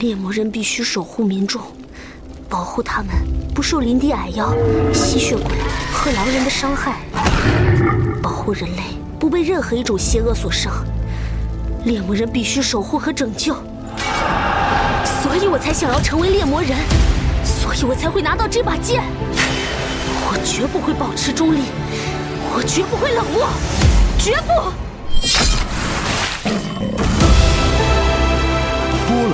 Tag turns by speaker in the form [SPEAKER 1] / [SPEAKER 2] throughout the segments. [SPEAKER 1] 猎魔人必须守护民众，保护他们不受林地矮妖、吸血鬼和狼人的伤害，保护人类不被任何一种邪恶所伤。猎魔人必须守护和拯救，所以我才想要成为猎魔人，所以我才会拿到这把剑。我绝不会保持中立，我绝不会冷漠，绝不。
[SPEAKER 2] 波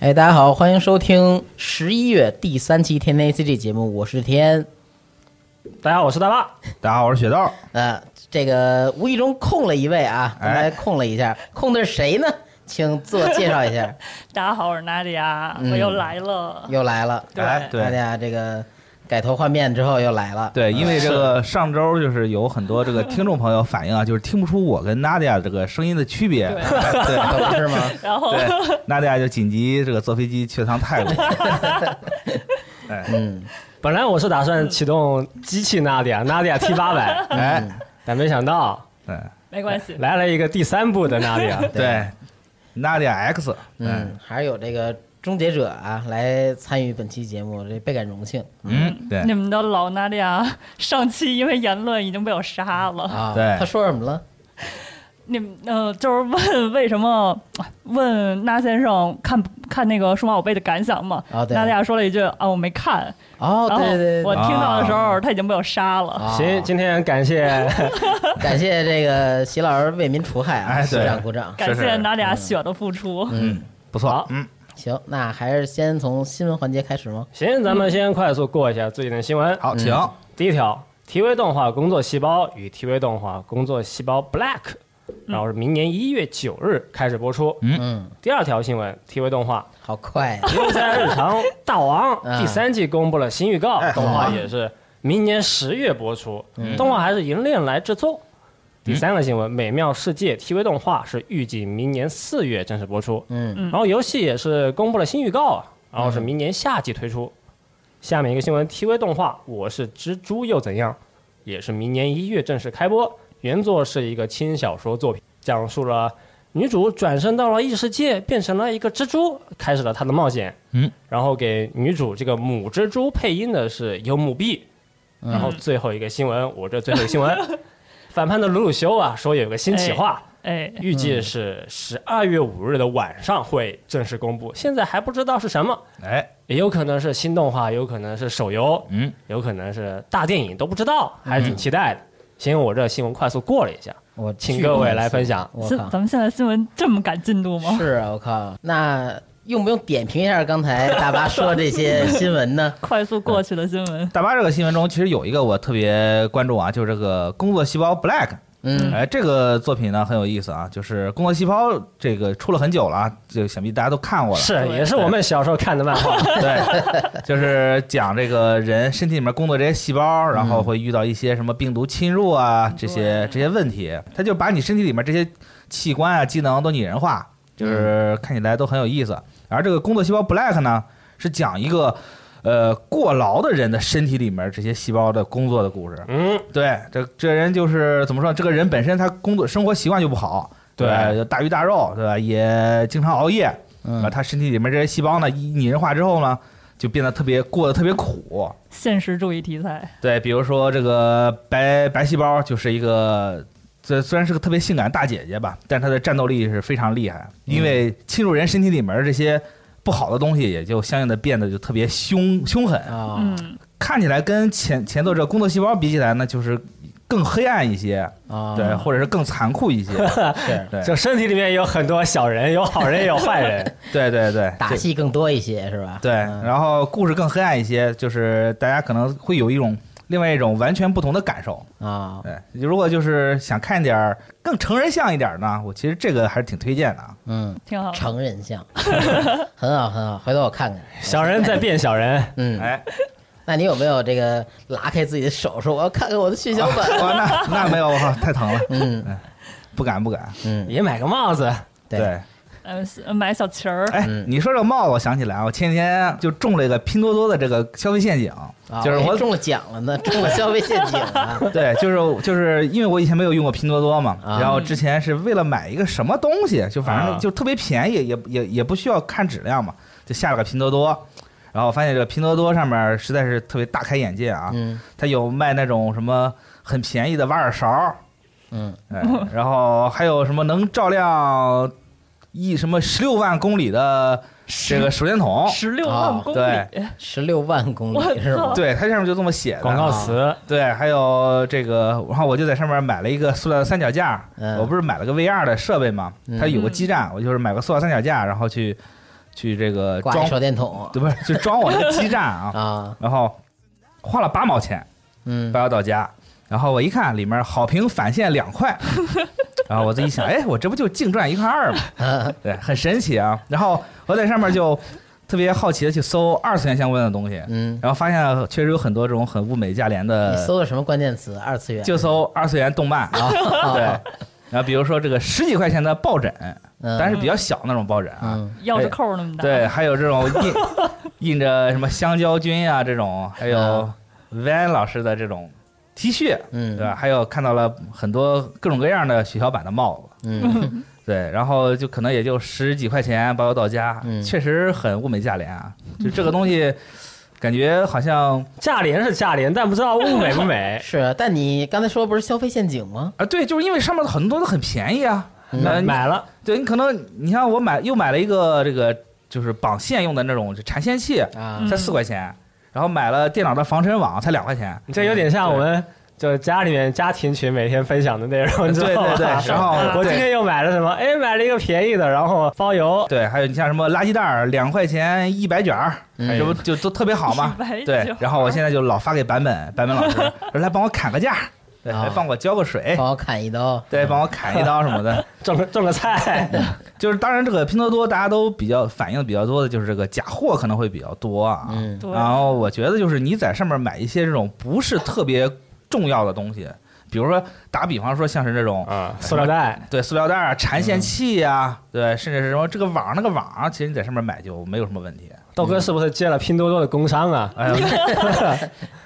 [SPEAKER 3] 哎，大家好，欢迎收听十一月第三期天天 ACG 节目，我是天。
[SPEAKER 4] 大家好，我是大巴。
[SPEAKER 5] 大家好，我是雪道。
[SPEAKER 3] 呃，这个无意中空了一位啊，
[SPEAKER 5] 哎
[SPEAKER 3] 刚才空了一下，空的是谁呢？请自我介绍一 下，
[SPEAKER 6] 大家好，我是娜迪亚，
[SPEAKER 3] 嗯
[SPEAKER 6] 我又来了。
[SPEAKER 3] 又来了。
[SPEAKER 6] 对
[SPEAKER 5] 哎，
[SPEAKER 3] 大
[SPEAKER 5] 对
[SPEAKER 3] 家这个改头换面之后又来了。
[SPEAKER 5] 对，因为这个上周就是有很多这个听众朋友反映啊，就是听不出我跟 Nadia 这个声音的区别。对
[SPEAKER 3] 懂是 吗？
[SPEAKER 6] 然后
[SPEAKER 5] 对，Nadia 就紧急这个坐飞机去了趟泰国。哎
[SPEAKER 3] 嗯，
[SPEAKER 4] 本来我是打算启动机器纳迪亚，纳迪亚 T 八 百，
[SPEAKER 5] 哎，
[SPEAKER 4] 但没想到
[SPEAKER 5] 对
[SPEAKER 6] 没关系，
[SPEAKER 4] 来了一个第三部的纳迪亚。
[SPEAKER 5] 嗯对，Nadia X，哎
[SPEAKER 3] 嗯，还是有这个终结者啊来参与本期节目，这倍感荣幸
[SPEAKER 5] 嗯，对
[SPEAKER 6] 你们的老娜迪亚上期因为言论已经被我杀了。
[SPEAKER 3] 啊。
[SPEAKER 5] 对
[SPEAKER 3] 他说什么了？
[SPEAKER 6] 你们呃，就是问为什么问那先生看看那个《数码宝贝》的感想嘛？
[SPEAKER 3] 啊对
[SPEAKER 6] 娜迪亚说了一句啊，我没看。
[SPEAKER 3] 哦，
[SPEAKER 6] 然后
[SPEAKER 3] 对对对
[SPEAKER 6] 我
[SPEAKER 3] 对，
[SPEAKER 6] 听到的时候，他已经被我杀了。
[SPEAKER 3] 啊
[SPEAKER 4] 行，今天感谢
[SPEAKER 3] 感谢这个席老师为民除害啊，
[SPEAKER 5] 哎
[SPEAKER 3] 鼓
[SPEAKER 5] 对
[SPEAKER 3] 掌鼓掌。
[SPEAKER 6] 感
[SPEAKER 5] 是
[SPEAKER 6] 谢
[SPEAKER 5] 是
[SPEAKER 6] 娜迪亚血的付出。
[SPEAKER 5] 嗯， 不错
[SPEAKER 4] 好，
[SPEAKER 5] 嗯，
[SPEAKER 3] 行，那还是先从新闻环节开始吗？
[SPEAKER 4] 行，咱们先快速过一下最近的新闻。
[SPEAKER 5] 好，请
[SPEAKER 4] 第一条，TV 动画工作细胞与 TV 动画工作细胞 Black，然
[SPEAKER 5] 嗯
[SPEAKER 4] 后是明年一月九日开始播出。
[SPEAKER 3] 嗯，
[SPEAKER 4] 第二条新闻，TV 动画
[SPEAKER 3] 好快啊呀、》
[SPEAKER 4] 《悠哉日常大王第三季公布了新预告
[SPEAKER 5] 哎，
[SPEAKER 4] 动画也是明年十月播出，
[SPEAKER 3] 嗯
[SPEAKER 4] 动画还是银链来制作。第三个新闻，《美妙世界》TV 动画是预计明年四月正式播出，
[SPEAKER 3] 嗯
[SPEAKER 4] 然后游戏也是公布了新预告，啊然后是明年夏季推出。下面一个新闻，TV 动画《我是蜘蛛又怎样》也是明年一月正式开播，原作是一个轻小说作品，讲述了女主转身到了异世界，变成了一个蜘蛛，开始了她的冒险。
[SPEAKER 5] 嗯，
[SPEAKER 4] 然后给女主这个母蜘蛛配音的是幽木碧。然后最后一个新闻，我这最后一个新闻，反叛的鲁鲁修啊说有个新企划，
[SPEAKER 6] 哎，
[SPEAKER 4] 预计是十二月五日的晚上会正式公布，现在还不知道是什么，
[SPEAKER 5] 哎，
[SPEAKER 4] 也有可能是新动画，有可能是手游，
[SPEAKER 5] 嗯，
[SPEAKER 4] 有可能是大电影，都不知道，还是挺期待的。行，我这新闻快速过了一下，
[SPEAKER 3] 我
[SPEAKER 4] 请
[SPEAKER 3] 巨
[SPEAKER 4] 各位
[SPEAKER 3] 快
[SPEAKER 4] 来
[SPEAKER 3] 速
[SPEAKER 4] 分享
[SPEAKER 3] 我
[SPEAKER 6] 这
[SPEAKER 3] 靠，
[SPEAKER 6] 咱们现在新闻这么赶进度吗？？
[SPEAKER 3] 是啊，我靠，那用不用点评一下刚才大巴说的这些新闻呢
[SPEAKER 6] 快速过去的新闻。
[SPEAKER 5] 大巴这个新闻中其实有一个我特别关注啊，就是这个工作细胞 Black，
[SPEAKER 3] 嗯
[SPEAKER 5] 哎，这个作品呢很有意思啊，就是《工作细胞》这个出了很久了啊，就想必大家都看过了。
[SPEAKER 4] 是也是我们小时候看的漫 画，
[SPEAKER 5] 对，就是讲这个人身体里面工作这些细胞，然后会遇到一些什么病毒侵入啊这些这些问题，它就把你身体里面这些器官啊机能都拟人化，就是看起来都很有意思。而这个《工作细胞 Black》呢，是讲一个。呃，过劳的人的身体里面这些细胞的工作的故事，
[SPEAKER 4] 嗯，
[SPEAKER 5] 对，这这人就是怎么说？这个人本身他工作生活习惯就不好，
[SPEAKER 4] 对
[SPEAKER 5] 吧就大鱼大肉，对吧？也经常熬夜，啊，
[SPEAKER 3] 嗯，
[SPEAKER 5] 他身体里面这些细胞呢，一拟人化之后呢，就变得特别过得特别苦。
[SPEAKER 6] 现实主义题材，
[SPEAKER 5] 对，比如说这个白白细胞就是一个，虽虽然是个特别性感大姐姐吧，但是她的战斗力是非常厉害，因
[SPEAKER 3] 嗯
[SPEAKER 5] 为侵入人身体里面这些不好的东西，也就相应的变得就特别凶凶狠。
[SPEAKER 3] 啊、
[SPEAKER 6] 嗯，
[SPEAKER 5] 看起来跟前前作者工作细胞比起来呢，就是更黑暗一些，
[SPEAKER 3] 啊，
[SPEAKER 5] 对，或者是更残 酷一些，
[SPEAKER 3] 是
[SPEAKER 5] 对
[SPEAKER 4] 就身体里面有很多小人，有好人也有坏 人，
[SPEAKER 5] 对对对，
[SPEAKER 3] 打戏更多一些是吧？
[SPEAKER 5] 对，
[SPEAKER 3] 嗯
[SPEAKER 5] 然后故事更黑暗一些，就是大家可能会有一种另外一种完全不同的感受。
[SPEAKER 3] 啊，
[SPEAKER 5] 对，如果就是想看点儿更成人像一点儿呢，我其实这个还是挺推荐的啊。
[SPEAKER 3] 嗯，
[SPEAKER 6] 挺好。
[SPEAKER 3] 成人 像，很好很好，回头我看看。
[SPEAKER 4] 小人在变小人。
[SPEAKER 3] 嗯，
[SPEAKER 5] 哎，
[SPEAKER 3] 那你有没有这个拉开自己的手说我要看看我的血小 板？
[SPEAKER 5] 哇，那那没有，我靠太疼了，
[SPEAKER 3] 嗯
[SPEAKER 5] 不敢不敢。
[SPEAKER 3] 嗯，
[SPEAKER 4] 也买个帽子，
[SPEAKER 3] 对，
[SPEAKER 5] 对，
[SPEAKER 6] 嗯，买小旗儿，
[SPEAKER 5] 哎，
[SPEAKER 3] 嗯
[SPEAKER 5] 你说这个帽子，我想起来，啊我前几天就中了一个拼多多的这个消费陷阱，
[SPEAKER 3] 啊
[SPEAKER 5] 就是
[SPEAKER 3] 我
[SPEAKER 5] 我
[SPEAKER 3] 还中了奖了呢，中了消费陷阱 了
[SPEAKER 5] 对，就是就是因为我以前没有用过拼多多嘛，
[SPEAKER 3] 啊
[SPEAKER 5] 然后之前是为了买一个什么东西，就反正
[SPEAKER 4] 啊
[SPEAKER 5] 就特别便宜，也也也不需要看质量嘛，就下了个拼多多。然后我发现这个拼多多上面实在是特别大开眼界啊，
[SPEAKER 3] 嗯
[SPEAKER 5] 它有卖那种什么很便宜的挖耳勺，
[SPEAKER 3] 嗯
[SPEAKER 5] 哎，然后还有什么能照亮一什么十六万公里的这个手电筒，
[SPEAKER 6] 十六万公
[SPEAKER 5] 哦
[SPEAKER 6] 里，
[SPEAKER 3] 十六万公
[SPEAKER 6] 我
[SPEAKER 3] 里是吧
[SPEAKER 6] 操？
[SPEAKER 5] 对，它上面就这么写的
[SPEAKER 4] 广告词，
[SPEAKER 5] 对，还有这个，然后我就在上面买了一个塑料的三脚架，
[SPEAKER 3] 嗯
[SPEAKER 5] 我不是买了个 VR 的设备嘛，
[SPEAKER 3] 嗯
[SPEAKER 5] 它有个基站，我就是买个塑料三脚架，然后去去这个
[SPEAKER 3] 挂
[SPEAKER 5] 装
[SPEAKER 3] 一，手电筒
[SPEAKER 5] 对不是，就装我那个基站啊，
[SPEAKER 3] 啊，
[SPEAKER 5] 然后花了八毛钱，
[SPEAKER 3] 嗯
[SPEAKER 5] 八，幺到家，然后我一看里面好评返现 两块，然后我自己想，哎，我这不就净赚一块二吗？
[SPEAKER 3] 啊
[SPEAKER 5] 对，很神奇啊，然后我在上面就特别好奇的去搜二次元相关的东西。
[SPEAKER 3] 嗯，
[SPEAKER 5] 然后发现确实有很多这种很物美价廉的
[SPEAKER 3] 你搜的什么关键词？二次元
[SPEAKER 5] 呃就搜二次元动漫，
[SPEAKER 3] 啊，
[SPEAKER 5] 对，然后比如说这个十几块钱的抱枕，
[SPEAKER 3] 嗯
[SPEAKER 5] 但是比较小那种抱枕啊，
[SPEAKER 3] 嗯
[SPEAKER 6] 钥匙扣那么大。
[SPEAKER 5] 对，，还有这种印印着什么香蕉君啊这种，还有
[SPEAKER 3] 啊
[SPEAKER 5] Van 老师的这种 T 恤，
[SPEAKER 3] 嗯
[SPEAKER 5] 对吧？还有看到了很多各种各样的血小板的帽子。
[SPEAKER 3] 嗯
[SPEAKER 5] 对，然后就可能也就十几块钱包邮到家，
[SPEAKER 3] 嗯
[SPEAKER 5] 确实很物美价廉 啊。就这个东西，感觉好像
[SPEAKER 4] 价廉是价廉，但不知道物美不美。
[SPEAKER 3] 是，啊但你刚才说不是消费陷阱吗？
[SPEAKER 5] 啊，对，就是因为上面很多都很便宜啊，
[SPEAKER 3] 嗯
[SPEAKER 4] 那
[SPEAKER 5] 呃你
[SPEAKER 4] 买了，
[SPEAKER 5] 对你可能你像我买又买了一个这个就是绑线用的那种缠线器，
[SPEAKER 3] 啊
[SPEAKER 6] 嗯？
[SPEAKER 5] 才四块钱，然后买了电脑的防尘网才两块钱。
[SPEAKER 4] 你这有点像我
[SPEAKER 5] 嗯
[SPEAKER 4] 们就家里面家庭群每天分享的内容，你知道吗
[SPEAKER 5] 对对对然后
[SPEAKER 4] 我今
[SPEAKER 5] 对
[SPEAKER 4] 天又买了什么？哎，买了一个便宜的，然后包邮。
[SPEAKER 5] 对，还有你像什么垃圾袋儿两块钱一百卷儿，
[SPEAKER 3] 嗯
[SPEAKER 5] 这不就都特别好嘛
[SPEAKER 6] 100卷
[SPEAKER 5] 对
[SPEAKER 6] 儿，
[SPEAKER 5] 然后我现在就老发给版本版本老师，说来帮我砍个价，对，
[SPEAKER 3] 啊哦
[SPEAKER 5] 来帮我浇个水，
[SPEAKER 3] 帮我砍一刀，
[SPEAKER 5] 对，帮我砍一刀什 么的。
[SPEAKER 4] 种个种个菜，
[SPEAKER 5] 就是当然这个拼多多大家都比较反应比较多的就是这个假货可能会比较多啊。
[SPEAKER 3] 嗯
[SPEAKER 6] 对
[SPEAKER 5] 然后我觉得就是你在上面买一些这种不是特别重要的东西，比如说打比方说像是这种
[SPEAKER 4] 啊， 塑料袋，
[SPEAKER 5] 对塑料袋啊、缠线器啊，对，甚至是什么这个网儿那个网儿，其实你在上面买就没有什么问题。
[SPEAKER 4] 豆哥是不是接了拼多多的工商啊？
[SPEAKER 5] 哎呀，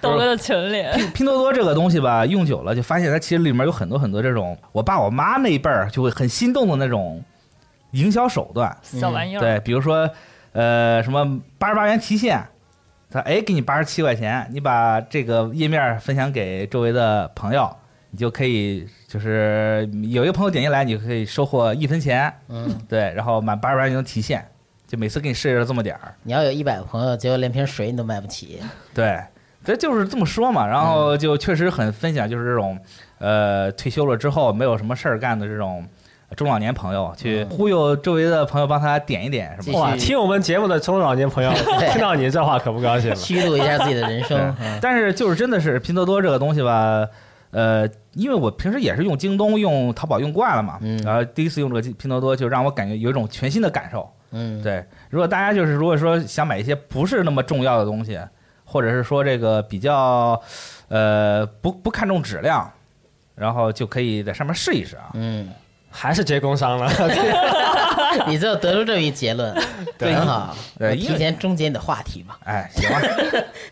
[SPEAKER 6] 豆哥的群里，
[SPEAKER 5] 拼拼多多这个东西吧，用久了就发现它其实里面有很多很多这种我爸我妈那一辈儿就会很心动的那种营销手段。
[SPEAKER 6] 小玩意儿，
[SPEAKER 5] 嗯对，比如说，呃，什么八十八元提现，他哎给你八十七块钱，你把这个页面分享给周围的朋友，你就可以就是有一个朋友点进来，你就可以收获一分钱，
[SPEAKER 3] 嗯，
[SPEAKER 5] 对，然后满八十八元就能提现，就每次给你设置了这么点儿，
[SPEAKER 3] 你要有一百个朋友，结果连瓶水你都买不起，
[SPEAKER 5] 对，这就是这么说嘛，然后就确实很分享，就是这种，呃，退休了之后没有什么事儿干的这种。中老年朋友去忽悠周围的朋友帮他点一点什
[SPEAKER 3] 继
[SPEAKER 5] 么
[SPEAKER 3] 续
[SPEAKER 4] 哇，听我们节目的中老年朋 友 听到你这话可不高兴了。
[SPEAKER 3] 虚度一下自己的人生啊，
[SPEAKER 5] 但是就是真的是拼多多这个东西吧，呃，因为我平时也是用京东、用淘宝用惯了嘛，
[SPEAKER 3] 嗯
[SPEAKER 5] 然后第一次用这个拼多多，就让我感觉有一种全新的感受。
[SPEAKER 3] 嗯，
[SPEAKER 5] 对，如果大家就是如果说想买一些不是那么重要的东西，或者是说这个比较呃不不看重质量，然后就可以在上面试一试啊。
[SPEAKER 3] 嗯，
[SPEAKER 4] 还是接工商 了，
[SPEAKER 3] 你最后得出这么一结论，
[SPEAKER 5] 对
[SPEAKER 3] 很好，
[SPEAKER 5] 对
[SPEAKER 3] 我
[SPEAKER 5] 因为
[SPEAKER 3] 提前终结你的话题吧。
[SPEAKER 5] 哎，行吧，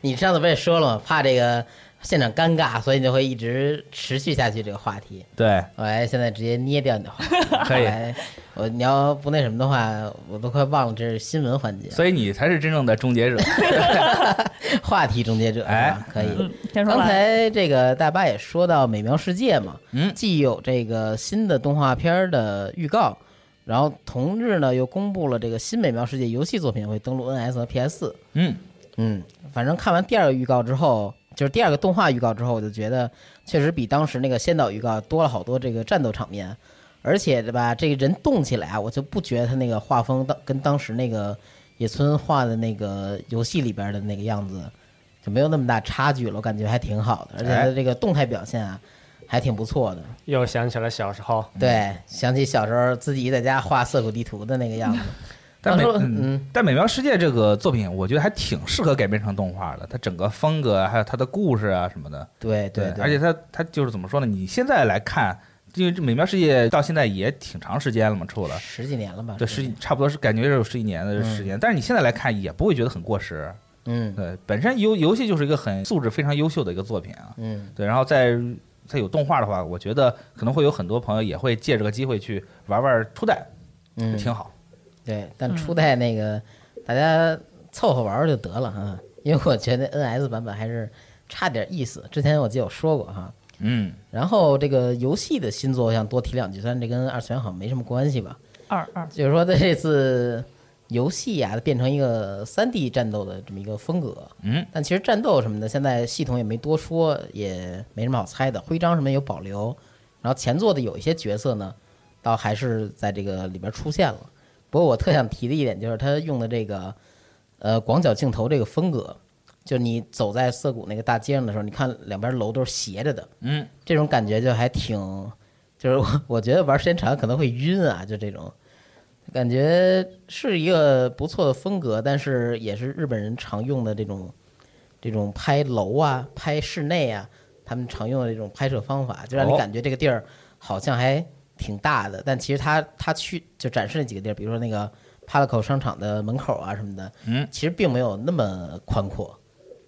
[SPEAKER 3] 你上次不也说了吗？怕这个现场尴尬，所以你就会一直持续下去这个话题。
[SPEAKER 5] 对，
[SPEAKER 3] 我来现在直接捏掉你的话题，
[SPEAKER 5] 可以
[SPEAKER 3] 我。来我你要不那什么的话，我都快忘了这是新闻环节，
[SPEAKER 5] 所以你才是真正的终结者。
[SPEAKER 3] 话题终结者，
[SPEAKER 5] 哎
[SPEAKER 3] 啊，可以。
[SPEAKER 6] 嗯，先说
[SPEAKER 3] 刚
[SPEAKER 6] 完，
[SPEAKER 3] 才这个大巴也说到《美妙世界》嘛，
[SPEAKER 5] 嗯
[SPEAKER 3] 既有这个新的动画片儿的预告，然后同日呢又公布了这个新《美妙世界》游戏作品会登陆 NS 和 PS 四。
[SPEAKER 5] 嗯，
[SPEAKER 3] 嗯，反正看完第二个预告之后，就是第二个动画预告之后，我就觉得确实比当时那个先导预告多了好多这个战斗场面，而且对吧，这个人动起来啊，我就不觉得他那个画风当跟当时那个野村画的那个游戏里边的那个样子就没有那么大差距了，我感觉还挺好的，
[SPEAKER 5] 哎
[SPEAKER 3] 而且他的这个动态表现啊还挺不错的。
[SPEAKER 4] 又想起了小时候，
[SPEAKER 3] 对，想起小时候自己在家画涩谷地图的那个样子，
[SPEAKER 5] 但美
[SPEAKER 3] 当时
[SPEAKER 5] 嗯
[SPEAKER 3] 嗯，
[SPEAKER 5] 但《美妙世界》这个作品，我觉得还挺适合改编成动画的。它整个风格啊，还有它的故事啊什么的，
[SPEAKER 3] 对对对，
[SPEAKER 5] 而且它它就是怎么说呢？你现在来看，因为这《美妙世界》到现在也挺长时间了嘛，出了。
[SPEAKER 3] 十几年了吧？
[SPEAKER 5] 对，
[SPEAKER 3] 是
[SPEAKER 5] 十几差不多是感觉是有十几年的时间，但是你现在来看也不会觉得很过时。
[SPEAKER 3] 嗯
[SPEAKER 5] 对，本身游游戏就是一个很素质非常优秀的一个作品啊。
[SPEAKER 3] 嗯，
[SPEAKER 5] 对，然后再再有动画的话，我觉得可能会有很多朋友也会借这个机会去玩玩初代，
[SPEAKER 3] 嗯
[SPEAKER 5] 挺好。
[SPEAKER 3] 对，但初代那个、大家凑合玩玩就得了哈，因为我觉得 NS 版本还是差点意思。之前我记得有说过哈。
[SPEAKER 5] 嗯，
[SPEAKER 3] 然后这个游戏的新作，我想多提两句，虽然这跟二次元好像没什么关系吧。
[SPEAKER 6] 二二
[SPEAKER 3] 就是说在这次游戏啊，变成一个三 D 战斗的这么一个风格。
[SPEAKER 5] 嗯，
[SPEAKER 3] 但其实战斗什么的，现在系统也没多说，也没什么好猜的。徽章什么有保留，然后前作的有一些角色呢，倒还是在这个里边出现了。不过我特想提的一点就是，他用的这个呃广角镜头这个风格，就是你走在涩谷那个大街上的时候，你看两边楼都是斜着的，
[SPEAKER 5] 嗯，
[SPEAKER 3] 这种感觉就还挺，就是我我觉得玩时间长了可能会晕啊，就这种感觉是一个不错的风格，但是也是日本人常用的这种这种拍楼啊、拍室内啊，他们常用的这种拍摄方法，就让
[SPEAKER 5] 哦
[SPEAKER 3] 你感觉这个地儿好像还挺大的，但其实他他去就展示那几个地儿，比如说那个 Palaco 商场的门口啊什么的，
[SPEAKER 5] 嗯，
[SPEAKER 3] 其实并没有那么宽阔，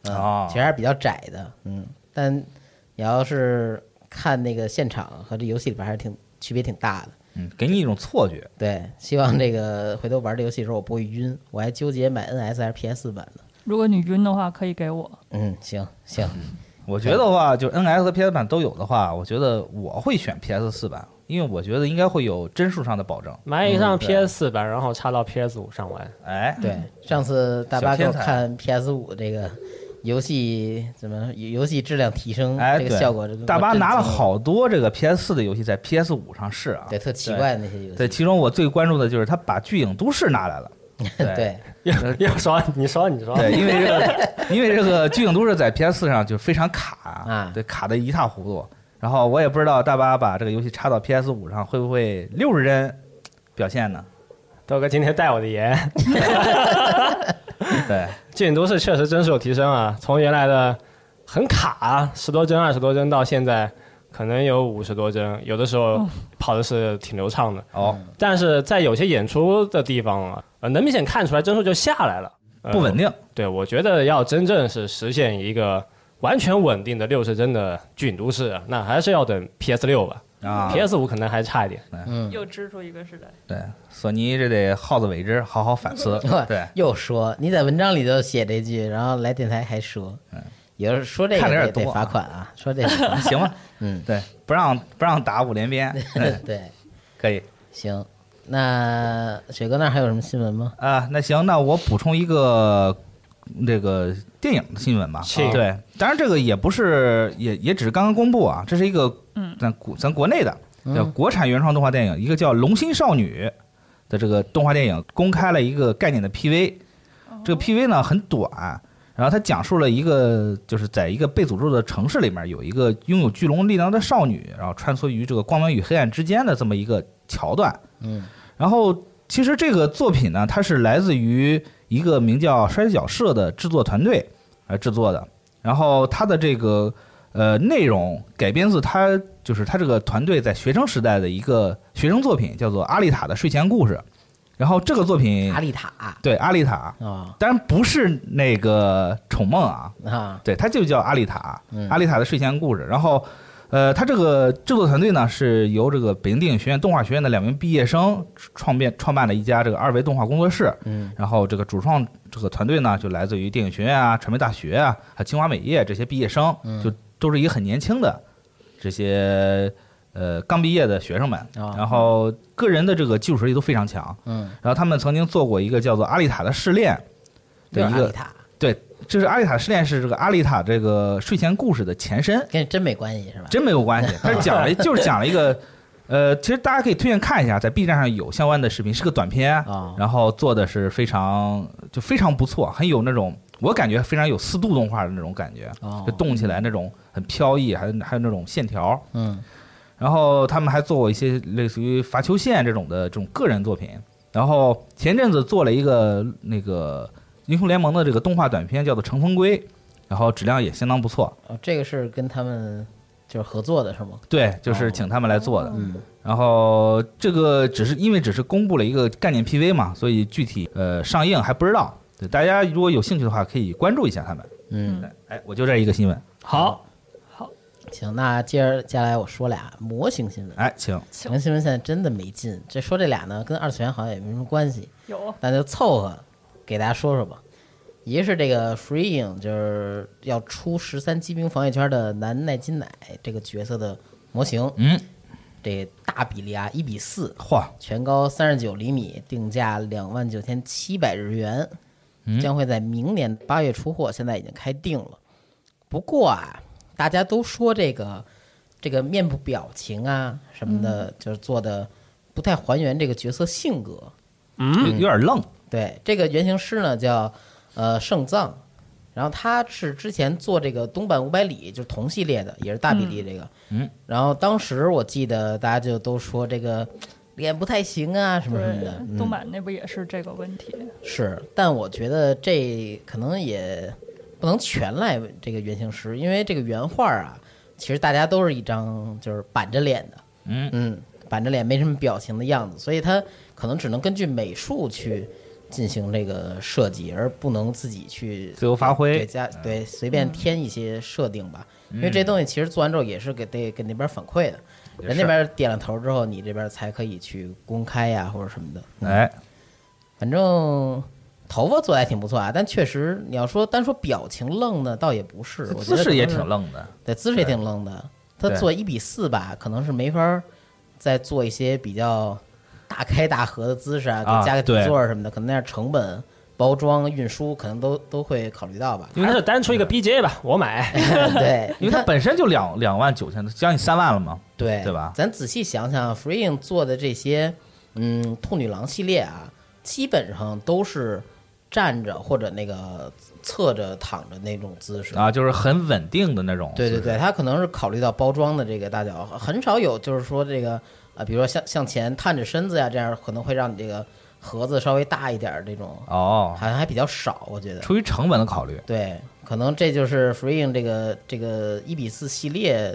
[SPEAKER 3] 嗯
[SPEAKER 5] 哦
[SPEAKER 3] 其实还是比较窄的，嗯，但你要是看那个现场和这游戏里边还是挺区别挺大的。
[SPEAKER 5] 嗯，给你一种错觉。
[SPEAKER 3] 对，希望这个回头玩这游戏的时候我不会晕，我还纠结买 NS 还是 PS 版呢。
[SPEAKER 6] 如果你晕的话，可以给我。
[SPEAKER 3] 嗯，行行，
[SPEAKER 5] 我觉得的话，就 NS 和 PS 版都有的话，我觉得我会选 PS 四版，因为我觉得应该会有帧数上的保证。
[SPEAKER 4] 买一
[SPEAKER 5] 嗯
[SPEAKER 4] 张
[SPEAKER 3] 对
[SPEAKER 4] PS 四版，然后插到 PS 五上 玩。
[SPEAKER 5] 哎，
[SPEAKER 3] 对，上次大
[SPEAKER 5] 小
[SPEAKER 3] 巴给
[SPEAKER 5] 天
[SPEAKER 3] 我
[SPEAKER 5] 才
[SPEAKER 3] 看 PS 五这个游戏怎么游游戏质量提升，
[SPEAKER 5] 哎，
[SPEAKER 3] 这
[SPEAKER 5] 对，
[SPEAKER 3] 个效果，这个
[SPEAKER 5] 大巴
[SPEAKER 3] 我震
[SPEAKER 5] 拿了
[SPEAKER 3] 惊，
[SPEAKER 5] 好多这个 PS 四的游戏在 PS 五上试啊。
[SPEAKER 3] 对，特奇怪的那些游戏，
[SPEAKER 5] 对，其中我最关注的就是他把《巨影都市》拿来了。对
[SPEAKER 3] 对
[SPEAKER 4] 要要说，你说，
[SPEAKER 3] 哦
[SPEAKER 4] 你说，
[SPEAKER 5] 对，因为这 个，因为这个《巨影都市》在 PS 4上就非常卡
[SPEAKER 3] 啊
[SPEAKER 5] 对，卡的一塌糊涂。然后我也不知道大巴把这个游戏插到 PS 5上会不会六十帧表现呢？
[SPEAKER 4] 豆哥今天带我的盐，
[SPEAKER 5] 对，
[SPEAKER 4] 剑都市确实帧数有提升啊，从原来的很卡啊十多帧、二十多帧，到现在可能有五十多帧，有的时候跑的是挺流畅的。
[SPEAKER 5] 哦，
[SPEAKER 4] 但是在有些演出的地方啊，呃，能明显看出来帧数就下来了，呃
[SPEAKER 5] 不稳。定。
[SPEAKER 4] 对，我觉得要真正是实现一个完全稳定的六十帧的巨影都市啊，那还是要等 PS 六吧、
[SPEAKER 5] 啊
[SPEAKER 4] p s 五可能还差一点。
[SPEAKER 5] 嗯
[SPEAKER 6] 又支出一个时代。
[SPEAKER 5] 对，索尼这得好自为之，好好 反思。 对，
[SPEAKER 3] 又说你在文章里头写这句，然后来电台还说，有人说这个
[SPEAKER 5] 嗯看着有
[SPEAKER 3] 得
[SPEAKER 5] 点
[SPEAKER 3] 得
[SPEAKER 5] 多啊
[SPEAKER 3] 罚款啊，说这个 得罚款
[SPEAKER 5] 行吧，
[SPEAKER 3] 嗯，
[SPEAKER 5] 对，不让不让打五连鞭，对，
[SPEAKER 3] 对，
[SPEAKER 5] 可以
[SPEAKER 3] 行，那雪哥那儿还有什么新闻吗？
[SPEAKER 5] 啊。那行，那我补充一个这个电影的新闻吧。
[SPEAKER 4] 请
[SPEAKER 5] 对，当然这个也不是，也也只是刚刚公布啊，这是一个
[SPEAKER 6] 嗯
[SPEAKER 5] 咱国咱国内的叫国产原创动画电影，一个叫《龙心少女》的这个动画电影公开了一个概念的 PV，这个 PV 呢很短，然后它讲述了一个就是在一个被诅咒的城市里面，有一个拥有巨龙力量的少女，然后穿梭于这个光明与黑暗之间的这么一个桥段。
[SPEAKER 3] 嗯，
[SPEAKER 5] 然后其实这个作品呢，它是来自于一个名叫摔角社的制作团队呃制作的，然后它的这个呃内容改编自他就是他这个团队在学生时代的一个学生作品，叫做《阿丽塔的睡前故事》。然后这个作品
[SPEAKER 3] 阿丽塔啊
[SPEAKER 5] 对阿丽塔，当然不是那个宠梦啊，
[SPEAKER 3] 啊，
[SPEAKER 5] 对，它就叫阿丽塔，
[SPEAKER 3] 嗯
[SPEAKER 5] 阿丽塔的睡前故事。然后，呃，它这个制作团队呢是由这个北京电影学院动画学院的两名毕业生创办创办了一家这个二维动画工作室。
[SPEAKER 3] 嗯
[SPEAKER 5] 然后这个主创这个团队呢，就来自于电影学院啊、传媒大学啊、啊清华美业这些毕业生，
[SPEAKER 3] 嗯
[SPEAKER 5] 就都是一个很年轻的这些呃刚毕业的学生们。
[SPEAKER 3] 啊
[SPEAKER 5] 然后个人的这个技术实力都非常强。
[SPEAKER 3] 嗯，
[SPEAKER 5] 然后他们曾经做过一个叫做《阿丽塔的试炼》
[SPEAKER 3] 就
[SPEAKER 5] 的
[SPEAKER 3] 是
[SPEAKER 5] 一
[SPEAKER 3] 阿丽
[SPEAKER 5] 个
[SPEAKER 3] 塔，
[SPEAKER 5] 对就是阿丽塔失恋是这个阿丽塔这个睡前故事的前身，
[SPEAKER 3] 跟你真没关系是吧？
[SPEAKER 5] 真没有关系。它是讲 了，就是讲了一个，呃，其实大家可以推荐看一下，在 B 站上有相关的视频，是个短片
[SPEAKER 3] 啊，
[SPEAKER 5] 然后做的是非常就非常不错，很有那种我感觉非常有四度动画的那种感觉，
[SPEAKER 3] 哦
[SPEAKER 5] 就动起来那种很飘逸，还有还有那种线条。
[SPEAKER 3] 嗯
[SPEAKER 5] 然后他们还做过一些类似于罚球线这种的这种个人作品。然后前阵子做了一个那个英雄联盟的这个动画短片，叫做《乘风归》，然后质量也相当不错。
[SPEAKER 3] 哦，这个是跟他们就是合作的是吗？
[SPEAKER 5] 对，就是请他们来做的。
[SPEAKER 3] 嗯
[SPEAKER 5] 然后这个只是因为只是公布了一个概念 PV 嘛，所以具体呃上映还不知道。对，大家如果有兴趣的话，可以关注一下他们。
[SPEAKER 3] 嗯，
[SPEAKER 5] 哎，我就这一个新闻。
[SPEAKER 4] 好，。
[SPEAKER 3] 行，那接着接下来我说俩模型新闻。
[SPEAKER 5] 哎，请
[SPEAKER 3] 模型新闻现在真的没劲，这说这俩呢跟二次元好像也没什么关系，
[SPEAKER 6] 有
[SPEAKER 3] 那就凑合给大家说说吧。一个是这个 Freeing，就是要出十三机兵防卫圈的南奈金乃这个角色的模型，
[SPEAKER 5] 嗯，
[SPEAKER 3] 这大比例啊一比四，
[SPEAKER 5] 嚯，
[SPEAKER 3] 全高三十九厘米，定价两万九千七百日元，将会在明年八月出货，现在已经开定了。不过啊，大家都说这个这个面部表情啊什么的，就是做的不太还原这个角色性格。
[SPEAKER 5] 有
[SPEAKER 3] 嗯
[SPEAKER 5] 有点愣。
[SPEAKER 3] 对，这个原型师呢叫呃圣藏，然后他是之前做这个东版五百里，就是同系列的，也是大比例这个。嗯。然后当时我记得大家就都说这个脸不太行啊什么什么
[SPEAKER 5] 嗯
[SPEAKER 3] 的，
[SPEAKER 6] 对，东版那不也是这个问题？
[SPEAKER 3] 是，但我觉得这可能也不能全赖这个原型师，因为这个原画啊，其实大家都是一张就是板着脸的，
[SPEAKER 5] 嗯
[SPEAKER 3] 板着脸没什么表情的样子，所以他可能只能根据美术去进行这个设计，而不能自己去
[SPEAKER 5] 自由发挥嗯
[SPEAKER 3] 对加对随便添一些设定吧，因为这东西其实做完之后也是给得给那边反馈的，人那边点了头之后，你这边才可以去公开呀、或者什么的，嗯
[SPEAKER 5] 哎，
[SPEAKER 3] 反正头发做的还挺不错啊，但确实你要说单说表情愣呢，倒也不是，我觉
[SPEAKER 5] 姿
[SPEAKER 3] 得可
[SPEAKER 5] 势也
[SPEAKER 3] 能
[SPEAKER 5] 挺
[SPEAKER 3] 是，
[SPEAKER 5] 愣的。
[SPEAKER 3] 对，姿势也挺愣的。他
[SPEAKER 5] 对
[SPEAKER 3] 做一比四吧，可能是没法儿再做一些比较大开大合的姿势啊，
[SPEAKER 5] 啊
[SPEAKER 3] 给加个底
[SPEAKER 5] 对
[SPEAKER 3] 座儿什么的，可能那样成本、包装、运输可能都都会考虑到吧
[SPEAKER 4] 还是单出一个 BJ 吧，我买。
[SPEAKER 3] 对，
[SPEAKER 5] 因为它本身就两两万九千，将近三万了嘛。
[SPEAKER 3] 对
[SPEAKER 5] 对吧
[SPEAKER 3] 咱仔细想想，Freeing 做的这些，嗯，兔女郎系列啊，基本上都是站着或者那个侧着躺着那种姿势。
[SPEAKER 5] 啊，就是很稳定的那种。
[SPEAKER 3] 对对
[SPEAKER 5] 就是
[SPEAKER 3] 对，他可能是考虑到包装的这个大小，很少有就是说这个呃，比如说向向前探着身子呀，这样可能会让你这个盒子稍微大一点儿这种，
[SPEAKER 5] 哦，
[SPEAKER 3] 好像还比较少，我觉得。
[SPEAKER 5] 出于成本的考虑，
[SPEAKER 3] 对，可能这就是 Freeing 这个这个一比四系列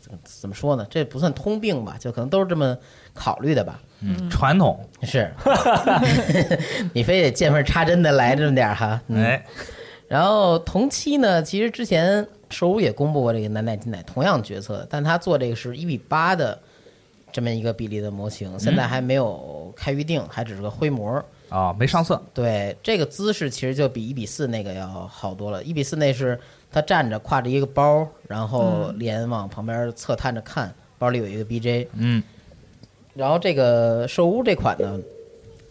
[SPEAKER 3] 怎么怎么说呢？这不算通病吧，就可能都是这么考虑的吧。
[SPEAKER 5] 嗯，传统，
[SPEAKER 3] 是， 你非得见缝插针的来这么点儿哈。嗯、
[SPEAKER 5] 哎，
[SPEAKER 3] 然后同期呢，其实之前手舞也公布过这个南乃金乃同样角色，但他做这个是一比八的这么一个比例的模型，现在还没有开预定，还只是个灰模。
[SPEAKER 5] 啊，没上色，
[SPEAKER 3] 对，这个姿势其实就比一比四那个要好多了。一比四那是他站着挎着一个包，然后脸往旁边侧探着看，包里有一个 BJ。
[SPEAKER 5] 嗯，
[SPEAKER 3] 然后这个兽屋这款呢，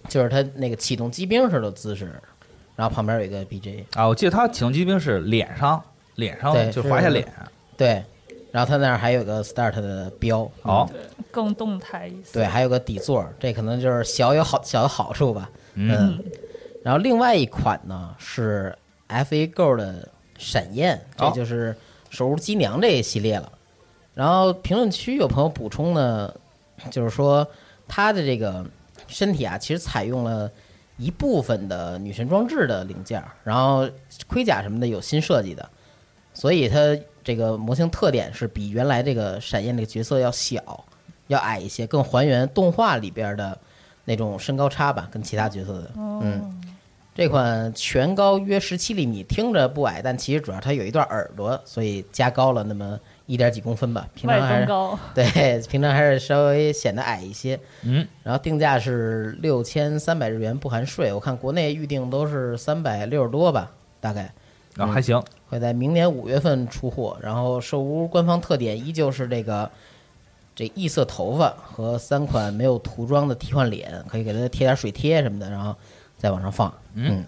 [SPEAKER 3] 就是他那个启动机兵时的姿势，然后旁边有一个 BJ。
[SPEAKER 5] 啊，我记得他启动机兵是脸上，脸上
[SPEAKER 3] 对
[SPEAKER 5] 就是划一下脸，
[SPEAKER 3] 对，然后他那儿还有个 start 的标。
[SPEAKER 5] 哦，
[SPEAKER 6] 更动态一些。
[SPEAKER 3] 对，还有个底座儿，这可能就是小有好小有好处吧。嗯，然后另外一款呢是 F A Go 的闪焰，这
[SPEAKER 5] 哦
[SPEAKER 3] 就是手无鸡娘这一系列了。然后评论区有朋友补充呢，就是说她的这个身体啊，其实采用了一部分的女神装置的零件儿，然后盔甲什么的有新设计的，所以它这个模型特点是比原来这个闪焰这个角色要小，要矮一些，更还原动画里边的那种身高差吧，跟其他角色的。
[SPEAKER 6] 哦
[SPEAKER 3] 嗯，这款全高约十七厘米，听着不矮，但其实主要它有一段耳朵，所以加高了那么一点几公分吧。平
[SPEAKER 6] 外
[SPEAKER 3] 常还
[SPEAKER 6] 增
[SPEAKER 3] 是
[SPEAKER 6] 高，
[SPEAKER 3] 对，平常还是稍微显得矮一些。
[SPEAKER 5] 嗯，
[SPEAKER 3] 然后定价是六千三百日元，不含税。我看国内预定都是三百六十多吧，大概
[SPEAKER 5] 啊，
[SPEAKER 3] 嗯
[SPEAKER 5] 还行，
[SPEAKER 3] 会在明年五月份出货。然后寿屋官方特点依旧是这个这异色头发和三款没有涂装的嗯替换脸，可以给它贴点水贴什么的，然后再往上放。嗯，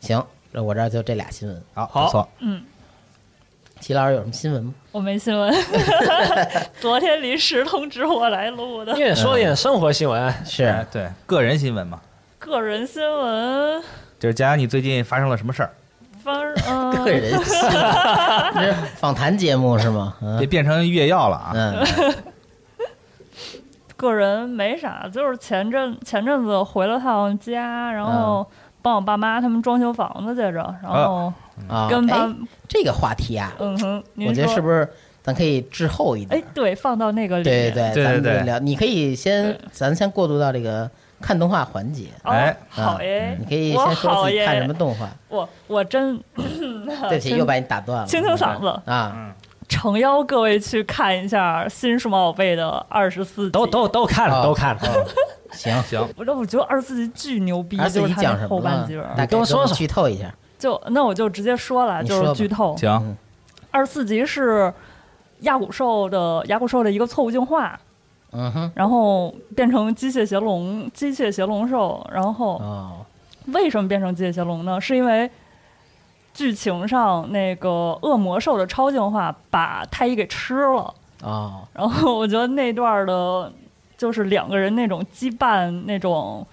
[SPEAKER 3] 行，我这儿就这俩新闻。
[SPEAKER 5] 好，
[SPEAKER 4] 好
[SPEAKER 5] 不错，
[SPEAKER 3] 齐老师有什么新闻吗？
[SPEAKER 6] 我没新闻， 昨天临时通知我来录的
[SPEAKER 4] 你也说点生活新闻，
[SPEAKER 5] 哎
[SPEAKER 6] 啊
[SPEAKER 3] 是，
[SPEAKER 5] 对个人新闻嘛，
[SPEAKER 6] 个人新闻，
[SPEAKER 5] 就是佳佳你最近发生了什么事儿？
[SPEAKER 6] 反 正嗯、
[SPEAKER 3] 个人新 闻，这是访谈节目是吗？嗯
[SPEAKER 5] 别变成越药了啊！
[SPEAKER 3] 嗯，
[SPEAKER 6] 个人没啥，就是前阵前阵子回了趟家，然后帮我爸妈他们装修房子去着，然后
[SPEAKER 3] 嗯啊，
[SPEAKER 6] 跟爸、
[SPEAKER 3] 哎，这个话题啊，
[SPEAKER 6] 嗯哼，您
[SPEAKER 3] 我觉得
[SPEAKER 6] 说
[SPEAKER 3] 是不是咱可以滞后一
[SPEAKER 6] 哎
[SPEAKER 3] 点？，
[SPEAKER 6] 对，放到那个里
[SPEAKER 3] 对
[SPEAKER 6] 面，
[SPEAKER 3] 对
[SPEAKER 5] 对
[SPEAKER 3] 咱们
[SPEAKER 5] 对
[SPEAKER 3] 就
[SPEAKER 5] 对
[SPEAKER 3] 聊。你可以先
[SPEAKER 6] 对，
[SPEAKER 3] 咱先过渡到这个看动画环节。
[SPEAKER 6] 哦
[SPEAKER 5] 哎
[SPEAKER 6] 好耶
[SPEAKER 3] 嗯，你可以
[SPEAKER 6] 我
[SPEAKER 3] 先说
[SPEAKER 6] 好
[SPEAKER 3] 自己
[SPEAKER 6] 耶，
[SPEAKER 3] 看什么动画。
[SPEAKER 6] 我我真
[SPEAKER 3] 对不起，
[SPEAKER 6] 真
[SPEAKER 3] 又把你打断了。
[SPEAKER 6] 清清嗓子，
[SPEAKER 3] 啊，
[SPEAKER 6] 诚邀各位去看一下新数码宝贝的二十四集，
[SPEAKER 4] 都都都看了，
[SPEAKER 3] 啊
[SPEAKER 4] 都看了。
[SPEAKER 3] 行。
[SPEAKER 5] 行，
[SPEAKER 6] 我这我觉得二十四集巨牛逼，
[SPEAKER 3] 而
[SPEAKER 6] 就
[SPEAKER 3] 自
[SPEAKER 6] 是
[SPEAKER 3] 己
[SPEAKER 6] 它那
[SPEAKER 3] 讲什
[SPEAKER 6] 后
[SPEAKER 3] 么
[SPEAKER 6] 半
[SPEAKER 3] 了
[SPEAKER 6] 截儿？
[SPEAKER 3] 大概
[SPEAKER 4] 跟我说
[SPEAKER 3] 给
[SPEAKER 4] 说
[SPEAKER 3] 剧透一下。
[SPEAKER 6] 就那我就直接说了，
[SPEAKER 3] 你
[SPEAKER 6] 就
[SPEAKER 3] 说
[SPEAKER 6] 是
[SPEAKER 3] 吧
[SPEAKER 6] 剧透。
[SPEAKER 5] 行，
[SPEAKER 6] 二十四集是亚古兽的亚古兽的一个错误进化，
[SPEAKER 3] 嗯哼，
[SPEAKER 6] 然后变成机械邪龙，机械邪龙兽。然后
[SPEAKER 3] 哦，
[SPEAKER 6] 为什么变成机械邪龙呢？是因为剧情上那个恶魔兽的超进化把太一给吃了。
[SPEAKER 3] 哦，
[SPEAKER 6] 然后我觉得那段儿的，就是两个人那种羁绊、那种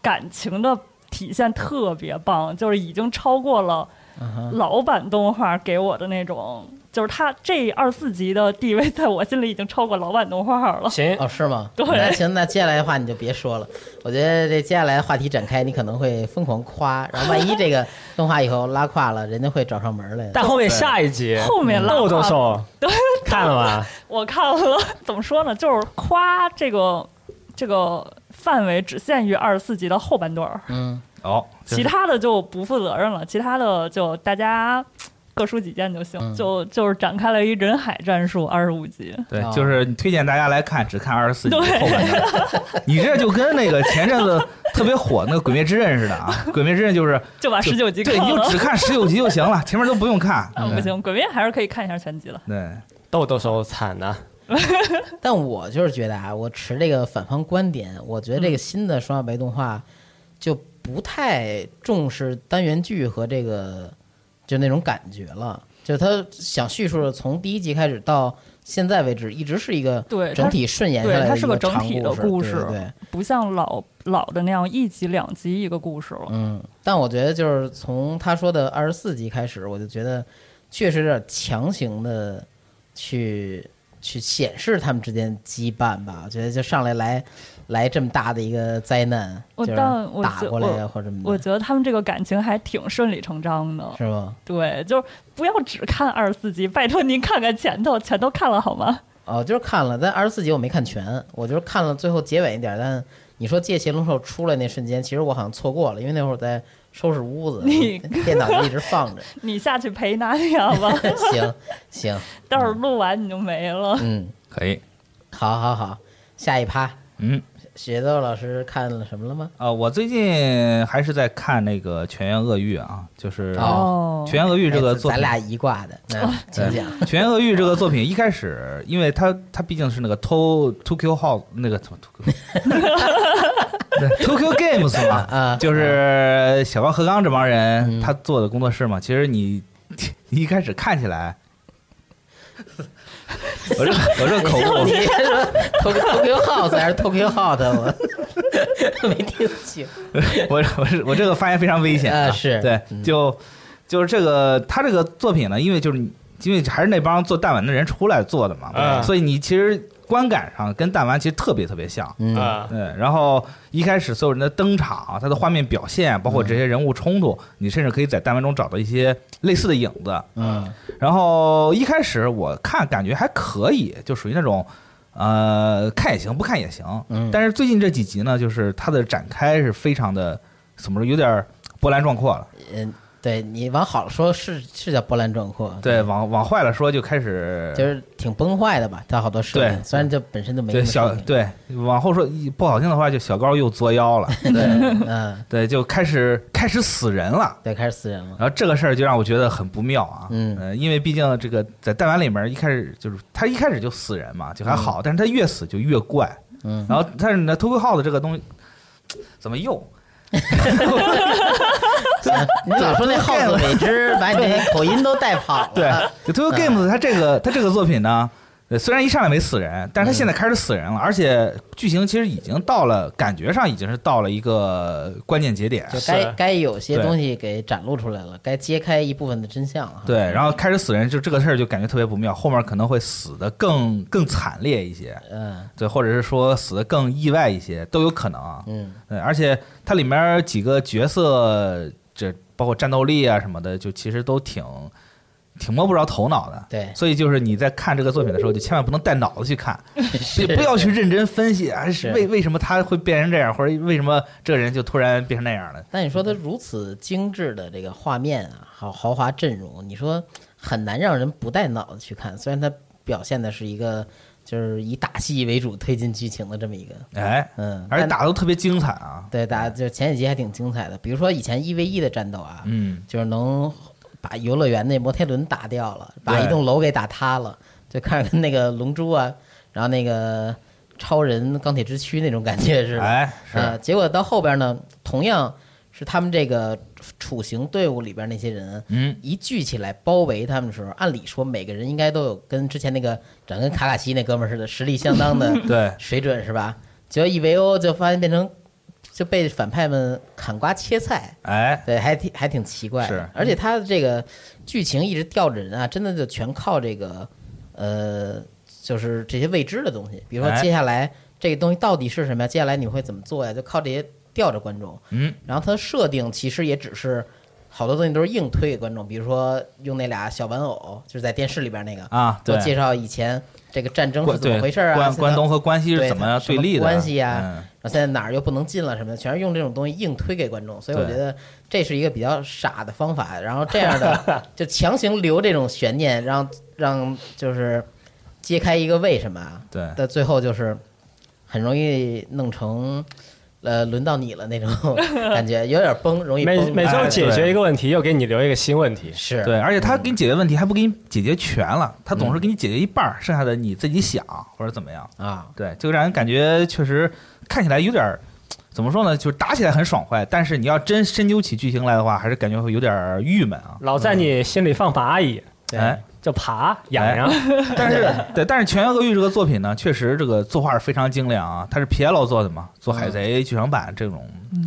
[SPEAKER 6] 感情的体现特别棒，就是已经超过了
[SPEAKER 3] 嗯哼，
[SPEAKER 6] 老版动画给我的那种，就是他这二四集的地位在我心里已经超过老版动画了。
[SPEAKER 4] 行，
[SPEAKER 3] 哦，是吗？
[SPEAKER 6] 对
[SPEAKER 3] 那行，那接下来的话你就别说了。我觉得这接下来话题展开，你可能会疯狂夸，然后万一这个动画以后拉胯了，人家会找上门来的。
[SPEAKER 4] 但后面下一集，
[SPEAKER 6] 后面拉胯
[SPEAKER 4] 豆豆兽
[SPEAKER 6] 对
[SPEAKER 4] 看了吧？
[SPEAKER 6] 我看了，怎么说呢？就是夸这个这个范围只限于二十四集的后半段儿，
[SPEAKER 3] 嗯，
[SPEAKER 5] 哦，就是
[SPEAKER 6] 其他的就不负责任了，其他的就大家各抒己见就行。
[SPEAKER 3] 嗯
[SPEAKER 6] 就就是展开了一人海战术，二十五集。
[SPEAKER 5] 对
[SPEAKER 3] 啊，
[SPEAKER 5] 就是你推荐大家来看，只看二十四集后
[SPEAKER 6] 对
[SPEAKER 5] 半段。你这就跟那个前阵子特别火那个《鬼灭之刃》似的啊，《鬼灭之刃》就是
[SPEAKER 6] 就把啊十九集看
[SPEAKER 5] 对，你就
[SPEAKER 6] 了。
[SPEAKER 5] 只看十九集就行了，前面都不用看。
[SPEAKER 6] 嗯，不行，鬼灭还是可以看一下全集了。
[SPEAKER 5] 对，
[SPEAKER 4] 豆豆兽惨啊呐、
[SPEAKER 3] 但我就是觉得啊，我持这个反方观点，我觉得这个新的双马白动画就不太重视单元剧和这个就那种感觉了。就他想叙述的，从第一集开始到现在为止，一直是一个
[SPEAKER 6] 对，
[SPEAKER 3] 整
[SPEAKER 6] 它
[SPEAKER 3] 体顺延下
[SPEAKER 6] 对
[SPEAKER 3] 来
[SPEAKER 6] 它
[SPEAKER 3] 的
[SPEAKER 6] 是
[SPEAKER 3] 一
[SPEAKER 6] 个
[SPEAKER 3] 个
[SPEAKER 6] 整
[SPEAKER 3] 长
[SPEAKER 6] 体的
[SPEAKER 3] 故
[SPEAKER 6] 故
[SPEAKER 3] 对
[SPEAKER 6] 事
[SPEAKER 3] 对对，
[SPEAKER 6] 不像老老的那样一集两集一个故事了。
[SPEAKER 3] 嗯。但我觉得就是从他说的二十四集开始，我就觉得确实有点强行的去去显示他们之间羁绊吧。我觉得就上来来来这么大的一个灾难，
[SPEAKER 6] 我
[SPEAKER 3] 就是
[SPEAKER 6] 但我
[SPEAKER 3] 打
[SPEAKER 6] 觉
[SPEAKER 3] 过来呀
[SPEAKER 6] 我
[SPEAKER 3] 或者什么
[SPEAKER 6] 我
[SPEAKER 3] 的，
[SPEAKER 6] 觉得他们这个感情还挺顺理成章的。
[SPEAKER 3] 是吗？
[SPEAKER 6] 对，就是不要只看二十四集，拜托您看看前头，全都看了好吗？
[SPEAKER 3] 哦，就是看了，但二十四集我没看全，我就是看了最后结尾一点儿。但你说借邪龙兽出来那瞬间，其实我好像错过了，因为那会儿我在收拾屋子，
[SPEAKER 6] 你
[SPEAKER 3] 我电脑就一直放 着。
[SPEAKER 6] 你下去陪娜姐 吧，
[SPEAKER 3] 行行，
[SPEAKER 6] 到时候录完你就没了。
[SPEAKER 3] 嗯，
[SPEAKER 5] 可以。
[SPEAKER 3] 好好好，下一趴，
[SPEAKER 5] 嗯，
[SPEAKER 3] 雪豆老师看了什么了吗？
[SPEAKER 5] 啊，我最近还是在看那个《全员恶欲》啊，就是
[SPEAKER 3] 哦
[SPEAKER 5] 《全员恶欲》这个
[SPEAKER 3] 哎
[SPEAKER 5] 作
[SPEAKER 3] 咱
[SPEAKER 5] 品。
[SPEAKER 3] 俩一挂的，嗯，请讲。
[SPEAKER 5] 《 全员恶欲》这个作品一开始，因为它它毕竟是那个 To To Q House 那个什么 To Q Games 嘛，
[SPEAKER 3] 啊，
[SPEAKER 5] 就是小高和刚这帮
[SPEAKER 3] 嗯
[SPEAKER 5] 人他做的工作室嘛，其实你 你一开始看 起来，我这我这口
[SPEAKER 3] 你
[SPEAKER 5] 误，
[SPEAKER 3] 是说 Tokyo Tokyo House 还是 Tokyo Hot？我没听清。
[SPEAKER 5] 我我这我这个发言非常危险
[SPEAKER 3] 啊
[SPEAKER 5] 啊！
[SPEAKER 3] 是
[SPEAKER 5] 对
[SPEAKER 3] 嗯，
[SPEAKER 5] 就就是这个他这个作品呢，因为就是因为还是那帮做弹丸的人出来做的嘛，
[SPEAKER 4] 嗯
[SPEAKER 5] 所以你其实观感上跟弹丸其实特别特别像。
[SPEAKER 3] 嗯
[SPEAKER 4] 啊！
[SPEAKER 5] 对，然后一开始所有人的登场，啊他的画面表现，
[SPEAKER 3] 嗯
[SPEAKER 5] 包括这些人物冲突，你甚至可以在弹丸中找到一些类似的影子。
[SPEAKER 3] 嗯
[SPEAKER 5] 然后一开始我看感觉还可以，就属于那种，呃，看也行，不看也行。
[SPEAKER 3] 嗯
[SPEAKER 5] 但是最近这几集呢，就是它的展开是非常的，怎么说，有点儿波澜壮阔了。
[SPEAKER 3] 嗯，对你往好了说是是叫波澜壮阔，
[SPEAKER 5] 对，，往往坏了说，就开始
[SPEAKER 3] 就是挺崩坏的吧？它好多设定，
[SPEAKER 5] 对
[SPEAKER 3] 虽然就本身就没
[SPEAKER 5] 对
[SPEAKER 3] 什么
[SPEAKER 5] 小
[SPEAKER 3] 设定，
[SPEAKER 5] 对往后说不好听的话，就小高又 作妖了，对
[SPEAKER 3] 嗯，
[SPEAKER 5] 对，就开始开始死人了。
[SPEAKER 3] 对，开始死 人了。
[SPEAKER 5] 然后这个事儿就让我觉得很不妙啊，
[SPEAKER 3] 嗯
[SPEAKER 5] 呃因为毕竟这个在弹丸里面一开始就是他一开始就死人嘛，就还好，但是他越死就越怪，
[SPEAKER 3] 嗯，
[SPEAKER 5] 然后但是呢，偷窥耗子这个东西怎么又？
[SPEAKER 3] 你老说那好自 为之，把你那口音都带跑了。
[SPEAKER 5] 对， 就 t o Games 它这个它这个作品呢，呃虽然一上来没死人，但是它现
[SPEAKER 3] 嗯
[SPEAKER 5] 在开始死人了，而且剧情其实已经到了，感觉上已经是到了一个关键节点。
[SPEAKER 3] 就该
[SPEAKER 4] 是
[SPEAKER 3] 该有些
[SPEAKER 5] 对
[SPEAKER 3] 东西给展露出来了，该揭开一部分的真相啊。
[SPEAKER 5] 对，然后开始死人，就这个事儿就感觉特别不妙，后面可能会死的更更惨烈一些，
[SPEAKER 3] 嗯
[SPEAKER 5] 对，或者是说死的更意外一些，都有可能啊。
[SPEAKER 3] 嗯，
[SPEAKER 5] 对，而且它里面几个角色，这包括战斗力啊什么的，就其实都挺挺摸不着头脑的。
[SPEAKER 3] 对
[SPEAKER 5] 所以就是你在看这个作品的时候，就千万不能带脑子去看，
[SPEAKER 3] 是
[SPEAKER 5] 也不要去认真分析啊，是
[SPEAKER 3] 是
[SPEAKER 5] 为为什么他会变成这样，或者为什么这个人就突然变成那样了。
[SPEAKER 3] 但你说
[SPEAKER 5] 嗯
[SPEAKER 3] 它如此精致的这个画面啊，豪豪华阵容，你说很难让人不带脑子去看。虽然它表现的是一个就是以打戏为主推进剧情的这么一个，
[SPEAKER 5] 哎，
[SPEAKER 3] 嗯，
[SPEAKER 5] 而且
[SPEAKER 3] 但
[SPEAKER 5] 打的都特别精彩啊。
[SPEAKER 3] 对打就前几集还挺精彩的，比如说以前一 v 一的战斗啊，
[SPEAKER 5] 嗯，
[SPEAKER 3] 就是能把游乐园那摩天轮打掉了，把
[SPEAKER 5] 对
[SPEAKER 3] 一栋楼给打塌了，就看着跟那个龙珠啊，然后那个超人钢铁之躯那种感觉似的。
[SPEAKER 5] 哎，
[SPEAKER 3] 呃，
[SPEAKER 5] 是，
[SPEAKER 3] 结果到后边呢，同样是他们这个处刑队伍里边那些人，
[SPEAKER 5] 嗯，
[SPEAKER 3] 一聚起来包围他们的时候，按理说每个人应该都有跟之前那个长得跟卡卡西那哥们儿似的实力相当的
[SPEAKER 5] 对，
[SPEAKER 3] 水准是吧？结果一围殴就发现变成就被反派们砍瓜切菜，
[SPEAKER 5] 哎，
[SPEAKER 3] 对，还挺还挺奇怪的。
[SPEAKER 5] 是
[SPEAKER 3] 而且他的这个剧情一直吊着人啊，真的就全靠这个呃，就是这些未知的东西，比如说
[SPEAKER 5] 哎
[SPEAKER 3] 接下来这个东西到底是什么呀？接下来你会怎么做呀？就靠这些吊着观众。
[SPEAKER 5] 嗯，
[SPEAKER 3] 然后它的设定其实也只是。好多东西都是硬推给观众，比如说用那俩小玩偶，就是在电视里边那个
[SPEAKER 5] 啊
[SPEAKER 3] 就
[SPEAKER 5] 对
[SPEAKER 3] 介绍以前这个战争
[SPEAKER 5] 关
[SPEAKER 3] 是怎么
[SPEAKER 5] 对
[SPEAKER 3] 回事啊，
[SPEAKER 5] 关
[SPEAKER 3] 现在
[SPEAKER 5] 关东和关西是怎么
[SPEAKER 3] 对
[SPEAKER 5] 对立
[SPEAKER 3] 什
[SPEAKER 5] 的
[SPEAKER 3] 么关系啊呀、
[SPEAKER 5] 嗯
[SPEAKER 3] 然后现在哪儿又不能进了什么的，全是用这种东西硬推给观众，所以我
[SPEAKER 5] 对
[SPEAKER 3] 觉得这是一个比较傻的方法。然后这样的 就强行留这种悬念，让让就是揭开一个为什么啊，
[SPEAKER 5] 对
[SPEAKER 3] 但最后就是很容易弄成。呃，轮到你了那 种感觉，有点崩，容易
[SPEAKER 4] 每
[SPEAKER 3] 崩。
[SPEAKER 4] 每周
[SPEAKER 5] 哎
[SPEAKER 4] 解
[SPEAKER 5] 对
[SPEAKER 4] 决一个问题，又给你留一个新问题。
[SPEAKER 3] 是
[SPEAKER 5] 对，而且
[SPEAKER 3] 嗯
[SPEAKER 5] 他给你解决问题还不给你解决全了，他总是给你解决一半儿，剩下的你自己想或者怎么样。
[SPEAKER 3] 啊，
[SPEAKER 5] 对，就让人感觉确实看起来有点儿怎么说呢，就是打起来很爽快，但是你要真深究起剧情来的话，还是感觉会有点儿郁闷啊。
[SPEAKER 4] 老在你心里放蚂蚁，
[SPEAKER 3] 对
[SPEAKER 5] 哎，
[SPEAKER 4] 就爬痒痒。
[SPEAKER 5] 但 是对，但是《全员恶欲》这个作品呢，确实这个作画非常精良啊，它是皮耶洛做的嘛，做《海贼剧场版》这种，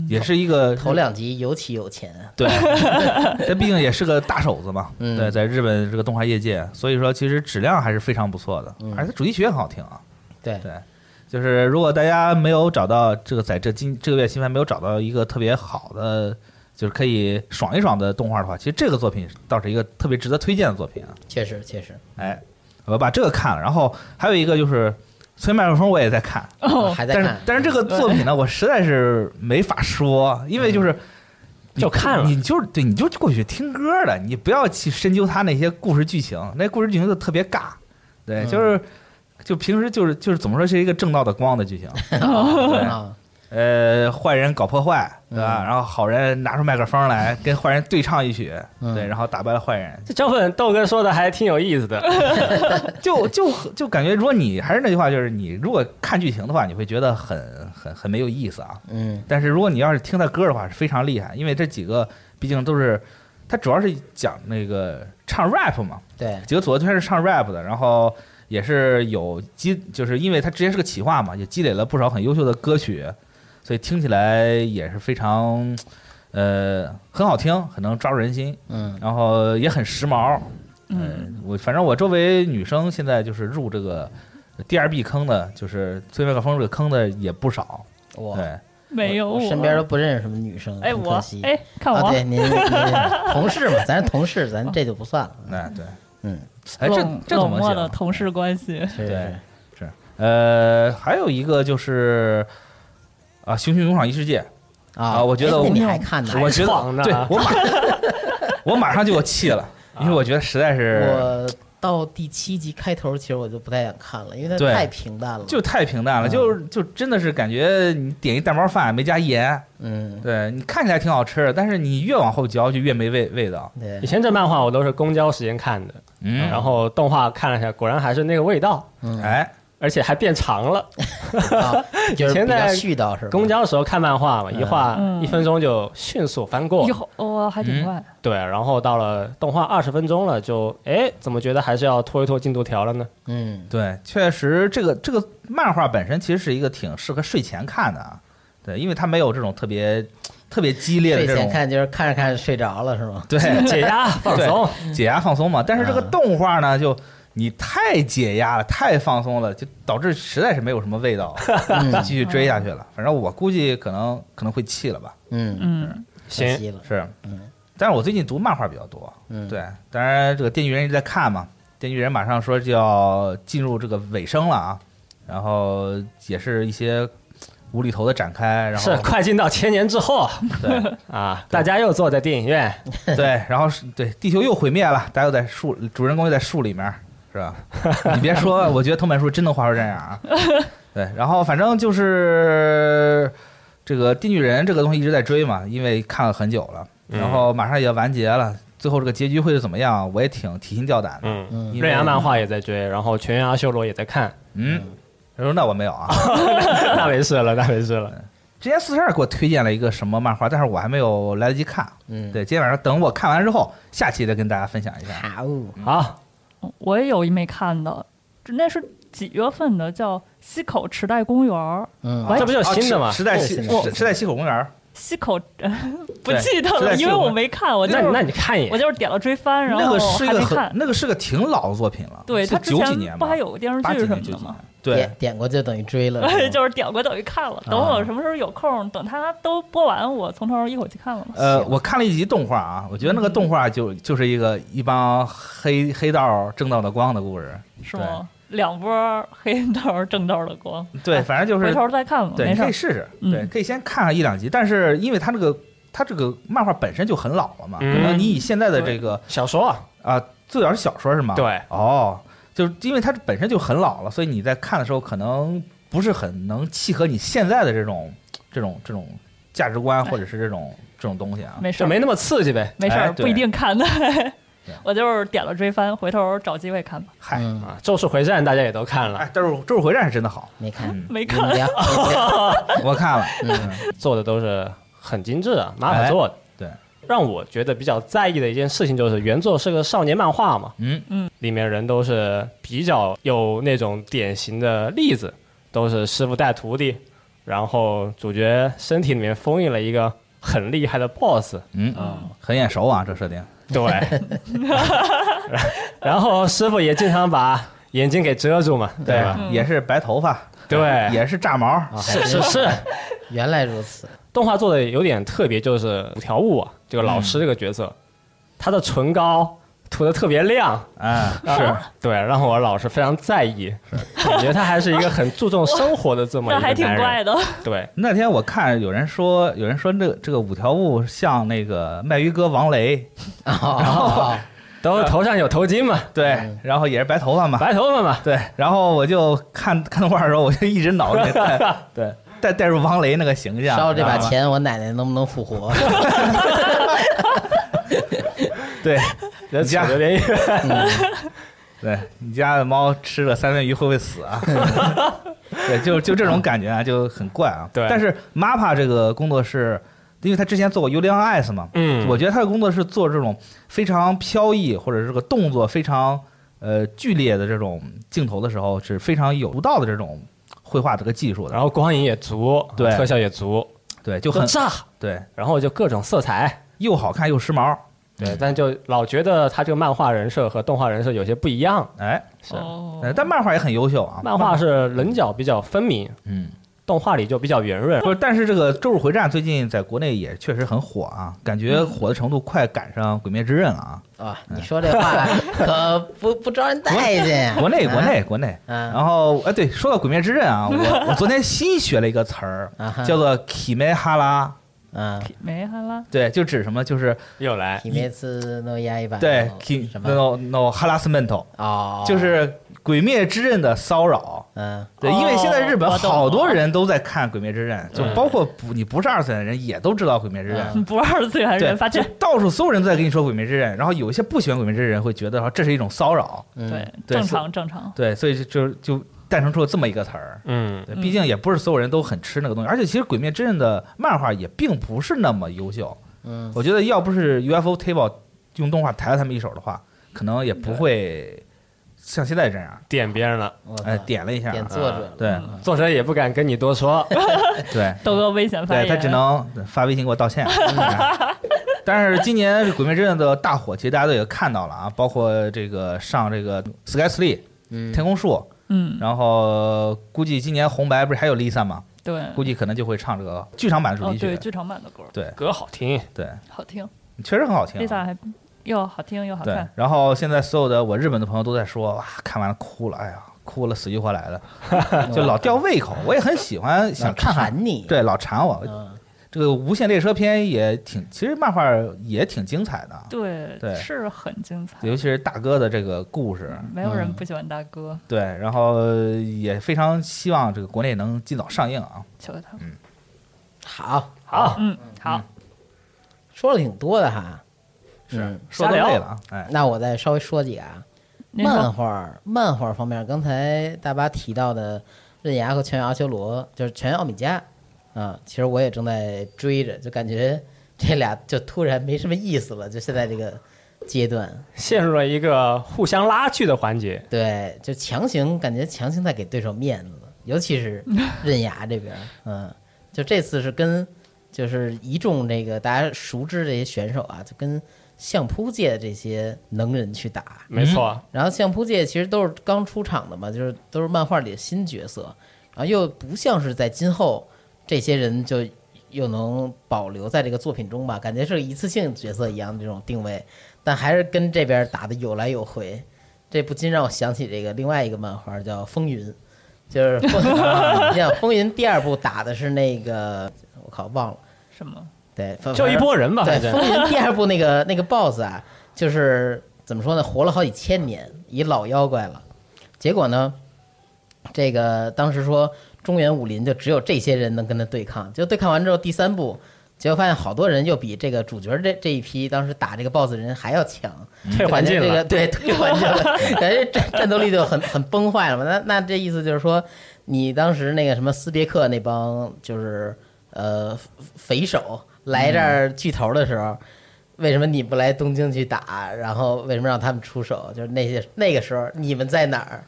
[SPEAKER 5] 也是一个
[SPEAKER 3] 嗯头两集尤其有钱，
[SPEAKER 5] 对，这毕竟也是个大手子嘛。
[SPEAKER 3] 嗯
[SPEAKER 5] 对，在日本这个动画业界，所以说其实质量还是非常不错的，
[SPEAKER 3] 嗯
[SPEAKER 5] 而且主题曲也很好听啊。
[SPEAKER 3] 对
[SPEAKER 5] 对，就是如果大家没有找到这个在这今这个月新番没有找到一个特别好的，就是可以爽一爽的动画的话，其实这个作品倒是一个特别值得推荐的作品啊。
[SPEAKER 3] 确实确实、
[SPEAKER 5] 哎，我把这个看了，然后还有一个就是。崔麦克风我也在看，
[SPEAKER 6] 哦，
[SPEAKER 3] 还在
[SPEAKER 5] 但是
[SPEAKER 3] 看，
[SPEAKER 5] 但是这个作 品呢，我实在是没法说，因为
[SPEAKER 3] 嗯
[SPEAKER 5] 就是你
[SPEAKER 4] 就看了
[SPEAKER 5] 你就是对，你就过去听歌的，你不要去深究他那些故事剧情，那故事剧情就特别尬，对，
[SPEAKER 3] 嗯
[SPEAKER 5] 就是就平时就是就是怎么说是一个正道的光的剧 情，对
[SPEAKER 3] 啊，
[SPEAKER 5] 呃，坏人搞破坏，对吧？
[SPEAKER 3] 嗯
[SPEAKER 5] 然后好人拿出麦克风来跟坏人对唱一曲，
[SPEAKER 3] 嗯
[SPEAKER 5] 对，然后打败了坏人，
[SPEAKER 4] 这小粉豆哥说的还挺有意思的，
[SPEAKER 5] 就就就感觉，如果你还是那句话，就是你如果看剧情的话，你会觉得很很很没有意思啊。
[SPEAKER 3] 嗯，
[SPEAKER 5] 但是如果你要是听他歌的话，是非常厉害，因为这几个毕竟都是他主要是讲那个唱 rap 嘛，
[SPEAKER 3] 对，
[SPEAKER 5] 几个组合全是唱 rap 的，然后也是有积，就是因为他之前是个企划嘛，也积累了不少很优秀的歌曲，所以听起来也是非常呃很好听，很能抓住人心，
[SPEAKER 3] 嗯
[SPEAKER 5] 然后也很时髦。呃
[SPEAKER 6] 嗯，
[SPEAKER 5] 我反正我周围女生现在就是入这个 D R B 坑的，就是推麦克风这个坑的也不少，
[SPEAKER 3] 我
[SPEAKER 5] 对。
[SPEAKER 6] 没有
[SPEAKER 3] 我身边都不认识什么女生，
[SPEAKER 6] 哦哎
[SPEAKER 3] 很
[SPEAKER 6] 我
[SPEAKER 3] 可惜
[SPEAKER 6] 哎看我
[SPEAKER 3] 啊，对您您同事嘛，咱是同事，咱这就不算了。
[SPEAKER 5] 那对，
[SPEAKER 3] 嗯，
[SPEAKER 5] 哎，这
[SPEAKER 6] 冷
[SPEAKER 5] 这怎
[SPEAKER 6] 冷
[SPEAKER 5] 么
[SPEAKER 6] 漠的
[SPEAKER 5] 行？
[SPEAKER 6] 同事关系，
[SPEAKER 3] 是啊
[SPEAKER 5] 对呃，还有一个就是啊，《熊熊勇闯异世界》
[SPEAKER 3] 啊，
[SPEAKER 5] 啊我觉得
[SPEAKER 3] 哎
[SPEAKER 5] 我
[SPEAKER 3] 那你还看呢？
[SPEAKER 5] 我觉
[SPEAKER 4] 爽
[SPEAKER 5] 得
[SPEAKER 4] 呢
[SPEAKER 5] 对我马我马上就有气了，因为我觉得实在是
[SPEAKER 3] 我到第七集开头，其实我就不太想看了，因为它
[SPEAKER 5] 对
[SPEAKER 3] 太平淡了。
[SPEAKER 5] 就太平淡
[SPEAKER 3] 嗯
[SPEAKER 5] 了，就就真的是感觉你点一蛋包饭没加盐，
[SPEAKER 3] 嗯，
[SPEAKER 5] 对你看起来挺好吃的，但是你越往后嚼就越没味味道。
[SPEAKER 3] 对
[SPEAKER 4] 以，前这漫画我都是公交时间看的，
[SPEAKER 5] 嗯，
[SPEAKER 4] 然后动画看了一下，果然还是那个味道。
[SPEAKER 3] 嗯，
[SPEAKER 5] 哎，
[SPEAKER 4] 而且还变长了。
[SPEAKER 3] 啊，就是
[SPEAKER 4] 前
[SPEAKER 3] 比较
[SPEAKER 4] 代
[SPEAKER 3] 絮叨是吧？
[SPEAKER 4] 公交的时候看漫画嘛，一画
[SPEAKER 6] 嗯
[SPEAKER 4] 一分钟就迅速翻过
[SPEAKER 6] 以，后哇，还挺快，
[SPEAKER 4] 对，然后到了动画二十分钟了，就哎，怎么觉得还是要拖一拖进度条了呢？
[SPEAKER 3] 嗯，
[SPEAKER 5] 对，确实，这个这个漫画本身其实是一个挺适合睡前看的啊。对，因为它没有这种特别特别激烈的
[SPEAKER 3] 睡
[SPEAKER 5] 这
[SPEAKER 3] 前
[SPEAKER 5] 种
[SPEAKER 3] 看就是看着看着睡着了是吗？
[SPEAKER 5] 对
[SPEAKER 4] 解压放松，嗯
[SPEAKER 5] 解压放松嘛。但是这个
[SPEAKER 3] 嗯
[SPEAKER 5] 动画呢，就你太解压了，太放松了，就导致实在是没有什么味道， 就继续追下去了。反正我估计可能可能会弃了吧。
[SPEAKER 3] 嗯，
[SPEAKER 6] 嗯，
[SPEAKER 3] 可
[SPEAKER 4] 行，
[SPEAKER 3] 惜了，
[SPEAKER 5] 是
[SPEAKER 3] 嗯，
[SPEAKER 5] 但是我最近读漫画比较多，
[SPEAKER 3] 嗯，
[SPEAKER 5] 对，当然这个《电锯人》一直在看嘛，《电锯人》马上说就要进入这个尾声了啊，然后也是一些无厘头的展开，然
[SPEAKER 4] 是
[SPEAKER 5] 后
[SPEAKER 4] 快进到千年之 后
[SPEAKER 5] 对
[SPEAKER 4] 啊，大家又坐在电影院，
[SPEAKER 5] 对，然后是对地球又毁灭了，大家又在树，主人公又在树里面，是吧？你别说，我觉得藤本树真能画出这样啊。对，然后反正就是这个《电锯人》这个东西一直在追嘛，因为看了很久了，然后马上也要完结了，最后这个结局会是怎么样，我也挺提心吊胆的。
[SPEAKER 4] 嗯，
[SPEAKER 3] 嗯
[SPEAKER 5] 因为
[SPEAKER 4] 瑞阳漫画也在追，然后全员阿修罗也在 看，
[SPEAKER 5] 嗯，他说那我没有啊。
[SPEAKER 4] 那没事了，那没事了，
[SPEAKER 5] 之前四十二给我推荐了一个什么漫画，但是我还没有来得及看。
[SPEAKER 3] 嗯，
[SPEAKER 5] 对，今天晚上等我看完之后，下期再跟大家分享一下。
[SPEAKER 3] 好，
[SPEAKER 5] 嗯
[SPEAKER 4] 好，
[SPEAKER 6] 嗯我也有一没看的，那是几月份的？叫西口池袋公园儿，
[SPEAKER 3] 嗯
[SPEAKER 6] 喂
[SPEAKER 4] 这不就是新的吗？
[SPEAKER 5] 哦时代
[SPEAKER 3] 这
[SPEAKER 5] 西
[SPEAKER 3] 个新的
[SPEAKER 5] 时代西口公园，
[SPEAKER 6] 西口 不
[SPEAKER 5] 对
[SPEAKER 6] 记得
[SPEAKER 5] 池袋
[SPEAKER 6] 了，
[SPEAKER 5] 西
[SPEAKER 6] 因为
[SPEAKER 5] 口
[SPEAKER 6] 我没看，我就
[SPEAKER 4] 那
[SPEAKER 5] 哦
[SPEAKER 6] 是
[SPEAKER 4] 那你看一
[SPEAKER 6] 我
[SPEAKER 4] 眼，
[SPEAKER 6] 就是点了追番，然
[SPEAKER 5] 那
[SPEAKER 6] 后
[SPEAKER 5] 个是一
[SPEAKER 6] 还
[SPEAKER 5] 个
[SPEAKER 6] 没
[SPEAKER 5] 很
[SPEAKER 6] 看。
[SPEAKER 5] 那个是个挺老的作品了，
[SPEAKER 6] 对
[SPEAKER 5] 是
[SPEAKER 6] 他之
[SPEAKER 5] 九几
[SPEAKER 6] 前
[SPEAKER 5] 年
[SPEAKER 6] 不
[SPEAKER 5] 吧
[SPEAKER 6] 还有个电视
[SPEAKER 5] 八
[SPEAKER 6] 剧
[SPEAKER 5] 几
[SPEAKER 6] 什
[SPEAKER 5] 年
[SPEAKER 6] 么
[SPEAKER 5] 九
[SPEAKER 6] 的
[SPEAKER 5] 几年
[SPEAKER 6] 吗？，
[SPEAKER 5] 对哎
[SPEAKER 3] 点点过就等于追 了，
[SPEAKER 6] 对，
[SPEAKER 3] 是
[SPEAKER 6] 就是点过等于看了。等
[SPEAKER 5] 啊
[SPEAKER 6] 我什么时候有空，等它都播完，我从头一口气看了嘛。
[SPEAKER 5] 呃，
[SPEAKER 3] 行
[SPEAKER 5] 我看了一集动画啊，我觉得那个动画就就是一个一帮黑黑道正道的光的故事，
[SPEAKER 6] 是吗？两波黑道正道的光，
[SPEAKER 5] 对，
[SPEAKER 6] 哎
[SPEAKER 5] 反正就是
[SPEAKER 6] 回头再看吧，
[SPEAKER 5] 对，
[SPEAKER 6] 啊没
[SPEAKER 5] 你
[SPEAKER 6] 事
[SPEAKER 5] 可以。
[SPEAKER 6] 儿
[SPEAKER 5] 试试，
[SPEAKER 6] 嗯
[SPEAKER 5] 对，可以先看上一两集，但是因为它这个它这个漫画本身就很老了嘛，可
[SPEAKER 4] 嗯
[SPEAKER 5] 能你以现在的这个
[SPEAKER 4] 小说啊，
[SPEAKER 5] 啊，最早是小说是吗？，
[SPEAKER 4] 对，
[SPEAKER 5] 哦，就是因为它本身就很老了，所以你在看的时候可能不是很能契合你现在的这种这种这种价值观或者是这种这种东西啊。
[SPEAKER 6] 没事
[SPEAKER 4] 就
[SPEAKER 6] 儿，
[SPEAKER 4] 没那么刺激呗，
[SPEAKER 6] 没事
[SPEAKER 5] 哎
[SPEAKER 6] 儿，
[SPEAKER 5] 对
[SPEAKER 6] 不一定看的
[SPEAKER 5] 对。
[SPEAKER 6] 我就是点了追番，回头找机会看吧。
[SPEAKER 5] 嗨，
[SPEAKER 3] 嗯，
[SPEAKER 4] 啊，《咒术回战》大家也都看了
[SPEAKER 5] 哎，，但是《咒术回战》是真的好，
[SPEAKER 3] 没看，
[SPEAKER 5] 嗯，
[SPEAKER 6] 没
[SPEAKER 3] 没
[SPEAKER 6] 看，
[SPEAKER 3] 聊， 没聊
[SPEAKER 5] 我看了，
[SPEAKER 4] 做的都是很精致啊，马
[SPEAKER 5] 哎
[SPEAKER 4] 可做的。
[SPEAKER 5] 对，
[SPEAKER 4] 让我觉得比较在意的一件事情就是，原作是个少年漫画嘛，
[SPEAKER 5] 嗯
[SPEAKER 4] 里面人都是比较有那种典型的例子，都是师傅带徒弟，然后主角身体里面封印了一个很厉害的 BOSS，
[SPEAKER 5] 嗯很眼熟啊，这设定。
[SPEAKER 4] 对，然 然后师傅也经常把眼睛给遮住嘛，对吧？
[SPEAKER 5] 也是白头发，
[SPEAKER 4] 对啊
[SPEAKER 5] 也是炸毛，
[SPEAKER 4] 是是是，
[SPEAKER 3] 原来如此，哦
[SPEAKER 4] 动画做的有点特别，就是五条悟啊，这个老师这个角色，他的唇膏涂的特别亮，
[SPEAKER 5] 哎，是，
[SPEAKER 4] 对，让我老是非常在意，感觉他还是一个很注重生活的这么一
[SPEAKER 6] 那
[SPEAKER 4] 个
[SPEAKER 6] 还
[SPEAKER 4] 男
[SPEAKER 6] 挺
[SPEAKER 4] 人。
[SPEAKER 6] 怪的。
[SPEAKER 4] 对，
[SPEAKER 5] 那天我看有人说，有人说这这个五条悟像那个卖鱼哥王雷，
[SPEAKER 3] 哦，
[SPEAKER 4] 都头上有头巾嘛，
[SPEAKER 5] 对，哎然后也是白头发嘛，
[SPEAKER 4] 白头发嘛，
[SPEAKER 5] 对，然后我就看 看动画的时候，我就一直脑子 里带对带带入王雷那个形象，
[SPEAKER 3] 烧这把
[SPEAKER 5] 你知道吗，
[SPEAKER 3] 钱，我奶奶能不能复活？
[SPEAKER 5] 对，
[SPEAKER 4] 这
[SPEAKER 5] 你家
[SPEAKER 4] 扯得有点远。
[SPEAKER 5] 对你家的猫吃了三文鱼会不会死啊？对，就就这种感觉啊，就很怪啊。
[SPEAKER 4] 对
[SPEAKER 5] 但是 MAPA 这个工作室，因为他之前做过《幽灵 Ice》嘛，
[SPEAKER 4] 嗯，
[SPEAKER 5] 我觉得他的工作是做这种非常飘逸或者这个动作非常呃剧烈的这种镜头的时候，是非常有独到的这种绘画这个技术的。
[SPEAKER 4] 然后光影也足，
[SPEAKER 5] 对
[SPEAKER 4] 特效也足，
[SPEAKER 5] 对，就
[SPEAKER 4] 就
[SPEAKER 5] 很
[SPEAKER 4] 炸，
[SPEAKER 5] 对，
[SPEAKER 4] 然后就各种色彩，
[SPEAKER 5] 又好看又时髦。
[SPEAKER 4] 对，但就老觉得他这个漫画人设和动画人设有些不一样。
[SPEAKER 5] 哎，
[SPEAKER 4] 是
[SPEAKER 6] 哦
[SPEAKER 5] 呃但漫画也很优秀啊。
[SPEAKER 4] 漫画是棱角比较分明，
[SPEAKER 5] 嗯，
[SPEAKER 4] 动画里就比较圆润。
[SPEAKER 5] 不是，但是这个《咒术回战》最近在国内也确实很火啊，感
[SPEAKER 4] 嗯
[SPEAKER 5] 觉火的程度快赶上《鬼灭之刃》了啊。
[SPEAKER 3] 啊，你说这 话可不不招人待见啊呀！
[SPEAKER 5] 国内，国内，
[SPEAKER 4] 哎
[SPEAKER 5] 国内。
[SPEAKER 3] 啊，
[SPEAKER 5] 然后，哎，对，说到《鬼灭之刃》啊，我我昨天新学了一个词儿
[SPEAKER 3] 啊哈，
[SPEAKER 5] 叫做“体梅哈拉
[SPEAKER 3] 啊，嗯，
[SPEAKER 6] 没哈啦”，，
[SPEAKER 5] 对，就指什么？就是
[SPEAKER 4] 又来，
[SPEAKER 3] 体面次诺亚一把，
[SPEAKER 6] 哦
[SPEAKER 5] 对
[SPEAKER 3] 体
[SPEAKER 5] ，ki
[SPEAKER 3] 什么？
[SPEAKER 5] no no harassment，
[SPEAKER 3] 哦，
[SPEAKER 5] 就是《鬼灭之刃》的骚扰。
[SPEAKER 3] 嗯，
[SPEAKER 5] 对，因为现在日本
[SPEAKER 6] 哦我懂嗯了
[SPEAKER 5] 好多人都在看《鬼灭之刃》，就包括不你不是二次元的人也都知道《鬼灭之刃》。
[SPEAKER 6] 不二次元
[SPEAKER 5] 对
[SPEAKER 6] 嗯人发，
[SPEAKER 5] 就
[SPEAKER 6] 现，
[SPEAKER 5] 到处所有人都在跟你说《鬼灭之刃》，然后有一些不喜欢《鬼灭之刃》的人会觉得说这是一种骚扰。
[SPEAKER 3] 嗯
[SPEAKER 6] 对，
[SPEAKER 5] 对
[SPEAKER 6] 正常正常。
[SPEAKER 5] 对，所以就就就。诞生出了这么一个词儿。
[SPEAKER 4] 嗯
[SPEAKER 5] 对，毕竟也不是所有人都很吃那个东西，而且其实《鬼灭之刃》的漫画也并不是那么优秀。
[SPEAKER 3] 嗯，
[SPEAKER 5] 我觉得要不是 UFO Table 用动画抬了他们一手的话，可能也不会像现在这样，
[SPEAKER 4] 点别人了，
[SPEAKER 3] 我操
[SPEAKER 5] 哎，点了一下，
[SPEAKER 3] 点作者了，
[SPEAKER 6] 嗯
[SPEAKER 5] 对
[SPEAKER 4] 作者也不敢跟你多说。
[SPEAKER 5] 对
[SPEAKER 6] 豆哥危险发
[SPEAKER 5] 对，
[SPEAKER 6] 言，
[SPEAKER 5] 他只能发微信给我道 歉。哎但是今年《鬼灭之刃》的大火，其实大家都也看到了啊，包括这个上这个 Sky Tree
[SPEAKER 3] 嗯
[SPEAKER 5] 天空树，
[SPEAKER 6] 嗯，
[SPEAKER 5] 然后估计今年红白不是还有 Lisa 吗？
[SPEAKER 6] 对，
[SPEAKER 5] 估计可能就会唱这个剧场版的主
[SPEAKER 6] 哦
[SPEAKER 5] 题
[SPEAKER 6] 对，
[SPEAKER 5] 曲。
[SPEAKER 6] 剧场版的歌
[SPEAKER 4] 歌好听，
[SPEAKER 5] 对，
[SPEAKER 6] 好听
[SPEAKER 5] 确实很好听啊。
[SPEAKER 6] ，Lisa 还又好听又好
[SPEAKER 5] 对
[SPEAKER 6] 看，，
[SPEAKER 5] 然后现在所有的我日本的朋友都在说，哇，看完了哭了，哎呀，哭了死去活来的， 就老吊胃口。我也很喜欢，想看看，
[SPEAKER 3] 馋你，
[SPEAKER 5] 对，老馋我。
[SPEAKER 3] 嗯，
[SPEAKER 5] 这个《无限列车篇》也挺，其实漫画也挺精彩的，
[SPEAKER 6] 对
[SPEAKER 5] 对
[SPEAKER 6] 是很精彩，
[SPEAKER 5] 尤其是大哥的这个故事，
[SPEAKER 6] 没有人
[SPEAKER 3] 嗯
[SPEAKER 6] 不喜欢大哥，
[SPEAKER 5] 对，然后也非常希望这个国内能尽早上映啊。
[SPEAKER 6] 求求他。
[SPEAKER 3] 好，
[SPEAKER 4] 好，
[SPEAKER 6] 嗯，好，
[SPEAKER 3] 说了挺多的哈，嗯
[SPEAKER 5] 说都
[SPEAKER 4] 瞎聊
[SPEAKER 5] 累了啊，哎，
[SPEAKER 3] 那我再稍微说几个啊，
[SPEAKER 6] 您
[SPEAKER 3] 漫
[SPEAKER 6] 说，
[SPEAKER 3] 画儿漫画儿方面，刚才大巴提到的《刃牙》和《全员阿修罗》，就是《全员奥米加》啊，其实我也正在追着，就感觉这俩就突然没什么意思了，就现在这个阶段，
[SPEAKER 4] 陷入了一个互相拉锯的环节。
[SPEAKER 3] 对，就强行感觉强行在给对手面子，尤其是刃牙这边儿，嗯，就这次是跟就是一众这个大家熟知这些选手啊，就跟相扑界的这些能人去打，
[SPEAKER 4] 没错，
[SPEAKER 3] 然后相扑界其实都是刚出场的嘛，就是都是漫画里的新角色，然后又不像是在今后这些人就又能保留在这个作品中吧，感觉是一次性角色一样的这种定位，但还是跟这边打的有来有回，这不禁让我想起这个另外一个漫画叫《风云》，就是 风啊你像《风云》第二部打的是那个我靠忘了，
[SPEAKER 6] 什么？
[SPEAKER 3] 对，反
[SPEAKER 4] 就一波人吧，
[SPEAKER 3] 嗯对《
[SPEAKER 4] 反，
[SPEAKER 3] 风
[SPEAKER 4] 正
[SPEAKER 3] 云》第二部那个 那个 BOSS 啊，就是怎么说呢，活了好几千年，一老妖怪了。结果呢，这个当时说中原武林就只有这些人能跟他对抗，就对抗完之后，第三部结果发现好多人又比这个主角这这一批当时打这个 BOSS 的人还要强，
[SPEAKER 4] 退环境
[SPEAKER 3] 就感
[SPEAKER 4] 了。
[SPEAKER 3] 觉这个对退环境 了，感觉战战斗力就很很崩坏了嘛。那那这意思就是说，你当时那个什么斯别克那帮就是呃匪手来这儿
[SPEAKER 4] 嗯
[SPEAKER 3] 聚头的时候，为什么你不来东京去打？然后为什么让他们出手？就是那些那个时候你们在哪儿？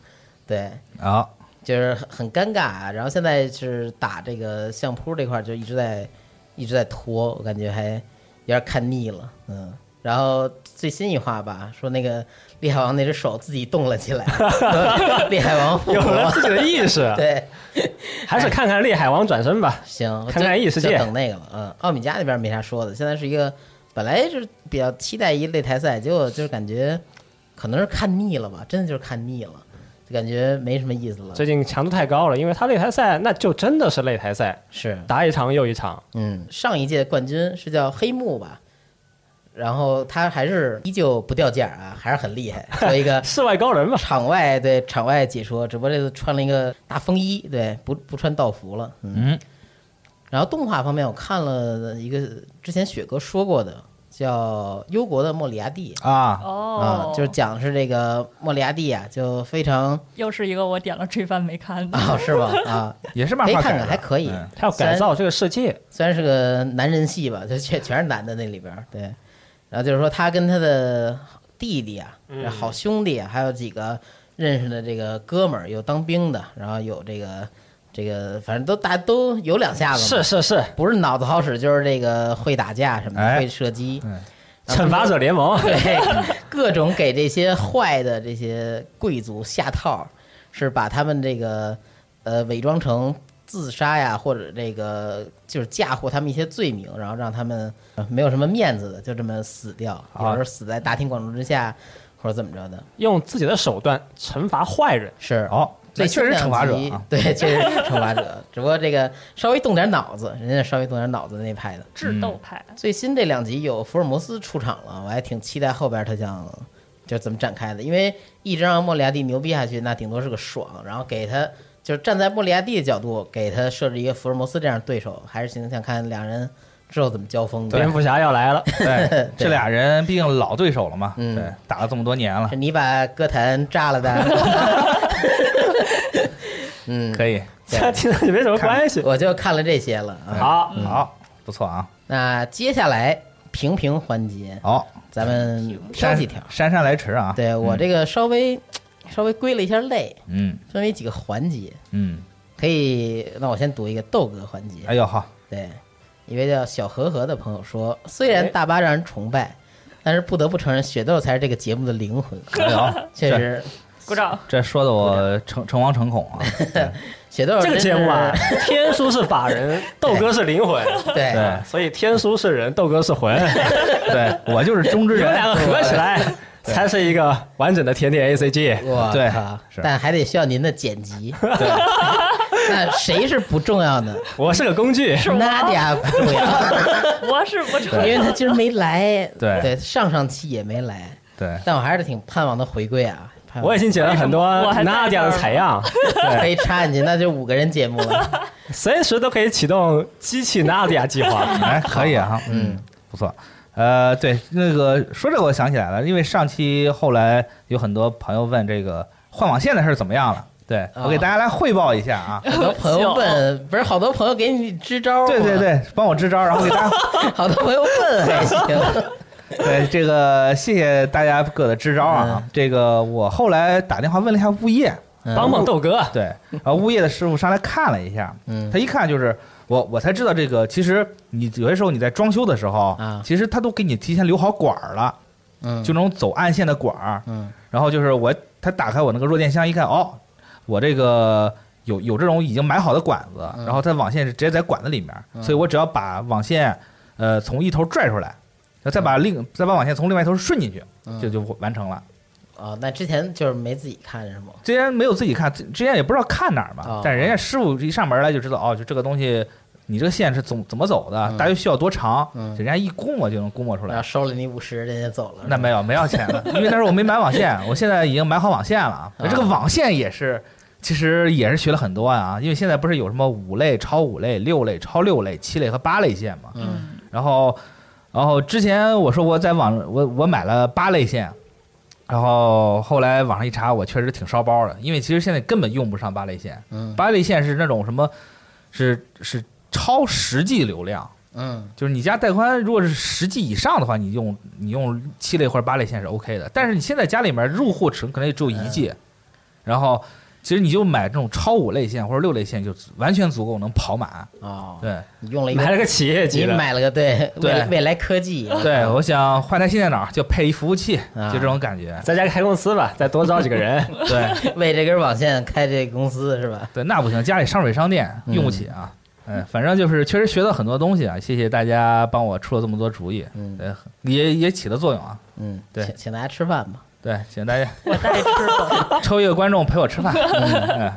[SPEAKER 3] 对，
[SPEAKER 5] 好，
[SPEAKER 3] 就是很很尴尬啊。然后现在是打这个相扑这块儿就一直在一直在拖，我感觉还有点看腻了，嗯。然后最新一话吧，说那个厉害王那只手自己动了起 来，厉害王复
[SPEAKER 4] 有了
[SPEAKER 3] 活，
[SPEAKER 4] 自己的意识，
[SPEAKER 3] 啊 对，
[SPEAKER 4] 还是看看《厉海王》转身吧。
[SPEAKER 3] 行，
[SPEAKER 4] 看看
[SPEAKER 3] 就
[SPEAKER 4] 异世界
[SPEAKER 3] 就等那个了。嗯，奥米加那边没啥说的，现在是一个本来是比较期待一擂台赛，结果就是感觉可能是看腻了吧，真的就是看腻了，就感觉没什么意思了。
[SPEAKER 4] 最近强度太高了，因为他擂台赛那就真的是擂台赛，
[SPEAKER 3] 是，
[SPEAKER 4] 打一场又一场。
[SPEAKER 3] 嗯，上一届冠军是叫黑木吧，然后他还是依旧不掉价啊，还是很厉害，做一 个
[SPEAKER 4] 世外高人嘛，
[SPEAKER 3] 场外对场外解说，只不过这次穿了一个大风衣，对，不不穿道服了。嗯。然后动画方面，我看了一个之前雪哥说过的，叫《忧国的莫里亚蒂》
[SPEAKER 5] 啊，
[SPEAKER 6] 哦
[SPEAKER 3] 啊，，就是讲的是这个莫里亚蒂啊，就非常
[SPEAKER 6] 又是一个我点了追番没看的，
[SPEAKER 3] 啊，是吧？啊，
[SPEAKER 5] 也 是漫
[SPEAKER 3] 可以
[SPEAKER 5] 画
[SPEAKER 3] 看
[SPEAKER 5] 改
[SPEAKER 3] 看，
[SPEAKER 5] 的，
[SPEAKER 3] 还可以。
[SPEAKER 5] 嗯
[SPEAKER 4] 他要改造这个世界。
[SPEAKER 3] 虽然是个男人戏吧， 就全全是男的那里边儿对。然后就是说他跟他的弟弟啊，好兄弟啊，还有几个认识的这个哥们儿，有当兵的，然后有这个这个，反正都大家都有两下子嘛，
[SPEAKER 4] 是是是，
[SPEAKER 3] 不是脑子好使就是这个会打架什么的，
[SPEAKER 5] 哎
[SPEAKER 3] 会射击，然后
[SPEAKER 4] 惩罚者联 盟。
[SPEAKER 3] 对，各种给这些坏的这些贵族下套，是把他们这个呃伪装成自杀呀，或者这个就是嫁祸他们一些罪名，然后让他们呃没有什么面子的，就这么死掉，有时候死在大庭广众之下，或者怎么着的，
[SPEAKER 4] 用自己的手段惩罚坏人。
[SPEAKER 3] 是。
[SPEAKER 5] 好，
[SPEAKER 3] 最
[SPEAKER 5] 这
[SPEAKER 3] 新
[SPEAKER 5] 哦确实
[SPEAKER 3] 两
[SPEAKER 5] 惩罚者
[SPEAKER 3] 集
[SPEAKER 5] 啊，
[SPEAKER 3] 对，确实是惩罚者。只不过这个稍微动点脑子，人家稍微动点脑子那派的。
[SPEAKER 6] 智斗派，
[SPEAKER 3] 最新这两集有福尔摩斯出场了，我还挺期待后边他想就怎么展开的，因为一直让莫里亚蒂牛逼下去，那顶多是个爽，然后给他就是站在莫里亚蒂的角度给他设置一个福尔摩斯这样的对手，还是挺想看两人之后怎么交锋
[SPEAKER 4] 蝙
[SPEAKER 3] 的。
[SPEAKER 4] 蝠侠要来了，
[SPEAKER 5] 对，这俩人毕竟老对手了嘛，
[SPEAKER 3] 嗯
[SPEAKER 5] 对，打了这么多年了
[SPEAKER 3] 是，你把歌坛炸了的， 嗯，
[SPEAKER 5] 可以，
[SPEAKER 4] 这听上去没什么关系。
[SPEAKER 3] 我就看了这些了啊。
[SPEAKER 4] 好，
[SPEAKER 5] 好，不错啊，
[SPEAKER 3] 那接下来评评环节，
[SPEAKER 5] 好，
[SPEAKER 3] 咱们挑
[SPEAKER 5] 删
[SPEAKER 3] 几条。
[SPEAKER 5] 姗姗来迟啊，，
[SPEAKER 3] 对我这个稍微稍微归了一下类，
[SPEAKER 5] 嗯
[SPEAKER 3] 分为几个环节，
[SPEAKER 5] 嗯，
[SPEAKER 3] 可以。那我先读一个豆哥环节。
[SPEAKER 5] 哎呦好，
[SPEAKER 3] 对，一位叫小和和的朋友说，虽然大巴让人崇拜，但是不得不承认，雪豆才是这个节目的灵魂。
[SPEAKER 5] 哎呦，
[SPEAKER 3] 确实，
[SPEAKER 6] 鼓掌。
[SPEAKER 5] 这说的我诚诚惶诚恐 啊，
[SPEAKER 3] 雪豆
[SPEAKER 4] 这
[SPEAKER 3] 真
[SPEAKER 4] 个
[SPEAKER 3] 是
[SPEAKER 4] 节目啊，天书是法人，豆哥是灵魂，
[SPEAKER 3] 对，
[SPEAKER 5] 对
[SPEAKER 4] 所以天书是人，豆哥是魂，
[SPEAKER 5] 对，我就是中之
[SPEAKER 4] 你们
[SPEAKER 5] 人，
[SPEAKER 4] 两个合起来才是一个完整的甜点 A C G。
[SPEAKER 3] 我
[SPEAKER 5] 对
[SPEAKER 3] 靠
[SPEAKER 5] 是
[SPEAKER 3] 但还得需要您的剪辑。那谁是不重要呢？
[SPEAKER 4] 我是个工具，
[SPEAKER 6] 是我
[SPEAKER 3] 娜迪亚不重要，
[SPEAKER 6] 我是不承
[SPEAKER 3] 因为
[SPEAKER 6] 认，
[SPEAKER 3] 他今儿没来，
[SPEAKER 5] 对
[SPEAKER 3] 对，上上期也没来，
[SPEAKER 5] 对
[SPEAKER 3] 但我还是挺盼望他回归啊。盼望
[SPEAKER 4] 我已经剪了很多
[SPEAKER 6] 我还在
[SPEAKER 4] 娜迪亚的
[SPEAKER 6] 这儿
[SPEAKER 4] 采样，
[SPEAKER 3] 可以插进去，那就五个人节目了。
[SPEAKER 4] 随时都可以启动机器娜迪亚计划。
[SPEAKER 5] 哎，可以啊，嗯，不错。呃，对，那个说这个我想起来了，因为上期后来有很多朋友问这个换网线的事儿怎么样了，对
[SPEAKER 3] 啊
[SPEAKER 5] 我给大家来汇报一下啊。
[SPEAKER 3] 好多朋友问，不是好多朋友给你支招吗
[SPEAKER 5] 对对，对，帮我支招，然后给大家
[SPEAKER 3] 好多朋友问还行。
[SPEAKER 5] 对这个谢谢大家各的支招啊。这个我后来打电话问了一下物业，
[SPEAKER 3] 嗯
[SPEAKER 4] 帮帮豆哥，
[SPEAKER 5] 对， 然后物业的师傅上来看了一下，
[SPEAKER 3] 嗯
[SPEAKER 5] 他一看就是我，我才知道这个，其实你有些时候你在装修的时候，
[SPEAKER 3] 啊
[SPEAKER 5] 其实他都给你提前留好管儿了，
[SPEAKER 3] 嗯
[SPEAKER 5] 就那种走暗线的管儿，
[SPEAKER 3] 嗯
[SPEAKER 5] 然后就是我他打开我那个弱电箱一看，哦，我这个有有这种已经买好的管子，
[SPEAKER 3] 嗯
[SPEAKER 5] 然后它网线是直接在管子里面，所以我只要把网线呃从一头拽出来，然后再
[SPEAKER 3] 嗯
[SPEAKER 5] 把另、再把网线从另外一头顺进去，就就完成了。
[SPEAKER 3] 哦，那之前就是没自己看是吗？
[SPEAKER 5] 之前没有自己看，之之前也不知道看哪儿嘛，
[SPEAKER 3] 啊
[SPEAKER 5] 但是人家师傅一上门来就知道，哦，就这个东西。你这个线是怎怎么走的？大约需要多长？人家一估摸就能估摸出来
[SPEAKER 3] 然后。收了你五十，人家走了。
[SPEAKER 5] 那没有没要钱了，因为那时候我没买网线，我现在已经买好网线了啊。这个网线也是，其实也是学了很多啊，因为现在不是有什么五类、超五类、六类、超六类、七类和八类线嘛。
[SPEAKER 3] 嗯
[SPEAKER 5] 然后，然后之前我说我在网我我买了八类线，然后后来网上一查，我确实挺烧包的，因为其实现在根本用不上八类线。
[SPEAKER 3] 嗯
[SPEAKER 5] 八类线是那种什么，是是超实际流量。
[SPEAKER 3] 嗯
[SPEAKER 5] 就是你家带宽如果是十 G 以上的话，你用你用七类或者八类线是 OK 的。但是你现在家里面入户层可能也只有一 G，、然后其实你就买这种超五类线或者六类线就完全足够能跑满。
[SPEAKER 3] 哦，
[SPEAKER 5] 对
[SPEAKER 3] 你用了一
[SPEAKER 4] 买了
[SPEAKER 3] 个，
[SPEAKER 4] 个企业级
[SPEAKER 3] 你
[SPEAKER 4] 的，
[SPEAKER 3] 买了个对
[SPEAKER 5] 对
[SPEAKER 3] 未未来科技。
[SPEAKER 5] 对，我想换台新电脑就配一服务器，
[SPEAKER 3] 啊
[SPEAKER 5] 就这种 感觉。
[SPEAKER 4] 在家开公司吧，再多招几个人。
[SPEAKER 5] 对
[SPEAKER 3] 为这根网线开这公司是吧？
[SPEAKER 5] 对，那不行，家里上水商店用不起啊。嗯，反正就是确实学到很多东西啊，谢谢大家帮我出了这么多主意，
[SPEAKER 3] 嗯
[SPEAKER 5] 对，也也起了作用啊。
[SPEAKER 3] 嗯，
[SPEAKER 5] 对
[SPEAKER 3] 请请大家吃饭吧。
[SPEAKER 5] 对，请大家
[SPEAKER 6] 我带吃的。
[SPEAKER 5] 抽一个观众陪我 吃饭。嗯，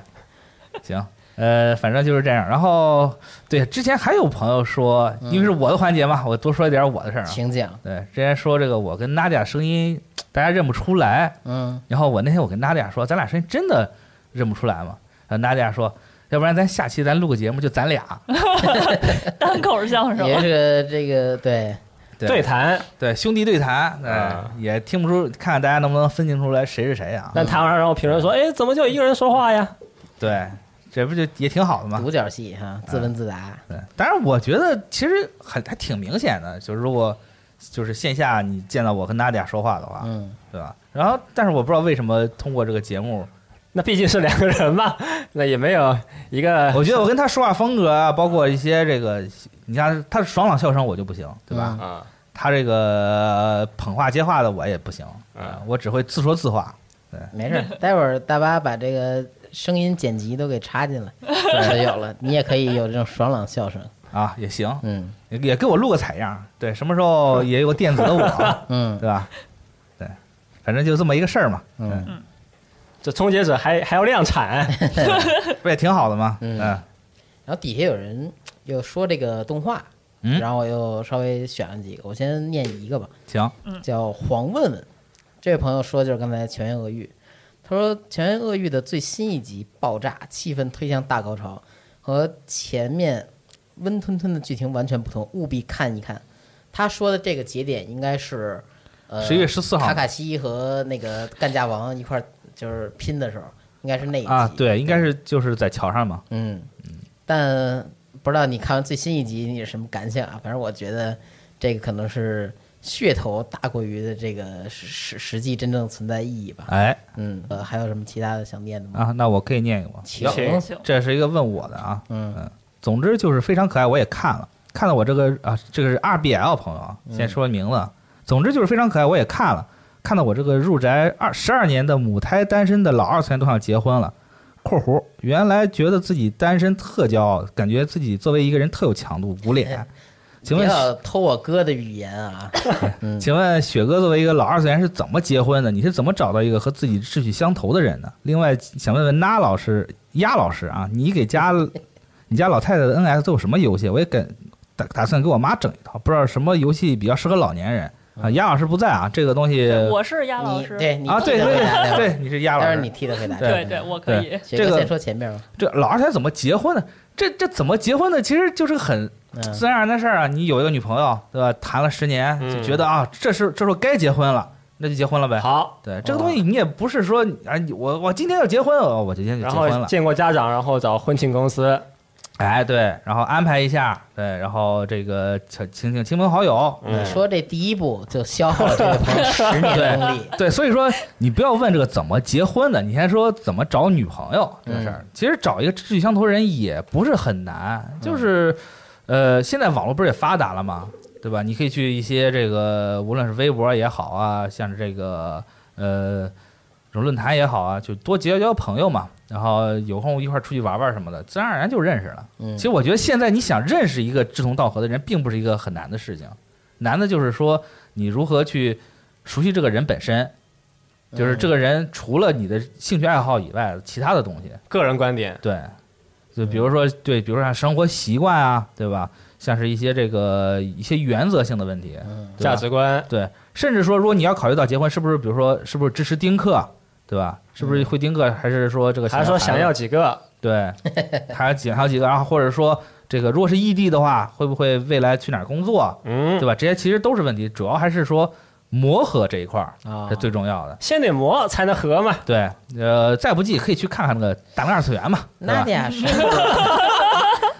[SPEAKER 5] 行，呃，反正就是这样。然后，对，之前还有朋友说，
[SPEAKER 3] 嗯
[SPEAKER 5] 因为是我的环节嘛，我多说一点我的事儿啊。
[SPEAKER 3] 请讲。
[SPEAKER 5] 对，之前说这个我跟娜姐声音大家认不出来，
[SPEAKER 3] 嗯，
[SPEAKER 5] 然后我那天我跟娜姐说，咱俩声音真的认不出来嘛？然后娜姐说，要不然咱下期咱录个节目，就咱俩。
[SPEAKER 6] 嗯单口相声
[SPEAKER 3] 也是个这个对，
[SPEAKER 4] 对谈，
[SPEAKER 5] 对，兄弟对谈，哎
[SPEAKER 4] 啊，
[SPEAKER 5] 也听不出，看看大家能不能分清出来谁是谁啊？
[SPEAKER 4] 但谈完然后评论说，哎，怎么就一个人说话呀？
[SPEAKER 5] 对，这不就也挺好的吗？
[SPEAKER 3] 独角戏哈，自问自答。
[SPEAKER 5] 对，当然我觉得其实很还挺明显的，就是如果就是线下你见到我跟娜迪亚说话的话，
[SPEAKER 3] 嗯，
[SPEAKER 5] 对吧？然后，但是我不知道为什么通过这个节目，
[SPEAKER 4] 那毕竟是两个人嘛， 那也没有一个
[SPEAKER 5] 我觉得我跟他说话风格啊，包括一些这个，你像他是爽朗笑声我就不行，对吧？
[SPEAKER 3] 嗯
[SPEAKER 4] 啊，
[SPEAKER 5] 他这个呃捧话接话的我也不行，
[SPEAKER 4] 嗯
[SPEAKER 5] 呃我只会自说自话。
[SPEAKER 3] 没事儿，待会儿大巴把这个声音剪辑都给插 进来，就有了。你也可以有这种爽朗笑声。
[SPEAKER 5] 啊，也行，
[SPEAKER 3] 嗯
[SPEAKER 5] 也也给我录个采样，对，什么时候也有个电子的我，
[SPEAKER 3] 嗯
[SPEAKER 5] 对吧？对，反正就这么一个事儿嘛，
[SPEAKER 3] 嗯，
[SPEAKER 4] 这终结者还还要量产，
[SPEAKER 5] 不也挺好的吗？
[SPEAKER 3] 嗯
[SPEAKER 5] 嗯
[SPEAKER 3] 然后底下有人又说这个动画，
[SPEAKER 5] 嗯
[SPEAKER 3] 然后我又稍微选了几个，我先念一个吧，
[SPEAKER 5] 行，
[SPEAKER 3] 叫黄问问，这位朋友说就是刚才《全员恶欲》，他说《全员恶欲》的最新一集爆炸，气氛推向大高潮，和前面温吞吞的剧情完全不同，务必看一看。他说的这个节点应该是，呃，
[SPEAKER 5] 11月14号
[SPEAKER 3] 卡卡西和那个干架王一块儿就是拼的时候，应该是那一集
[SPEAKER 5] 啊，对，应该是就是在桥上嘛，
[SPEAKER 3] 嗯，但不知道你看完最新一集你是什么感想啊？反正我觉得这个可能是噱头大过于的这个实实实际真正存在意义吧。
[SPEAKER 5] 哎
[SPEAKER 3] 嗯，呃，还有什么其他的想念的吗？
[SPEAKER 5] 啊，那我可以念一个吗？
[SPEAKER 3] 请
[SPEAKER 4] 行
[SPEAKER 6] 行，
[SPEAKER 5] 这是一个问我的啊，
[SPEAKER 3] 嗯
[SPEAKER 5] 总之就是非常可爱，我也看了，看了我这个啊，这个是 RBL 朋友啊，
[SPEAKER 3] 嗯
[SPEAKER 5] 先说名字啊，总之就是非常可爱，我也看了，看到我这个入宅二十二年的母胎单身的老二次元都想结婚了。（括弧）原来觉得自己单身特骄傲，感觉自己作为一个人特有强度，捂脸。请
[SPEAKER 3] 不
[SPEAKER 5] 问
[SPEAKER 3] 要偷我哥的语言啊！
[SPEAKER 5] 请问雪哥作为一个老二次元是怎么结婚的？你是怎么找到一个和自己志趣相投的人的？另外想问问那老师、鸭老师啊，你给家你家老太太的 NS 都有什么游戏？我也给打打算给我妈整一套，不知道什么游戏比较适合老年人啊。鸭老师不在啊，这个东西
[SPEAKER 6] 我是鸭老
[SPEAKER 3] 你
[SPEAKER 6] 师，
[SPEAKER 3] 对你
[SPEAKER 5] 啊，对
[SPEAKER 3] 替他
[SPEAKER 5] 对
[SPEAKER 3] 回答
[SPEAKER 5] 对
[SPEAKER 3] 吧，
[SPEAKER 5] 对，你是鸭
[SPEAKER 3] 待
[SPEAKER 5] 老
[SPEAKER 3] 会
[SPEAKER 5] 师
[SPEAKER 3] 儿你替他回答。
[SPEAKER 6] 对
[SPEAKER 3] 嗯
[SPEAKER 6] 对，我可以。
[SPEAKER 3] 雪
[SPEAKER 5] 这
[SPEAKER 3] 哥
[SPEAKER 5] 个
[SPEAKER 3] 先说前面吧。
[SPEAKER 5] 这老二才怎么结婚的？这这怎么结婚的？其实就是个很自
[SPEAKER 3] 嗯，
[SPEAKER 5] 然而然的事儿啊。你有一个女朋友，对吧？谈了十年，就觉得啊，这是这时候该结婚了，那就结婚了呗。
[SPEAKER 4] 好，
[SPEAKER 5] 对，这个东西你也不是说啊，你我我今天要结婚，哦我今天就
[SPEAKER 4] 然
[SPEAKER 5] 结婚
[SPEAKER 4] 后
[SPEAKER 5] 了。
[SPEAKER 4] 见过家长，然后找婚庆公司，
[SPEAKER 5] 哎，对，然后安排一下，对，然后这个请请请亲朋好友。
[SPEAKER 4] 嗯
[SPEAKER 3] 你，说这第一步就消耗了这位朋 友十年的功力。
[SPEAKER 5] 对，所以说你不要问这个怎么结婚的，你先说怎么找女朋友这个事儿。其实找一个志趣相投的人也不是很难，就是，呃，现在网络不是也发达了嘛，对吧？你可以去一些这个，无论是微博也好啊，像是这个呃这种论坛也好啊，就多结交朋友嘛，然后有空一块儿出去玩玩什么的，自然而然就认识了。
[SPEAKER 3] 嗯
[SPEAKER 5] 其实我觉得现在你想认识一个志同道合的人，并不是一个很难的事情，难的就是说你如何去熟悉这个人本身，就
[SPEAKER 4] 嗯
[SPEAKER 5] 是
[SPEAKER 3] 嗯
[SPEAKER 5] 这个人除了你的兴趣爱好以外，其他的东西。
[SPEAKER 4] 个人观点，
[SPEAKER 5] 对，就比如说
[SPEAKER 4] 嗯
[SPEAKER 5] 对，比如说像生活习惯啊，对吧？像是一些这个一些原则性的问题，对吧
[SPEAKER 4] 嗯价值观，
[SPEAKER 5] 对，甚至说，如果你要考虑到结婚，是不是比如说是不是支持丁克，对吧？是不是会丁克，还是说这个
[SPEAKER 4] 嗯还说想
[SPEAKER 5] 孩子
[SPEAKER 4] 要几个，
[SPEAKER 5] 对， 还有几还有几个，然后或者说这个如果是异地的话，会不会未来去哪儿工作，
[SPEAKER 4] 嗯
[SPEAKER 5] 对，吧？这些其实都是问题，主要还是说磨合这一块儿
[SPEAKER 3] 啊
[SPEAKER 5] 是，最重要的。
[SPEAKER 4] 先得磨才能合嘛，
[SPEAKER 5] 对，呃，再不济可以去看看那个大龄二次元嘛，对
[SPEAKER 3] 娜
[SPEAKER 5] 吧？
[SPEAKER 6] 啊
[SPEAKER 3] 迪亚是不是，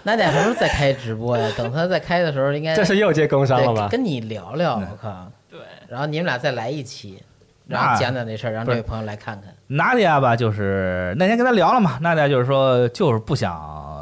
[SPEAKER 3] 娜迪亚什么时候再开直播呀？等他再开的时候，应该
[SPEAKER 4] 这是又接工伤了
[SPEAKER 3] 呃对
[SPEAKER 4] 吧？
[SPEAKER 3] 跟你聊聊，
[SPEAKER 5] 嗯
[SPEAKER 3] 我靠，
[SPEAKER 6] 对，
[SPEAKER 3] 然后你们俩再来一期，
[SPEAKER 5] 那
[SPEAKER 3] 然后讲讲这事儿，让
[SPEAKER 5] 不
[SPEAKER 3] 这
[SPEAKER 5] 是
[SPEAKER 3] 位朋友来看看。
[SPEAKER 5] 娜迪啊亚吧，就是那天跟他聊了嘛，娜迪亚就是说就是不想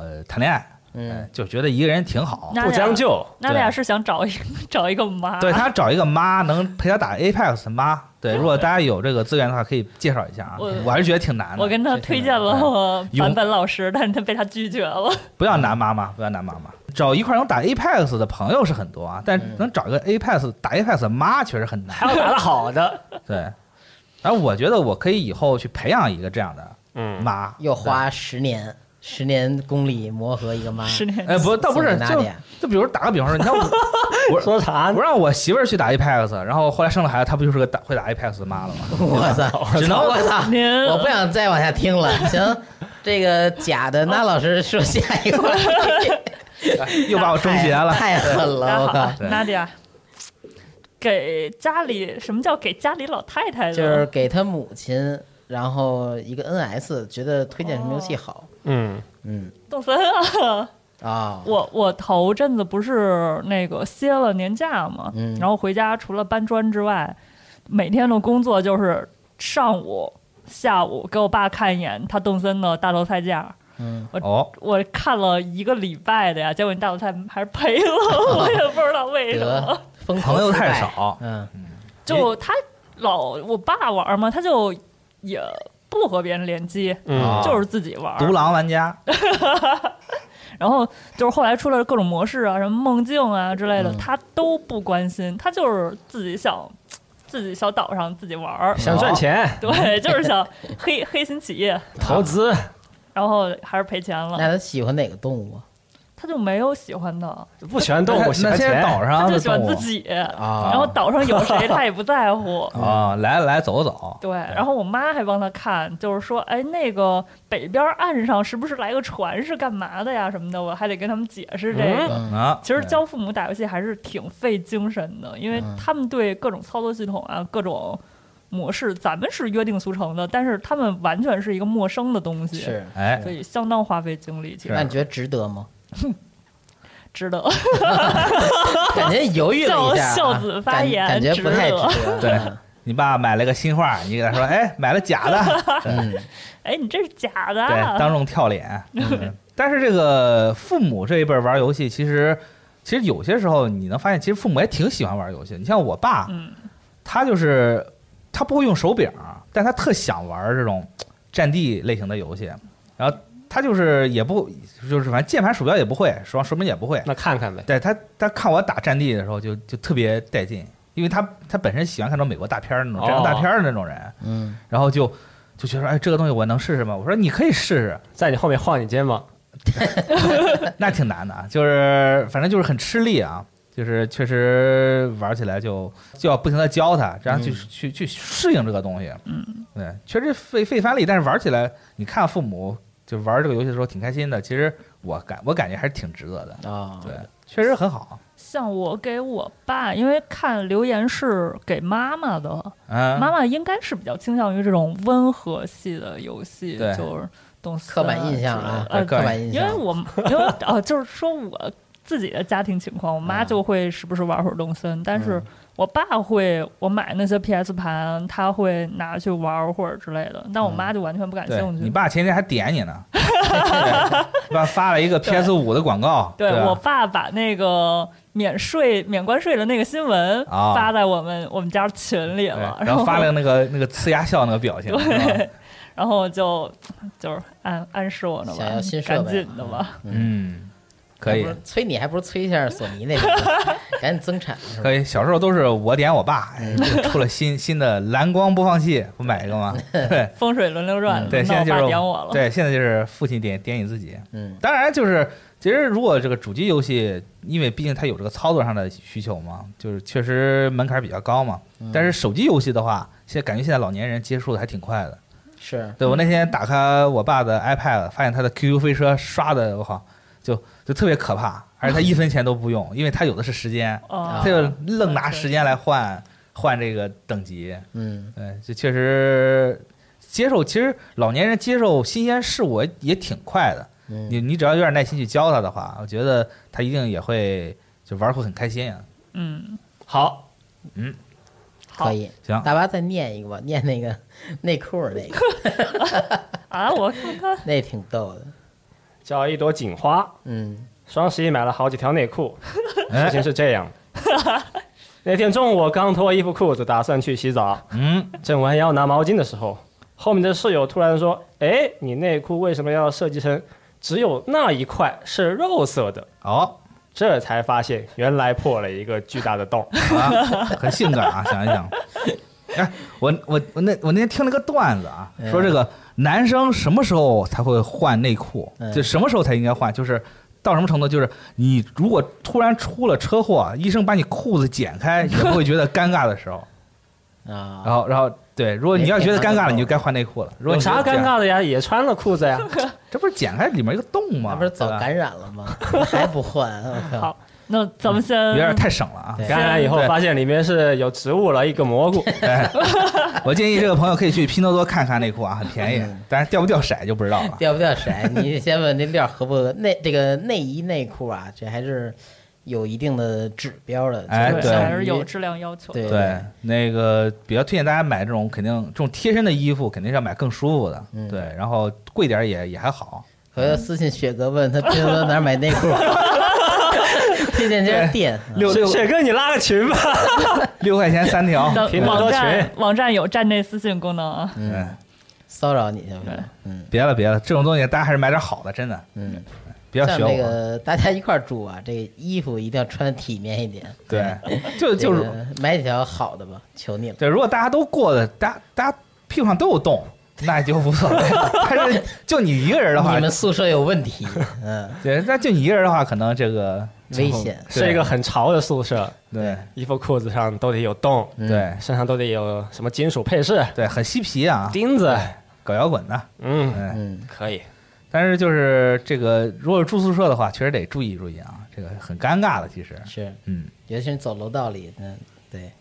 [SPEAKER 5] 呃谈恋爱，
[SPEAKER 3] 嗯
[SPEAKER 5] 嗯，就觉得一个人挺好。
[SPEAKER 6] 那
[SPEAKER 4] 不将就，
[SPEAKER 6] 那俩是想找一 个找一个妈，
[SPEAKER 5] 对他找一个妈能陪他打 Apex 的妈，对，如果大家有这个资源的话，可以介绍一下啊。
[SPEAKER 6] 我
[SPEAKER 5] 我还是觉得挺难的，
[SPEAKER 6] 我跟他
[SPEAKER 5] 这挺
[SPEAKER 6] 推荐
[SPEAKER 5] 难的
[SPEAKER 6] 了
[SPEAKER 5] 有
[SPEAKER 6] 版本老师，但是他被他拒绝了。
[SPEAKER 5] 不要拿妈妈，不要拿妈妈，找一块儿能打 Apex 的朋友是很多啊，但
[SPEAKER 6] 嗯
[SPEAKER 5] 能找一个 Apex 打 Apex 的妈确实很难。
[SPEAKER 4] 还要打得好的，
[SPEAKER 5] 对，然后我觉得我可以以后去培养一个这样的
[SPEAKER 4] 嗯，
[SPEAKER 5] 妈，
[SPEAKER 3] 又花十年，十年功力磨合一个妈。
[SPEAKER 6] 十年
[SPEAKER 5] 对。哎，不，倒不是，
[SPEAKER 3] 送给
[SPEAKER 5] 就
[SPEAKER 3] Nadia
[SPEAKER 5] 就比如打个比方说，你看我我
[SPEAKER 4] 说啥
[SPEAKER 5] 我？让我媳妇儿去打 Apex，然后后来生了孩子，她不就是个打会打 Apex 的妈了吗？
[SPEAKER 3] 我操！
[SPEAKER 5] 只能
[SPEAKER 3] 我操！
[SPEAKER 6] 您
[SPEAKER 3] 我不想再往下听 了。行，这个假的，那老师说下一个话题，
[SPEAKER 5] 又把我 终结了。
[SPEAKER 3] 太狠了！我
[SPEAKER 6] 那
[SPEAKER 3] 靠
[SPEAKER 6] 好，
[SPEAKER 5] 对
[SPEAKER 6] 娜迪亚，给家里什么叫给家里老太太的？
[SPEAKER 3] 就是给他母亲，然后一个 NS，觉得推荐什么游戏
[SPEAKER 6] 哦
[SPEAKER 3] 好？
[SPEAKER 4] 嗯，
[SPEAKER 3] 嗯
[SPEAKER 6] 动森啊！
[SPEAKER 3] 啊，
[SPEAKER 6] 我我头阵子不是那个歇了年假嘛，
[SPEAKER 3] 嗯
[SPEAKER 6] 然后回家除了搬砖之外，每天的工作就是上午、下午给我爸看一眼他动森的大头菜价。
[SPEAKER 3] 嗯，
[SPEAKER 5] 哦，
[SPEAKER 6] 我看了一个礼拜的呀，结果你大头菜还是赔了，我也不知道为什么
[SPEAKER 3] 得。疯狂
[SPEAKER 5] 朋友
[SPEAKER 3] 失败
[SPEAKER 5] 太。少，
[SPEAKER 3] 嗯
[SPEAKER 6] 就他老我爸玩嘛，他就也不和别人联机，
[SPEAKER 4] 嗯
[SPEAKER 6] 就是自己玩。
[SPEAKER 5] 独狼玩家。
[SPEAKER 6] 然后就是后来出了各种模式啊，什么梦境啊之类的，他都不关心，他就是自己想自己小岛上自己玩儿，
[SPEAKER 4] 想赚钱，
[SPEAKER 6] 对，就是想黑黑心企业，
[SPEAKER 4] 投 资，
[SPEAKER 6] 然后还是赔钱了，
[SPEAKER 3] 那他喜欢哪个动物
[SPEAKER 6] 他就没有喜欢的，
[SPEAKER 4] 不喜欢动物，喜
[SPEAKER 5] 那
[SPEAKER 4] 欢
[SPEAKER 5] 那现
[SPEAKER 4] 钱，
[SPEAKER 5] 在岛
[SPEAKER 6] 他
[SPEAKER 5] 上
[SPEAKER 6] 就
[SPEAKER 5] 的
[SPEAKER 6] 喜欢
[SPEAKER 5] 动物
[SPEAKER 6] 自己，
[SPEAKER 3] 啊？
[SPEAKER 6] 然后岛上有谁他也不在乎。
[SPEAKER 5] 啊，来来走走，
[SPEAKER 6] 对，然后我妈还帮他看，就是说，哎，那个北边岸上是不是来个船是干嘛的呀什么的，我还得跟他们解释这个。
[SPEAKER 3] 嗯
[SPEAKER 5] 啊，
[SPEAKER 6] 其实教父
[SPEAKER 5] 嗯
[SPEAKER 6] 母打游戏还是挺费精神的，因为他们对各种操作系统啊、各种模式，咱们是约定俗成的，但是他们完全是一个陌生的东西，
[SPEAKER 3] 是。
[SPEAKER 5] 哎
[SPEAKER 6] 所，以相当花费精力，其
[SPEAKER 5] 是
[SPEAKER 3] 那
[SPEAKER 6] 实
[SPEAKER 3] 你觉得值得吗？
[SPEAKER 6] 值得。
[SPEAKER 3] 感觉犹豫了一下啊，
[SPEAKER 6] 孝孝子发
[SPEAKER 3] 感
[SPEAKER 6] 言
[SPEAKER 3] 感觉不太
[SPEAKER 6] 值得
[SPEAKER 3] 值得。
[SPEAKER 5] 对你爸买了个新画，你给他说，哎，买了假 的，
[SPEAKER 3] 嗯，
[SPEAKER 6] 哎，你这是假的
[SPEAKER 5] 对，
[SPEAKER 6] 啊，
[SPEAKER 5] 当众跳 脸。嗯但是这个父母这一辈儿玩游戏，其实其实有些时候你能发现，其实父母也挺喜欢玩游戏。你像我爸，
[SPEAKER 6] 嗯，
[SPEAKER 5] 他就是他不会用手柄，但他特想玩这种战地类型的游戏，然后他就是也不就是反正键盘鼠标也不会，手手柄也不会。
[SPEAKER 4] 那看看呗。
[SPEAKER 5] 对他，他看我打战地的时候就就特别带劲，因为他他本身喜欢看那种美国大片儿那种战争大片儿的那种人，
[SPEAKER 6] 哦
[SPEAKER 3] 嗯，
[SPEAKER 5] 然后就就觉得哎，这个东西我能试试吗？我说你可以试试，
[SPEAKER 4] 在你后面晃你肩膀，
[SPEAKER 5] 那挺难的啊，就是反正就是很吃力啊，就是确实玩起来就就要不停的教他，这样去、去去适应这个东西。
[SPEAKER 6] 嗯，
[SPEAKER 5] 对，确实费费番力，但是玩起来，你看父母就玩这个游戏的时候挺开心的，其实我感我感觉还是挺值得的。
[SPEAKER 6] 嗯
[SPEAKER 3] 啊，
[SPEAKER 5] 对，确实很好。
[SPEAKER 6] 像我给我爸，因为看留言是给妈妈的，
[SPEAKER 5] 嗯，
[SPEAKER 6] 妈妈应该是比较倾向于这种温和系的游戏，
[SPEAKER 5] 对
[SPEAKER 6] 就是动森
[SPEAKER 3] 刻板印象啊，
[SPEAKER 6] 呃，
[SPEAKER 5] 刻
[SPEAKER 3] 刻
[SPEAKER 5] 板
[SPEAKER 3] 板印
[SPEAKER 6] 因为
[SPEAKER 3] 象。
[SPEAKER 6] 我因为呃，就是说我自己的家庭情况，我
[SPEAKER 5] 啊
[SPEAKER 6] 妈就会时不时玩会儿动森，但
[SPEAKER 5] 嗯
[SPEAKER 6] 是我爸会，我买那些 PS 盘，他会拿去玩会儿之类的，但我妈就完全不感
[SPEAKER 5] 嗯对
[SPEAKER 6] 兴
[SPEAKER 5] 你
[SPEAKER 6] 趣。
[SPEAKER 5] 爸前天还点你 呢，对爸发了一个 PS 五的广告，
[SPEAKER 6] 对
[SPEAKER 5] 吧
[SPEAKER 6] 我爸把那个免税、免关税的那个新闻
[SPEAKER 5] 啊
[SPEAKER 6] 发在我们、我们家群
[SPEAKER 5] 对
[SPEAKER 6] 里了，
[SPEAKER 5] 然后发了
[SPEAKER 6] 然后
[SPEAKER 5] 那个那个呲牙笑那个表情，是吧
[SPEAKER 6] 然后就就是暗暗示我呢吧
[SPEAKER 3] 想要新，设备
[SPEAKER 6] 赶紧
[SPEAKER 5] 啊
[SPEAKER 6] 的吧，
[SPEAKER 5] 嗯，可以
[SPEAKER 3] 哎还不。如催你还不如催一下索尼那边，赶紧增产。是吧
[SPEAKER 5] 可以，小时候都是我点我爸，哎这个出了新新的蓝光播放器，不买一个吗？对
[SPEAKER 6] 风水轮流转，
[SPEAKER 5] 嗯对，
[SPEAKER 6] 轮
[SPEAKER 5] 现
[SPEAKER 6] 到
[SPEAKER 5] 在就
[SPEAKER 6] 我
[SPEAKER 5] 是
[SPEAKER 6] 爸点我了。
[SPEAKER 5] 对，现在就是父亲点点你自己。
[SPEAKER 3] 嗯，
[SPEAKER 5] 当然就是，其实如果这个主机游戏，因为毕竟它有这个操作上的需求嘛，就是确实门槛比较高嘛。但是手机游戏的话，现在感觉现在老年人接触的还挺快的。
[SPEAKER 3] 是
[SPEAKER 5] 对我那天打开我爸的 iPad，发现他的 QQ 飞车刷的我靠，就就特别可怕，而且他一分钱都不用，因为他有的是时 间。
[SPEAKER 6] 哦
[SPEAKER 5] 他就愣拿时间来换换这个等级，
[SPEAKER 3] 嗯，
[SPEAKER 5] 对，这确实接受。其实老年人接受新鲜事物也挺快的，
[SPEAKER 3] 嗯
[SPEAKER 5] 你你只要有点耐心去教他的话，我觉得他一定也会就玩会很开心啊。
[SPEAKER 6] 嗯，
[SPEAKER 4] 好，
[SPEAKER 6] 好
[SPEAKER 3] 可以。
[SPEAKER 5] 行
[SPEAKER 3] 大巴再念一个吧，念那个内裤儿 那个，
[SPEAKER 6] 啊，我看看，
[SPEAKER 3] 那挺逗的。
[SPEAKER 4] 叫一朵锦花。
[SPEAKER 3] 嗯，
[SPEAKER 4] 双十一买了好几条内 裤，事情
[SPEAKER 5] 哎，
[SPEAKER 4] 是这 样的那天中午我刚脱衣服裤子，打算去洗澡，
[SPEAKER 5] 嗯，
[SPEAKER 4] 正弯腰拿毛巾的时候，后面的室友突然说：“哎，你内裤为什么要设计成只有那一块是肉色的
[SPEAKER 5] 哦，？”
[SPEAKER 4] 这才发现原来破了一个巨大的 洞。
[SPEAKER 5] 啊，很性感 啊，想一想。哎，我我我那我那天听了个段子啊，说这个男生什么时候才会换内裤？
[SPEAKER 3] 嗯
[SPEAKER 5] 就什么时候才应该换？就是到什么程度？就是你如果突然出了车祸，医生把你裤子剪开，也不会觉得尴尬的时候。然
[SPEAKER 3] 啊，哎
[SPEAKER 5] 后，然后对，如果你要觉得尴尬了，你就该换内裤了。如果
[SPEAKER 4] 有
[SPEAKER 5] 你觉
[SPEAKER 4] 啥
[SPEAKER 5] 得
[SPEAKER 4] 尴
[SPEAKER 5] 剪？
[SPEAKER 4] 尬的呀？也穿了裤 子呀。
[SPEAKER 5] 这不是剪开里面一个洞吗？
[SPEAKER 3] 那不是早
[SPEAKER 5] 对吧
[SPEAKER 3] 感染了吗？ 还不换？我靠！
[SPEAKER 6] 好，那咱们先
[SPEAKER 5] 有点太省了啊！
[SPEAKER 3] 对
[SPEAKER 4] 感染以后
[SPEAKER 5] 对
[SPEAKER 4] 发现里面是有植物了，一个蘑 菇。
[SPEAKER 5] 我建议这个朋友可以去拼多多看看内裤啊，很便宜，
[SPEAKER 3] 嗯
[SPEAKER 5] 但是掉不掉色就不知道了。
[SPEAKER 3] 掉不掉色？你得先问那料合不合 内这个内衣内裤啊，这还是有一定的指标的。
[SPEAKER 5] 哎
[SPEAKER 3] 就是
[SPEAKER 5] 对
[SPEAKER 3] 相
[SPEAKER 6] 嗯还是
[SPEAKER 3] 于
[SPEAKER 6] 有质量要求的。
[SPEAKER 3] 对
[SPEAKER 5] 对，那个比较推荐大家买这种肯定这种贴身的衣服，肯定是要买更舒服的。
[SPEAKER 3] 嗯
[SPEAKER 5] 对，然后贵点儿也也还好。
[SPEAKER 3] 回头私信雪哥问他拼多多哪儿买内裤，啊 推荐家店。
[SPEAKER 5] 六 六
[SPEAKER 4] 雪哥，你拉个群吧。
[SPEAKER 5] 六块钱三条，
[SPEAKER 6] 咱
[SPEAKER 4] 拼多
[SPEAKER 6] 网
[SPEAKER 4] 多
[SPEAKER 6] 站
[SPEAKER 4] 群
[SPEAKER 6] 网站有站内私信功能啊，
[SPEAKER 5] 嗯，
[SPEAKER 3] 骚扰你去吧。嗯
[SPEAKER 5] 别了别了，这种东西大家还是买点好的，真的
[SPEAKER 3] 嗯，
[SPEAKER 5] 不要
[SPEAKER 3] 像
[SPEAKER 5] 学我。
[SPEAKER 3] 这个大家一块儿住啊，这个衣服一定要穿体面一点。哎
[SPEAKER 5] 对，就
[SPEAKER 3] 这
[SPEAKER 5] 就
[SPEAKER 3] 个
[SPEAKER 5] 是
[SPEAKER 3] 买几条好的吧，求你了。
[SPEAKER 5] 对，如果大家都过的，大家大家屁股上都有洞，那也就无所谓。但是就你一个人的话
[SPEAKER 3] 你，们宿舍有问题， 嗯，
[SPEAKER 5] 对，那就你一个人的话，可能这个
[SPEAKER 3] 危险。
[SPEAKER 4] 是一个很潮的宿舍，
[SPEAKER 5] 对
[SPEAKER 4] 衣服裤子上都得有洞，
[SPEAKER 3] 嗯
[SPEAKER 5] 对
[SPEAKER 4] 身上都得有什么金属配饰、
[SPEAKER 5] 对，很嬉皮啊，
[SPEAKER 4] 钉子。
[SPEAKER 5] 搞摇滚的。
[SPEAKER 4] 嗯，
[SPEAKER 5] 嗯，
[SPEAKER 3] 嗯，
[SPEAKER 4] 可以。
[SPEAKER 5] 但是就是这个，如果是住宿舍的话，确实得注意注意啊，这个很尴尬的。其实，
[SPEAKER 3] 是，
[SPEAKER 5] 嗯，
[SPEAKER 3] 尤其是走楼道里，嗯，对，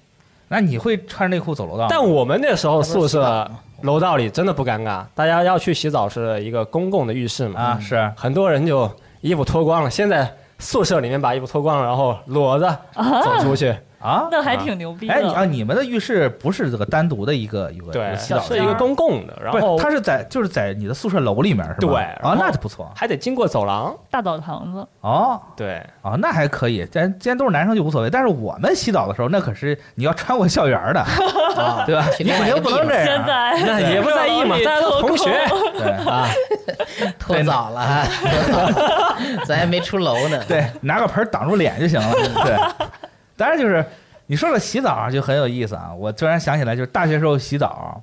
[SPEAKER 5] 那你会穿着内裤走楼道吗？
[SPEAKER 4] 但我们那时候宿舍
[SPEAKER 3] 他不是洗澡吗
[SPEAKER 4] 楼道里真的不尴尬，大家要去洗澡是一个公共的浴室嘛，
[SPEAKER 5] 啊是
[SPEAKER 4] 很多人就衣服脱光了。现在宿舍里面把衣服脱光了，然后裸着走出去，
[SPEAKER 5] 啊，
[SPEAKER 6] 那还挺牛逼的。
[SPEAKER 5] 哎你啊，你们的浴室不是这个单独的一个一个一
[SPEAKER 4] 对
[SPEAKER 5] 个洗澡
[SPEAKER 4] 是
[SPEAKER 5] 间，
[SPEAKER 4] 一个
[SPEAKER 6] 间
[SPEAKER 4] 公共的，然
[SPEAKER 5] 不
[SPEAKER 4] 后
[SPEAKER 5] 是，它是在就是在你的宿舍楼里面是吧？
[SPEAKER 4] 对然
[SPEAKER 5] 啊
[SPEAKER 4] 后，
[SPEAKER 5] 那就不错
[SPEAKER 4] 还得经过走廊，
[SPEAKER 6] 大澡堂子，
[SPEAKER 5] 哦
[SPEAKER 4] 对，
[SPEAKER 5] 哦，那还可以。咱既然都是男生就无所谓，但是我们洗澡的时候，那可是你要穿过 校园的，
[SPEAKER 3] 啊，
[SPEAKER 5] 对吧？
[SPEAKER 3] 去
[SPEAKER 5] 你
[SPEAKER 3] 另
[SPEAKER 5] 肯
[SPEAKER 3] 外一
[SPEAKER 5] 定
[SPEAKER 3] 个
[SPEAKER 5] 不
[SPEAKER 3] 地方
[SPEAKER 5] 能这
[SPEAKER 6] 现
[SPEAKER 5] 样。啊
[SPEAKER 6] 在
[SPEAKER 4] 那也不在意 嘛，大家都同学
[SPEAKER 5] 对
[SPEAKER 4] 啊，
[SPEAKER 3] 脱早了啊，脱早 了，咱还没出楼呢。
[SPEAKER 5] 对，拿个盆儿挡住脸就行了。对，当然就是你说的洗澡啊就很有意思啊。我突然想起来，就是大学时候洗澡，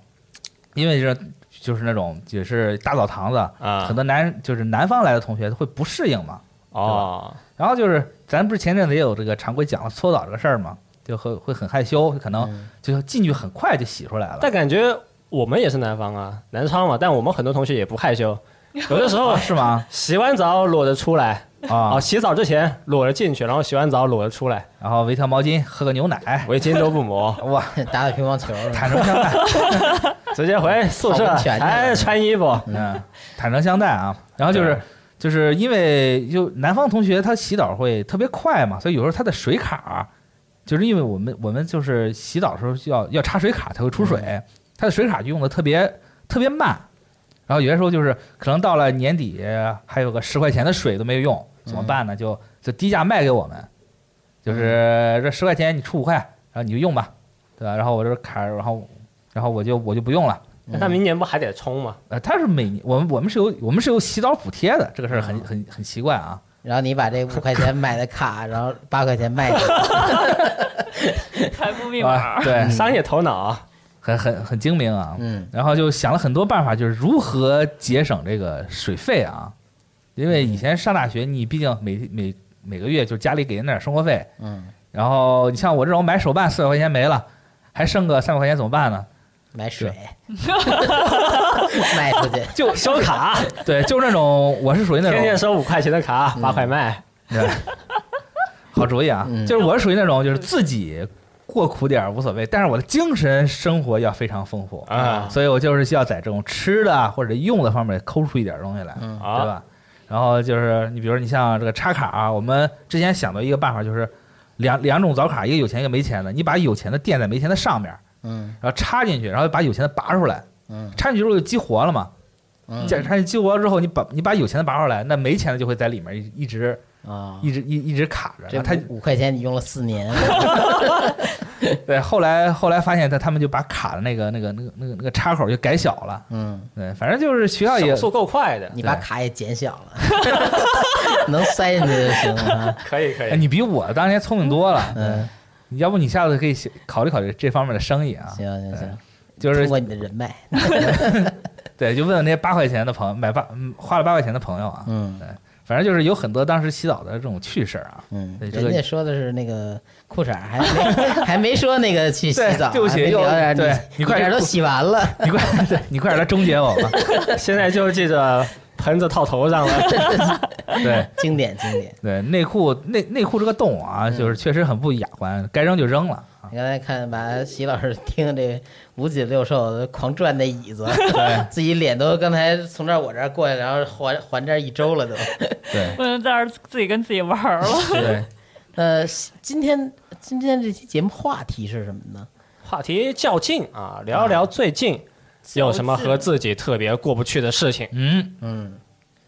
[SPEAKER 5] 因为就是就是那种也是大澡堂子，
[SPEAKER 4] 啊
[SPEAKER 5] 很多南就是南方来的同学会不适应嘛。
[SPEAKER 4] 哦，
[SPEAKER 5] 然后就是咱不是前阵子也有这个常规讲了搓澡这个事儿嘛，就会会很害羞，可能
[SPEAKER 3] 嗯
[SPEAKER 5] 就进去很快就洗出来了。
[SPEAKER 4] 但感觉我们也是南方啊，南昌嘛，但我们很多同学也不害羞，有的时候
[SPEAKER 5] 啊是吗？
[SPEAKER 4] 洗完澡裸着出来，
[SPEAKER 5] 啊
[SPEAKER 4] 啊，，洗澡之前裸着进去，然后洗完澡裸着出来，
[SPEAKER 5] 然后围条毛巾，喝个牛奶，，
[SPEAKER 4] 围巾都不抹
[SPEAKER 5] 哇，
[SPEAKER 3] 打打乒乓球，
[SPEAKER 5] 坦诚相待，
[SPEAKER 4] 直接回宿舍
[SPEAKER 3] 泡温泉去了
[SPEAKER 4] 才穿衣服。
[SPEAKER 5] 嗯， 坦诚相待啊。然后就是
[SPEAKER 4] 对
[SPEAKER 5] 就是因为就南方同学他洗澡会特别快嘛，所以有时候他的水卡儿，就是因为我们我们就是洗澡的时候需要要插水卡才会出水，他的水卡就用的特别特别慢。然后有些时候就是可能到了年底还有个十块钱的水都没有用，怎么办呢？就就低价卖给我们，就是这十块钱你出五块，然后你就用吧，对吧？然后我这卡儿，然后然后我就我就不用了。
[SPEAKER 3] 嗯
[SPEAKER 4] 那他明年不还得冲吗？
[SPEAKER 5] 呃，他是每年我们我们是有我们是有洗澡补贴的，这个事儿很很很奇怪啊。
[SPEAKER 3] 然后你把这五块钱买的卡，然后八块钱卖掉，
[SPEAKER 6] 财富密
[SPEAKER 5] 啊，
[SPEAKER 6] 码，
[SPEAKER 5] 对，
[SPEAKER 4] 商业头脑啊，
[SPEAKER 5] 很很很精明啊。
[SPEAKER 3] 嗯，
[SPEAKER 5] 然后就想了很多办法，就是如何节省这个水费啊。因为以前上大学，你毕竟每每每个月就家里给人点儿生活费，
[SPEAKER 3] 嗯，
[SPEAKER 5] 然后你像我这种买手办四百块钱没了，还剩个三百块钱怎么办呢？
[SPEAKER 3] 买水，卖出 去，
[SPEAKER 5] 就
[SPEAKER 4] 收 卡，
[SPEAKER 5] 对，就是那种我是属于那种
[SPEAKER 4] 天天收五块钱的卡，八块卖。
[SPEAKER 5] 对，好主意啊！
[SPEAKER 3] 嗯
[SPEAKER 5] 就是我是属于那种就是自己过苦点儿无所谓，但是我的精神生活要非常丰富
[SPEAKER 4] 啊
[SPEAKER 5] 所以我就是需要在这种吃的啊或者用的方面抠出一点东西来，
[SPEAKER 3] 嗯
[SPEAKER 5] 对吧？然后就是你比如你像这个插卡、啊，我们之前想到一个办法就是。两两种早卡，一个有钱一个没钱的，你把有钱的垫在没钱的上面，
[SPEAKER 3] 嗯
[SPEAKER 5] 然后插进去，然后把有钱的拔出来，
[SPEAKER 3] 嗯
[SPEAKER 5] 插进去之后就激活了嘛。
[SPEAKER 3] 嗯
[SPEAKER 5] 这插进去激活之后，你把你把有钱的拔出来，那没钱的就会在里面一一直
[SPEAKER 3] 啊，
[SPEAKER 5] 一直一一直卡着。
[SPEAKER 3] 这
[SPEAKER 5] 然后他
[SPEAKER 3] 五五块钱你用了四年，
[SPEAKER 5] 对，后来后来发现他他们就把卡的那个那个那个那个那个插口就改小了。
[SPEAKER 3] 嗯，
[SPEAKER 5] 对，反正就是学校也
[SPEAKER 4] 手速够快的，
[SPEAKER 3] 你把
[SPEAKER 5] 对
[SPEAKER 3] 卡也减小了， 能塞进去就行了。
[SPEAKER 4] 可以可
[SPEAKER 5] 哎，
[SPEAKER 4] 以。
[SPEAKER 5] 你比我当年聪明多了。
[SPEAKER 3] 嗯，
[SPEAKER 5] 对，要不你下次可以写考虑考虑这方面的生意啊。
[SPEAKER 3] 行行行，
[SPEAKER 5] 就
[SPEAKER 3] 通
[SPEAKER 5] 是
[SPEAKER 3] 过你的人脉，
[SPEAKER 5] 对，就问问那些八块钱的朋友，买八嗯花了八块钱的朋友啊。
[SPEAKER 3] 嗯
[SPEAKER 5] 反正就是有很多当时洗澡的这种趣事儿啊。
[SPEAKER 3] 嗯，
[SPEAKER 5] 对这个
[SPEAKER 3] 人家说的是那个裤衩儿，还没 还没说那个去洗澡，
[SPEAKER 5] 对对不起
[SPEAKER 3] 还没
[SPEAKER 5] 又
[SPEAKER 3] 聊点
[SPEAKER 5] 对
[SPEAKER 3] 你
[SPEAKER 5] 你快
[SPEAKER 3] 点儿都洗完了，
[SPEAKER 5] 你快 对，你快点来终结我吧。
[SPEAKER 4] 现在就记着盆子套头上了，
[SPEAKER 5] 对
[SPEAKER 3] 经典经典。
[SPEAKER 5] 对，内裤内内裤这个洞啊，
[SPEAKER 3] 嗯
[SPEAKER 5] 就是确实很不雅观，该扔就扔了啊。
[SPEAKER 3] 你刚才看把席老师听这五脊六兽狂转那椅子，自己脸都刚才从这儿我这儿过来，然后还还这儿一周了都。
[SPEAKER 5] 对
[SPEAKER 6] 我就在这儿自己跟自己玩儿了。
[SPEAKER 5] 对，
[SPEAKER 3] 呃，今天今天这期节目话题是什么呢？
[SPEAKER 4] 话题较劲啊，聊一聊最近有什么和自己特别过不去的事情，
[SPEAKER 5] 嗯，
[SPEAKER 3] 嗯，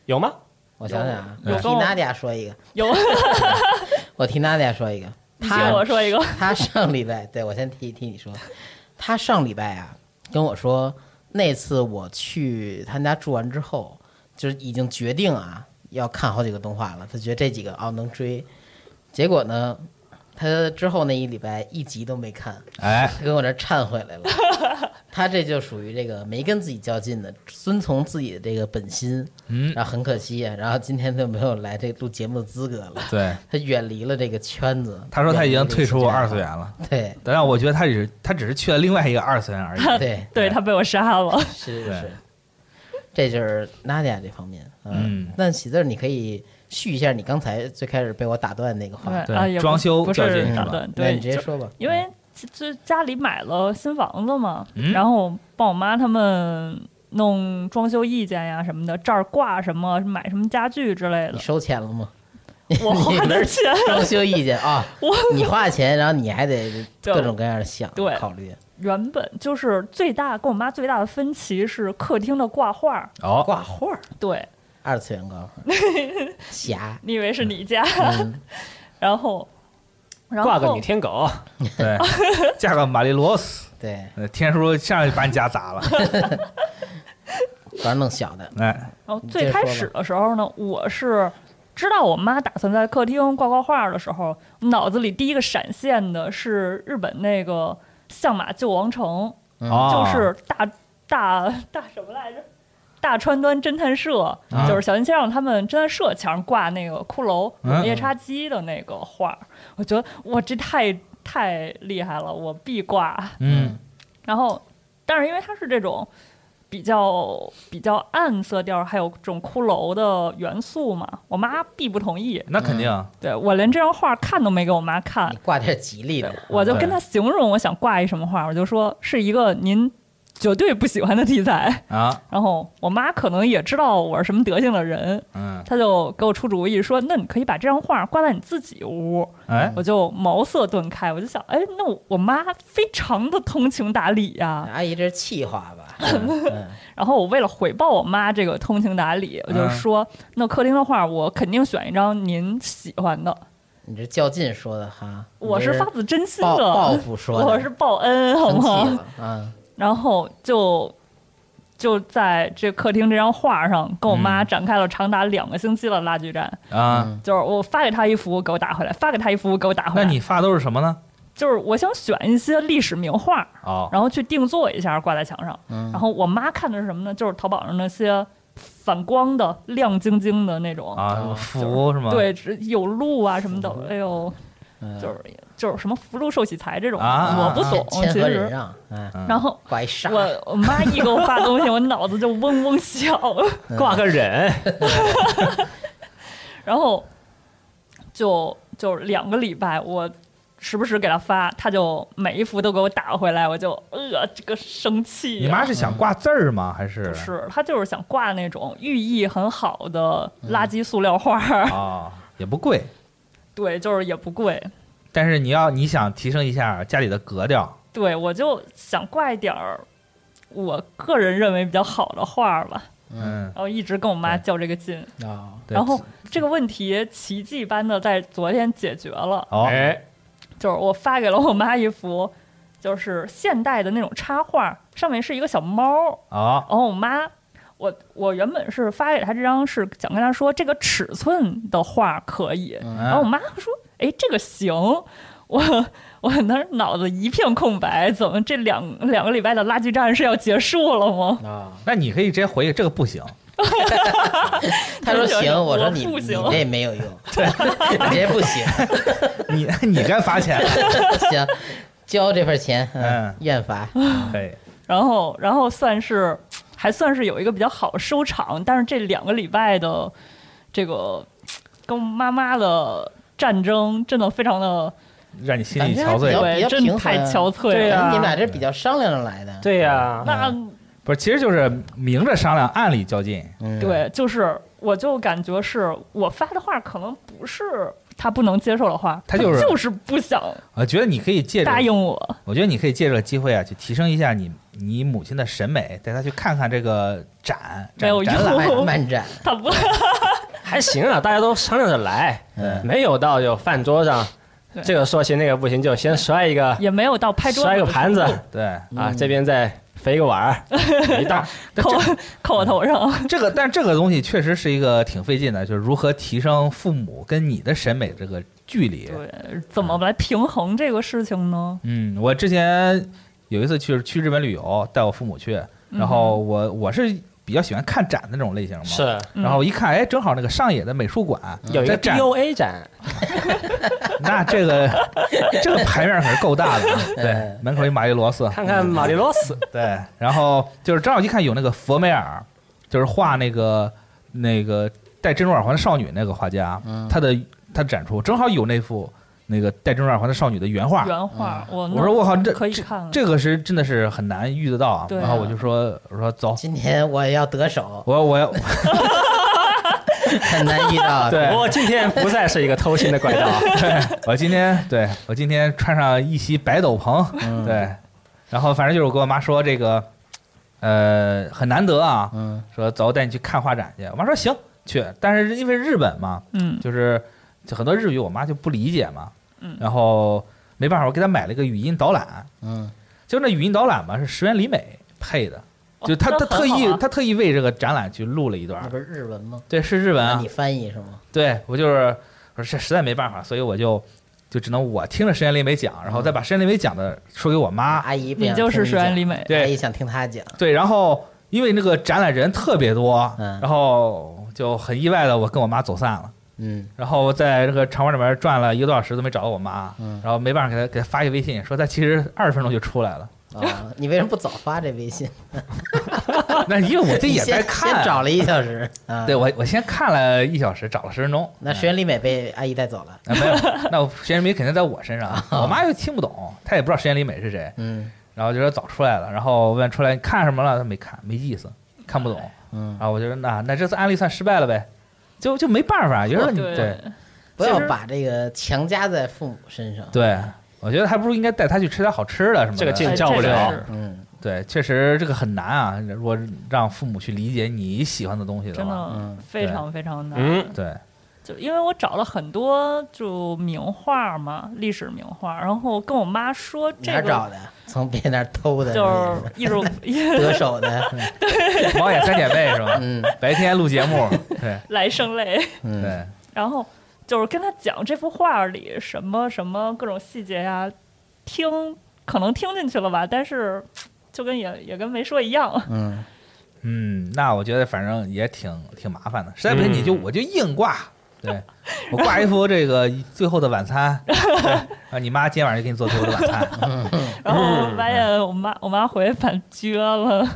[SPEAKER 4] 有吗？
[SPEAKER 3] 我想想啊，
[SPEAKER 6] 有
[SPEAKER 3] 我
[SPEAKER 6] 有
[SPEAKER 3] 替
[SPEAKER 6] 跟我
[SPEAKER 3] 娜迪亚说一个，
[SPEAKER 6] 有，啊
[SPEAKER 3] 我替娜迪亚说一个，
[SPEAKER 6] 你
[SPEAKER 3] 他
[SPEAKER 6] 听我说一 个，
[SPEAKER 3] 他上礼拜，对我先替替你说，他上礼拜啊跟我说，那次我去他家住完之后，就是已经决定啊要看好几个动画了，他觉得这几个啊能追，结果呢，他之后那一礼拜一集都没看，
[SPEAKER 5] 哎，
[SPEAKER 3] 他跟我这忏悔来了，他这就属于这个没跟自己较劲的，遵从自己的这个本心，
[SPEAKER 5] 嗯
[SPEAKER 3] 然后很可惜，啊然后今天就没有来这录节目的资格了。
[SPEAKER 5] 对。
[SPEAKER 3] 他远离了这个圈子，
[SPEAKER 5] 他说他已经退出
[SPEAKER 3] 远离这个啊
[SPEAKER 5] 二次元了，
[SPEAKER 3] 家。 对，
[SPEAKER 5] 但是我觉得他只是他只是去了另外一个二次元而已。
[SPEAKER 3] 对，
[SPEAKER 6] 对他被我杀
[SPEAKER 5] 啊
[SPEAKER 6] 了。
[SPEAKER 3] 是
[SPEAKER 5] 对
[SPEAKER 3] 是，这就是 Nadia 这方面。呃
[SPEAKER 5] 嗯
[SPEAKER 3] 那喜字儿你可以续一下你刚才最开始被我打断那个话，嗯
[SPEAKER 5] 对
[SPEAKER 6] 啊，也不
[SPEAKER 5] 装修
[SPEAKER 6] 不
[SPEAKER 5] 较劲
[SPEAKER 6] 是
[SPEAKER 5] 是
[SPEAKER 6] 打
[SPEAKER 5] 吧
[SPEAKER 6] 断，
[SPEAKER 3] 那
[SPEAKER 6] 对，
[SPEAKER 3] 你直接
[SPEAKER 6] 就
[SPEAKER 3] 说吧。
[SPEAKER 6] 因为就家里买了新房子嘛，
[SPEAKER 5] 嗯
[SPEAKER 6] 然后帮我妈他们弄装修意见呀什么的，这儿挂什么，买什么家具之类的
[SPEAKER 3] 你，收钱了 吗？
[SPEAKER 6] 我花的钱。
[SPEAKER 3] 装修意见啊，
[SPEAKER 6] 我
[SPEAKER 3] 你花钱，然后你还 得
[SPEAKER 6] 就
[SPEAKER 3] 各种各样的想
[SPEAKER 6] 对
[SPEAKER 3] 考虑
[SPEAKER 6] 原本就是最大跟我妈最大的分歧是客厅的挂画儿，
[SPEAKER 5] 哦，
[SPEAKER 3] 挂画儿，
[SPEAKER 6] 对，
[SPEAKER 3] 二次元挂 画儿，侠，
[SPEAKER 6] 你以为是你家，
[SPEAKER 3] 嗯，
[SPEAKER 6] 然后然后
[SPEAKER 4] 挂个女天狗，
[SPEAKER 5] 对，嫁个玛丽罗斯，
[SPEAKER 3] 对，
[SPEAKER 5] 呃天叔上去把你家砸了，
[SPEAKER 3] 反正弄小的，
[SPEAKER 5] 哎，
[SPEAKER 6] 然后
[SPEAKER 3] 你
[SPEAKER 6] 最
[SPEAKER 3] 接着
[SPEAKER 6] 开
[SPEAKER 3] 说
[SPEAKER 6] 始的时候呢，我是知道我妈打算在客厅挂挂画的时候，脑子里第一个闪现的是日本那个相马旧王城，
[SPEAKER 5] 哦，
[SPEAKER 6] 就是大大大什么来着？大川端侦探社、就是小林先生他们侦探社墙上挂那个骷髅
[SPEAKER 5] 嗯
[SPEAKER 6] 有夜叉姬的那个画儿，我觉得哇，这太太厉害了，我必挂。
[SPEAKER 5] 嗯，
[SPEAKER 6] 然后，但是因为它是这种比较比较暗色调，还有这种骷髅的元素嘛，我妈必不同意。
[SPEAKER 5] 那肯定，
[SPEAKER 6] 对我连这张画看都没给我妈看
[SPEAKER 3] 你，挂点吉利的，
[SPEAKER 6] 我就跟她形容我想挂一什么画，我就说是一个您绝对不喜欢的题材。
[SPEAKER 5] 啊，
[SPEAKER 6] 然后我妈可能也知道我是什么德行的人，
[SPEAKER 5] 嗯，
[SPEAKER 6] 她就给我出主意说，那你可以把这张画挂在你自己屋。
[SPEAKER 5] 哎，
[SPEAKER 3] 嗯
[SPEAKER 6] 我就茅塞顿开，我就想，哎，那我我妈非常的通情达理呀、
[SPEAKER 3] 阿姨这是气话 吧？嗯
[SPEAKER 6] 然后我为了回报我妈这个通情达理，我就说，那客厅的画我肯定选一张您喜欢的，
[SPEAKER 3] 你这较劲说的哈，
[SPEAKER 6] 我是
[SPEAKER 3] 你这
[SPEAKER 6] 发自真心
[SPEAKER 3] 报
[SPEAKER 6] 的，
[SPEAKER 3] 报复说的，
[SPEAKER 6] 我是报恩，好
[SPEAKER 3] 生气
[SPEAKER 6] 吗？
[SPEAKER 3] 了啊，
[SPEAKER 6] 然后就就在这客厅这张画上，跟我妈
[SPEAKER 3] 嗯
[SPEAKER 6] 展开了长达两个星期的拉锯战，
[SPEAKER 5] 啊，
[SPEAKER 6] 就是我发给她一幅，给我打回来；发给她一幅，给我打回
[SPEAKER 5] 那
[SPEAKER 6] 来。
[SPEAKER 5] 你发都是什么呢？
[SPEAKER 6] 就是我想选一些历史名画，
[SPEAKER 5] 哦，
[SPEAKER 6] 然后去定做一下挂在墙上。然后我妈看的是什么呢？就是淘宝上那些反光的、亮晶晶的那种，
[SPEAKER 5] 啊，什么福是吗？
[SPEAKER 6] 对，只有路啊什么的。哎呦，
[SPEAKER 3] 嗯
[SPEAKER 6] 就是就是什么福禄寿喜财这种，
[SPEAKER 5] 啊
[SPEAKER 6] 我不懂。
[SPEAKER 3] 谦
[SPEAKER 6] 其
[SPEAKER 3] 和忍
[SPEAKER 6] 实，
[SPEAKER 3] 让，嗯，
[SPEAKER 6] 然后
[SPEAKER 3] 挂一沙，
[SPEAKER 6] 我我妈一给我发东西，我脑子就嗡嗡响，
[SPEAKER 4] 挂个忍，
[SPEAKER 6] 然后就就两个礼拜我。时不时给她发，她就每一幅都给我打回来，我就呃，这个生气、
[SPEAKER 5] 你妈是想挂字儿吗？还是
[SPEAKER 6] 不是，他就是想挂那种寓意很好的垃圾塑料画儿，
[SPEAKER 5] 哦，也不贵，
[SPEAKER 6] 对，就是也不贵。
[SPEAKER 5] 但是你要你想提升一下家里的格调，
[SPEAKER 6] 对我就想挂一点儿我个人认为比较好的画儿吧，
[SPEAKER 5] 嗯，
[SPEAKER 6] 然后一直跟我妈较这个劲。
[SPEAKER 3] 啊，
[SPEAKER 5] 对
[SPEAKER 6] 然后这个问题奇迹般的在昨天解决了，
[SPEAKER 5] 哦，
[SPEAKER 4] 哎，
[SPEAKER 6] 就是我发给了我妈一幅，就是现代的那种插画，上面是一个小猫儿，
[SPEAKER 5] 哦，
[SPEAKER 6] 然后我妈，我我原本是发给她这张是想跟她说这个尺寸的画可以，
[SPEAKER 5] 嗯
[SPEAKER 6] 然后我妈说，哎，这个行，我我那儿脑子一片空白，怎么这两两个礼拜的拉锯战是要结束了吗？
[SPEAKER 3] 啊，
[SPEAKER 5] 那你可以直接回这个不行，
[SPEAKER 3] 他说行，我说你
[SPEAKER 6] 我不
[SPEAKER 3] 你
[SPEAKER 6] 行
[SPEAKER 3] 这没有用， 你这不行，
[SPEAKER 5] 你 你该罚钱，
[SPEAKER 3] 行，交这份钱，嗯
[SPEAKER 5] 嗯，
[SPEAKER 3] 愿罚，
[SPEAKER 5] 可以，
[SPEAKER 6] 然后然后算是还算是有一个比较好的收场，但是这两个礼拜的这个跟妈妈的战争真的非常的
[SPEAKER 5] 让你心里
[SPEAKER 3] 咱家
[SPEAKER 5] 憔
[SPEAKER 3] 比较
[SPEAKER 5] 悴。
[SPEAKER 3] 对
[SPEAKER 6] 对，真
[SPEAKER 3] 平
[SPEAKER 6] 的
[SPEAKER 3] 衡
[SPEAKER 6] 太憔悴了。
[SPEAKER 4] 对啊
[SPEAKER 3] 你们俩这比较商量着来的，
[SPEAKER 4] 对
[SPEAKER 5] 啊
[SPEAKER 4] 呀，
[SPEAKER 6] 那
[SPEAKER 5] 不是，其实就是明着商量，暗里较劲。
[SPEAKER 3] 嗯，
[SPEAKER 6] 对，就是我就感觉是我发的话，可能不是他不能接受的话，
[SPEAKER 5] 他就是
[SPEAKER 6] 就是不想
[SPEAKER 5] 我觉得你可以借着
[SPEAKER 6] 答应我。
[SPEAKER 5] 我觉得你可以借这个机会啊，去提升一下你你母亲的审美，带她去看看这个展，
[SPEAKER 6] 没有
[SPEAKER 5] 展
[SPEAKER 6] 用
[SPEAKER 5] 览。
[SPEAKER 3] 漫漫展，
[SPEAKER 6] 他不，
[SPEAKER 4] 还行啊，大家都商量着来，
[SPEAKER 5] 嗯
[SPEAKER 4] 没有到就饭桌上
[SPEAKER 6] 对，
[SPEAKER 4] 这个说行那个不行，就先摔一个，
[SPEAKER 6] 也没有到拍桌子
[SPEAKER 4] 摔个盘子
[SPEAKER 5] 对，
[SPEAKER 4] 啊，这边再飞个碗 儿，一道，
[SPEAKER 6] 扣扣我头上。
[SPEAKER 5] 这个，但这个东西确实是一个挺费劲的，就是如何提升父母跟你的审美这个距离。
[SPEAKER 6] 对，怎么来平衡这个事情呢？
[SPEAKER 5] 嗯，我之前有一次去去日本旅游，带我父母去，然后我我是比较喜欢看展的那种类型嘛，。
[SPEAKER 4] 是嗯
[SPEAKER 5] 然后一看，哎，正好那个上野的美术馆
[SPEAKER 4] 有一
[SPEAKER 5] 在
[SPEAKER 4] 个
[SPEAKER 5] 展，
[SPEAKER 4] DOA 展，
[SPEAKER 5] 那这个 这个牌面可是够大的啊，对
[SPEAKER 3] 嗯，
[SPEAKER 5] 门口一玛丽罗斯，
[SPEAKER 4] 看看马里洛斯，
[SPEAKER 5] 对，然后就是正好一看有那个佛梅尔，就是画那个
[SPEAKER 3] 嗯
[SPEAKER 5] 那个戴珍珠耳环的少女那个画家，他的他展出正好有那幅那个带正二环的少女的原画。嗯
[SPEAKER 6] 原画，我
[SPEAKER 5] 我说我靠，这
[SPEAKER 6] 可以看了，
[SPEAKER 5] 这个是真的是很难遇得到啊。
[SPEAKER 6] 对啊
[SPEAKER 5] 然后我就说我说走，
[SPEAKER 3] 今天我也要得手，
[SPEAKER 5] 我我要
[SPEAKER 3] 很难遇到。
[SPEAKER 5] 对
[SPEAKER 4] 不过今天不再是一个偷心的怪盗啊，
[SPEAKER 5] 我今天对我今天穿上一袭白斗篷，
[SPEAKER 3] 嗯
[SPEAKER 5] 对，然后反正就是我跟我妈说这个，呃，很难得啊，
[SPEAKER 3] 嗯，
[SPEAKER 5] 说走，带你去看画展去。我妈说行，去，但是因为日本嘛，
[SPEAKER 6] 嗯
[SPEAKER 5] 就是就很多日语我妈就不理解嘛，
[SPEAKER 6] 嗯
[SPEAKER 5] 然后没办法，我给她买了一个语音导览，
[SPEAKER 3] 嗯，
[SPEAKER 5] 就那语音导览吧是石原里美配的，就她
[SPEAKER 6] 那
[SPEAKER 5] 她
[SPEAKER 6] 很
[SPEAKER 5] 特意
[SPEAKER 6] 好啊嗯
[SPEAKER 5] 她特意为这个展览去录了一段
[SPEAKER 3] 那
[SPEAKER 5] 儿，
[SPEAKER 3] 不是日文吗？
[SPEAKER 5] 对，是日文
[SPEAKER 3] 那
[SPEAKER 5] 啊
[SPEAKER 3] 你，翻译是吗？
[SPEAKER 5] 对我就是我说这实在没办法，所以我就就只能我听着石原里美讲，然后
[SPEAKER 3] 嗯
[SPEAKER 5] 再把石原里美讲的说给我妈，
[SPEAKER 3] 阿姨不
[SPEAKER 6] 你
[SPEAKER 3] 想
[SPEAKER 6] 就是
[SPEAKER 3] 听
[SPEAKER 6] 石原
[SPEAKER 3] 讲
[SPEAKER 6] 里美，
[SPEAKER 5] 对
[SPEAKER 3] 阿姨想听他讲。
[SPEAKER 5] 对，然后因为那个展览人特别多，
[SPEAKER 3] 嗯
[SPEAKER 5] 然后就很意外的，我跟我妈走散了。
[SPEAKER 3] 嗯
[SPEAKER 5] 然后在这个场馆里面转了一个多小时都没找到我妈，
[SPEAKER 3] 嗯
[SPEAKER 5] 然后没办法给她给她发一微信，说她其实二十分钟就 出来了。
[SPEAKER 3] 啊，你为什么不早发这微信？
[SPEAKER 5] 那因为我自己
[SPEAKER 3] 你
[SPEAKER 5] 也
[SPEAKER 3] 先
[SPEAKER 5] 在看，
[SPEAKER 3] 先找了一小 时啊。
[SPEAKER 5] 对，我嗯我先看了一小时，找了十分钟。
[SPEAKER 3] 那石原里美被阿姨带走了。
[SPEAKER 5] 啊 没有，那我石原里美肯定在我身上，我妈又听不懂，她也不知道石原里美是谁，
[SPEAKER 3] 嗯
[SPEAKER 5] 然后就说早出来了，然后问出来你看什么了，她没看，没意思，看不懂。
[SPEAKER 3] 嗯，
[SPEAKER 5] 啊，我觉得那那这次案例算失败了呗，就就没办法，有时候你对
[SPEAKER 3] 不要把这个强加在父母身上。
[SPEAKER 5] 对，我觉得还不如应该带他去吃点好吃的什么的。
[SPEAKER 4] 这个劲
[SPEAKER 6] 哎
[SPEAKER 4] 叫不
[SPEAKER 6] 这个
[SPEAKER 4] 了
[SPEAKER 6] 是
[SPEAKER 3] 嗯
[SPEAKER 5] 对，确实这个很难啊。如果让父母去理解你喜欢的东西的
[SPEAKER 6] 真
[SPEAKER 5] 话，
[SPEAKER 6] 的
[SPEAKER 3] 嗯
[SPEAKER 6] 非常非常难。
[SPEAKER 4] 嗯，
[SPEAKER 5] 对，
[SPEAKER 6] 就因为我找了很多就名画嘛，历史名画，然后跟我妈说
[SPEAKER 3] 哪
[SPEAKER 6] 这
[SPEAKER 3] 儿找
[SPEAKER 6] 个
[SPEAKER 3] 的？ 从别人那儿偷的，
[SPEAKER 6] 就是艺 术，
[SPEAKER 3] 得手的。
[SPEAKER 5] 猫眼三姐妹是吧？
[SPEAKER 3] 嗯
[SPEAKER 5] 白天录节 目，对
[SPEAKER 6] 来生类，
[SPEAKER 3] 嗯
[SPEAKER 5] 对，
[SPEAKER 6] 然后就是跟他讲这幅画里什么什么各种细节呀、听可能听进去了吧，但是就跟也也跟没说一样。
[SPEAKER 3] 嗯，
[SPEAKER 5] 嗯，那我觉得反正也挺挺麻烦的，实在不行你就
[SPEAKER 4] 嗯
[SPEAKER 5] 我就硬挂，对我挂一幅这个《最后的晚餐》对，啊，你妈今天晚上就给你做《最后的晚餐》，
[SPEAKER 3] 嗯
[SPEAKER 6] 然后我发现我妈我妈回去把撅了，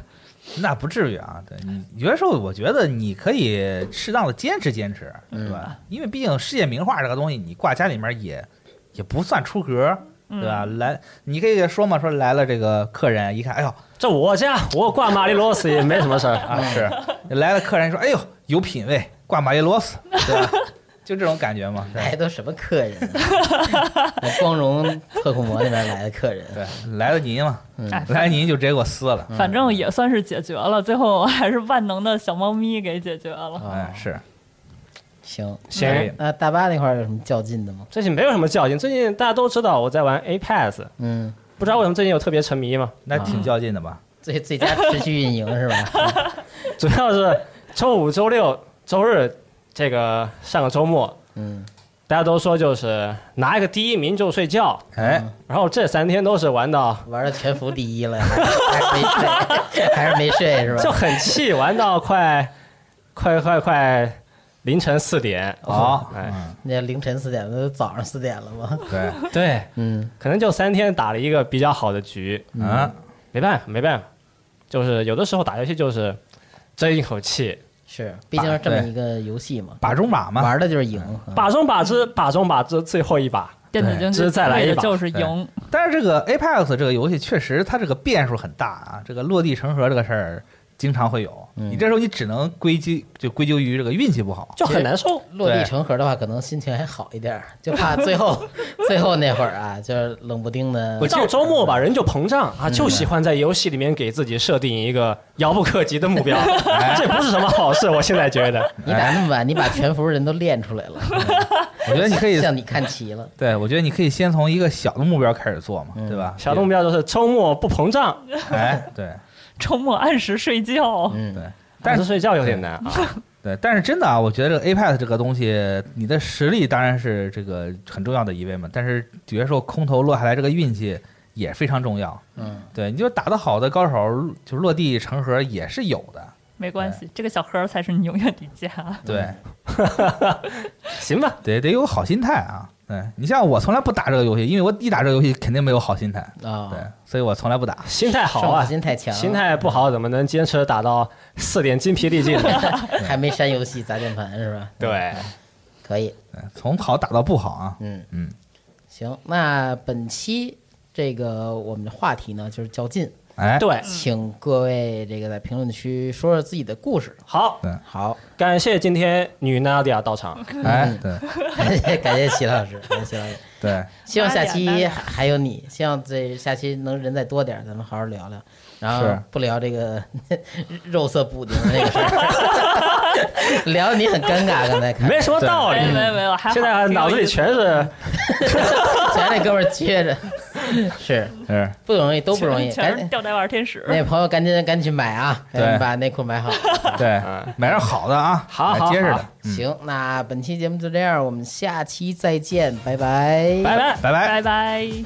[SPEAKER 5] 那不至于啊，对你有的时候，我觉得你可以适当的坚持坚持，对吧？因为毕竟世界名画这个东西，你挂家里面也也不算出格，对吧？来，你可以说嘛，说来了这个客人一看，哎呦
[SPEAKER 4] 这我家我挂马里罗斯也没什么事儿，
[SPEAKER 5] 啊是，来了客人说，哎呦有品位，挂马一螺丝，对吧？ 就这种感觉嘛，
[SPEAKER 3] 来
[SPEAKER 5] 对
[SPEAKER 3] 都什么客人啊？ 我光荣特库摩那边来的客人。
[SPEAKER 5] 对，来了您嘛，
[SPEAKER 6] 哎，
[SPEAKER 5] 来了您就直接给我撕了，
[SPEAKER 3] 嗯
[SPEAKER 6] 反正也算是解决了，最后还是万能的小猫咪给解决了。
[SPEAKER 5] 哎是，哎
[SPEAKER 3] 行，
[SPEAKER 5] 可
[SPEAKER 4] 行
[SPEAKER 5] 以，
[SPEAKER 3] 那大巴那块儿有什么较劲的吗？
[SPEAKER 4] 最近没有什么较劲。最近大家都知道我在玩 Apex，
[SPEAKER 3] 嗯，
[SPEAKER 4] 不知道为什么最近有特别沉迷嘛？
[SPEAKER 5] 那挺较劲的吧？
[SPEAKER 3] 最最佳持续运营是吧？
[SPEAKER 4] 主要是周五、周六、周日，这个上个周末，
[SPEAKER 3] 嗯，
[SPEAKER 4] 大家都说就是拿一个第一名就睡觉，
[SPEAKER 5] 哎，
[SPEAKER 4] 然后这三天都是玩到
[SPEAKER 3] 玩到全服第一了，还还没睡，还是没睡是
[SPEAKER 4] 就
[SPEAKER 3] 吧？
[SPEAKER 4] 很气，玩到快 快快快凌晨四点。
[SPEAKER 5] 好，
[SPEAKER 4] 哎，
[SPEAKER 3] 那凌晨四点了，那都早上四点了吗？
[SPEAKER 5] 对，
[SPEAKER 4] 对，
[SPEAKER 3] 嗯
[SPEAKER 4] 可能就三天打了一个比较好的局，
[SPEAKER 5] 嗯，
[SPEAKER 4] 没办法，没办法，就是有的时候打游戏就是争一口气，
[SPEAKER 3] 是，毕竟是这么一个游戏嘛，
[SPEAKER 5] 把中把嘛，
[SPEAKER 3] 玩的就是赢。嗯
[SPEAKER 4] 把中把之，把中把之，最后一把。
[SPEAKER 6] 电子竞
[SPEAKER 4] 对这
[SPEAKER 6] 技
[SPEAKER 4] 再来一把
[SPEAKER 6] 就是赢，
[SPEAKER 5] 但是这个 Apex 这个游戏确实它这个变数很大啊，这个落地成盒这个事儿经常会有。
[SPEAKER 3] 嗯
[SPEAKER 5] 你这时候你只能归结就归咎于这个运气不好。
[SPEAKER 4] 就很难受。
[SPEAKER 3] 落地成盒的话，可能心情还好一点儿，就怕最后 最后那会儿啊，就是冷不丁的
[SPEAKER 4] 我到周末吧，人就膨胀啊，就喜欢在游戏里面给自己设定一个遥不可及的目标，这不是什么好事。我现在觉得，
[SPEAKER 3] 你打那么晚，你把全服人都练出来了，
[SPEAKER 5] 我觉得你可以，
[SPEAKER 3] 向你看齐了。
[SPEAKER 5] 对我觉得你可以先从一个小的目标开始做嘛，
[SPEAKER 3] 嗯
[SPEAKER 5] 对吧？
[SPEAKER 4] 小目标就是周末不膨胀，
[SPEAKER 5] 哎，对
[SPEAKER 6] 周末按时睡觉。
[SPEAKER 3] 嗯，
[SPEAKER 5] 对
[SPEAKER 4] 但是睡觉有点难啊。
[SPEAKER 5] 对，但是真的啊，我觉得这个 Apex 这个东西，你的实力当然是这个很重要的一位嘛，但是有些时候空投落下来这个运气也非常重要。
[SPEAKER 3] 嗯，
[SPEAKER 5] 对，你就打得好的高手，就落地成盒也是有的。
[SPEAKER 6] 没关系，这个小盒儿才是你永远的家。
[SPEAKER 5] 对，
[SPEAKER 3] 嗯
[SPEAKER 4] 行吧，
[SPEAKER 5] 得得有好心态啊。对你像我从来不打这个游戏，因为我一打这个游戏肯定没有好心态，
[SPEAKER 3] 啊，
[SPEAKER 5] 对，所以我从来不打。
[SPEAKER 4] 心态好
[SPEAKER 3] 胜负
[SPEAKER 4] 啊，
[SPEAKER 3] 心太强，
[SPEAKER 4] 心态不好怎么能坚持打到四点精疲力尽呢？
[SPEAKER 3] 还没删游戏砸键盘是吧？
[SPEAKER 4] 对，
[SPEAKER 3] 可以，
[SPEAKER 5] 对从好打到不好啊，
[SPEAKER 3] 嗯
[SPEAKER 5] 嗯，
[SPEAKER 3] 行，那本期这个我们的话题呢就是较劲，嗯
[SPEAKER 5] 哎，
[SPEAKER 4] 对，
[SPEAKER 3] 请各位这个在评论区说说自己的故事。
[SPEAKER 4] 好，
[SPEAKER 3] 好，
[SPEAKER 4] 感谢今天女娜迪亚到场，
[SPEAKER 5] 哎，
[SPEAKER 4] 嗯
[SPEAKER 5] 对
[SPEAKER 3] 感谢 感谢齐老师，感谢齐 老师。
[SPEAKER 5] 对，
[SPEAKER 3] 希望下
[SPEAKER 6] 拉
[SPEAKER 3] 期
[SPEAKER 6] 脸
[SPEAKER 3] 还有你，希望这下期能人再多点儿，咱们好好聊聊，然后
[SPEAKER 5] 是
[SPEAKER 3] 不聊这个 肉色补丁那个事儿， 聊得你很尴尬。刚才看，
[SPEAKER 4] 没什么道理
[SPEAKER 6] 没。没没有，还好
[SPEAKER 4] 现在脑子里全是
[SPEAKER 3] 全那哥们儿撅着，是
[SPEAKER 5] 是，
[SPEAKER 3] 不容易，都不容易。
[SPEAKER 6] 全
[SPEAKER 3] 赶
[SPEAKER 4] 哎
[SPEAKER 6] 是
[SPEAKER 3] 紧，
[SPEAKER 6] 吊带袜天使。
[SPEAKER 3] 那朋友赶紧赶紧去买啊，赶紧
[SPEAKER 5] 对
[SPEAKER 3] 把内裤买好。
[SPEAKER 5] 对，买点好的啊，
[SPEAKER 4] 好
[SPEAKER 5] 买
[SPEAKER 4] 好
[SPEAKER 5] 结实
[SPEAKER 4] 好
[SPEAKER 5] 的，嗯，
[SPEAKER 3] 行，那本期节目就这样，我们下期再见，拜拜，
[SPEAKER 4] 拜拜。
[SPEAKER 5] 拜拜。
[SPEAKER 6] 拜拜。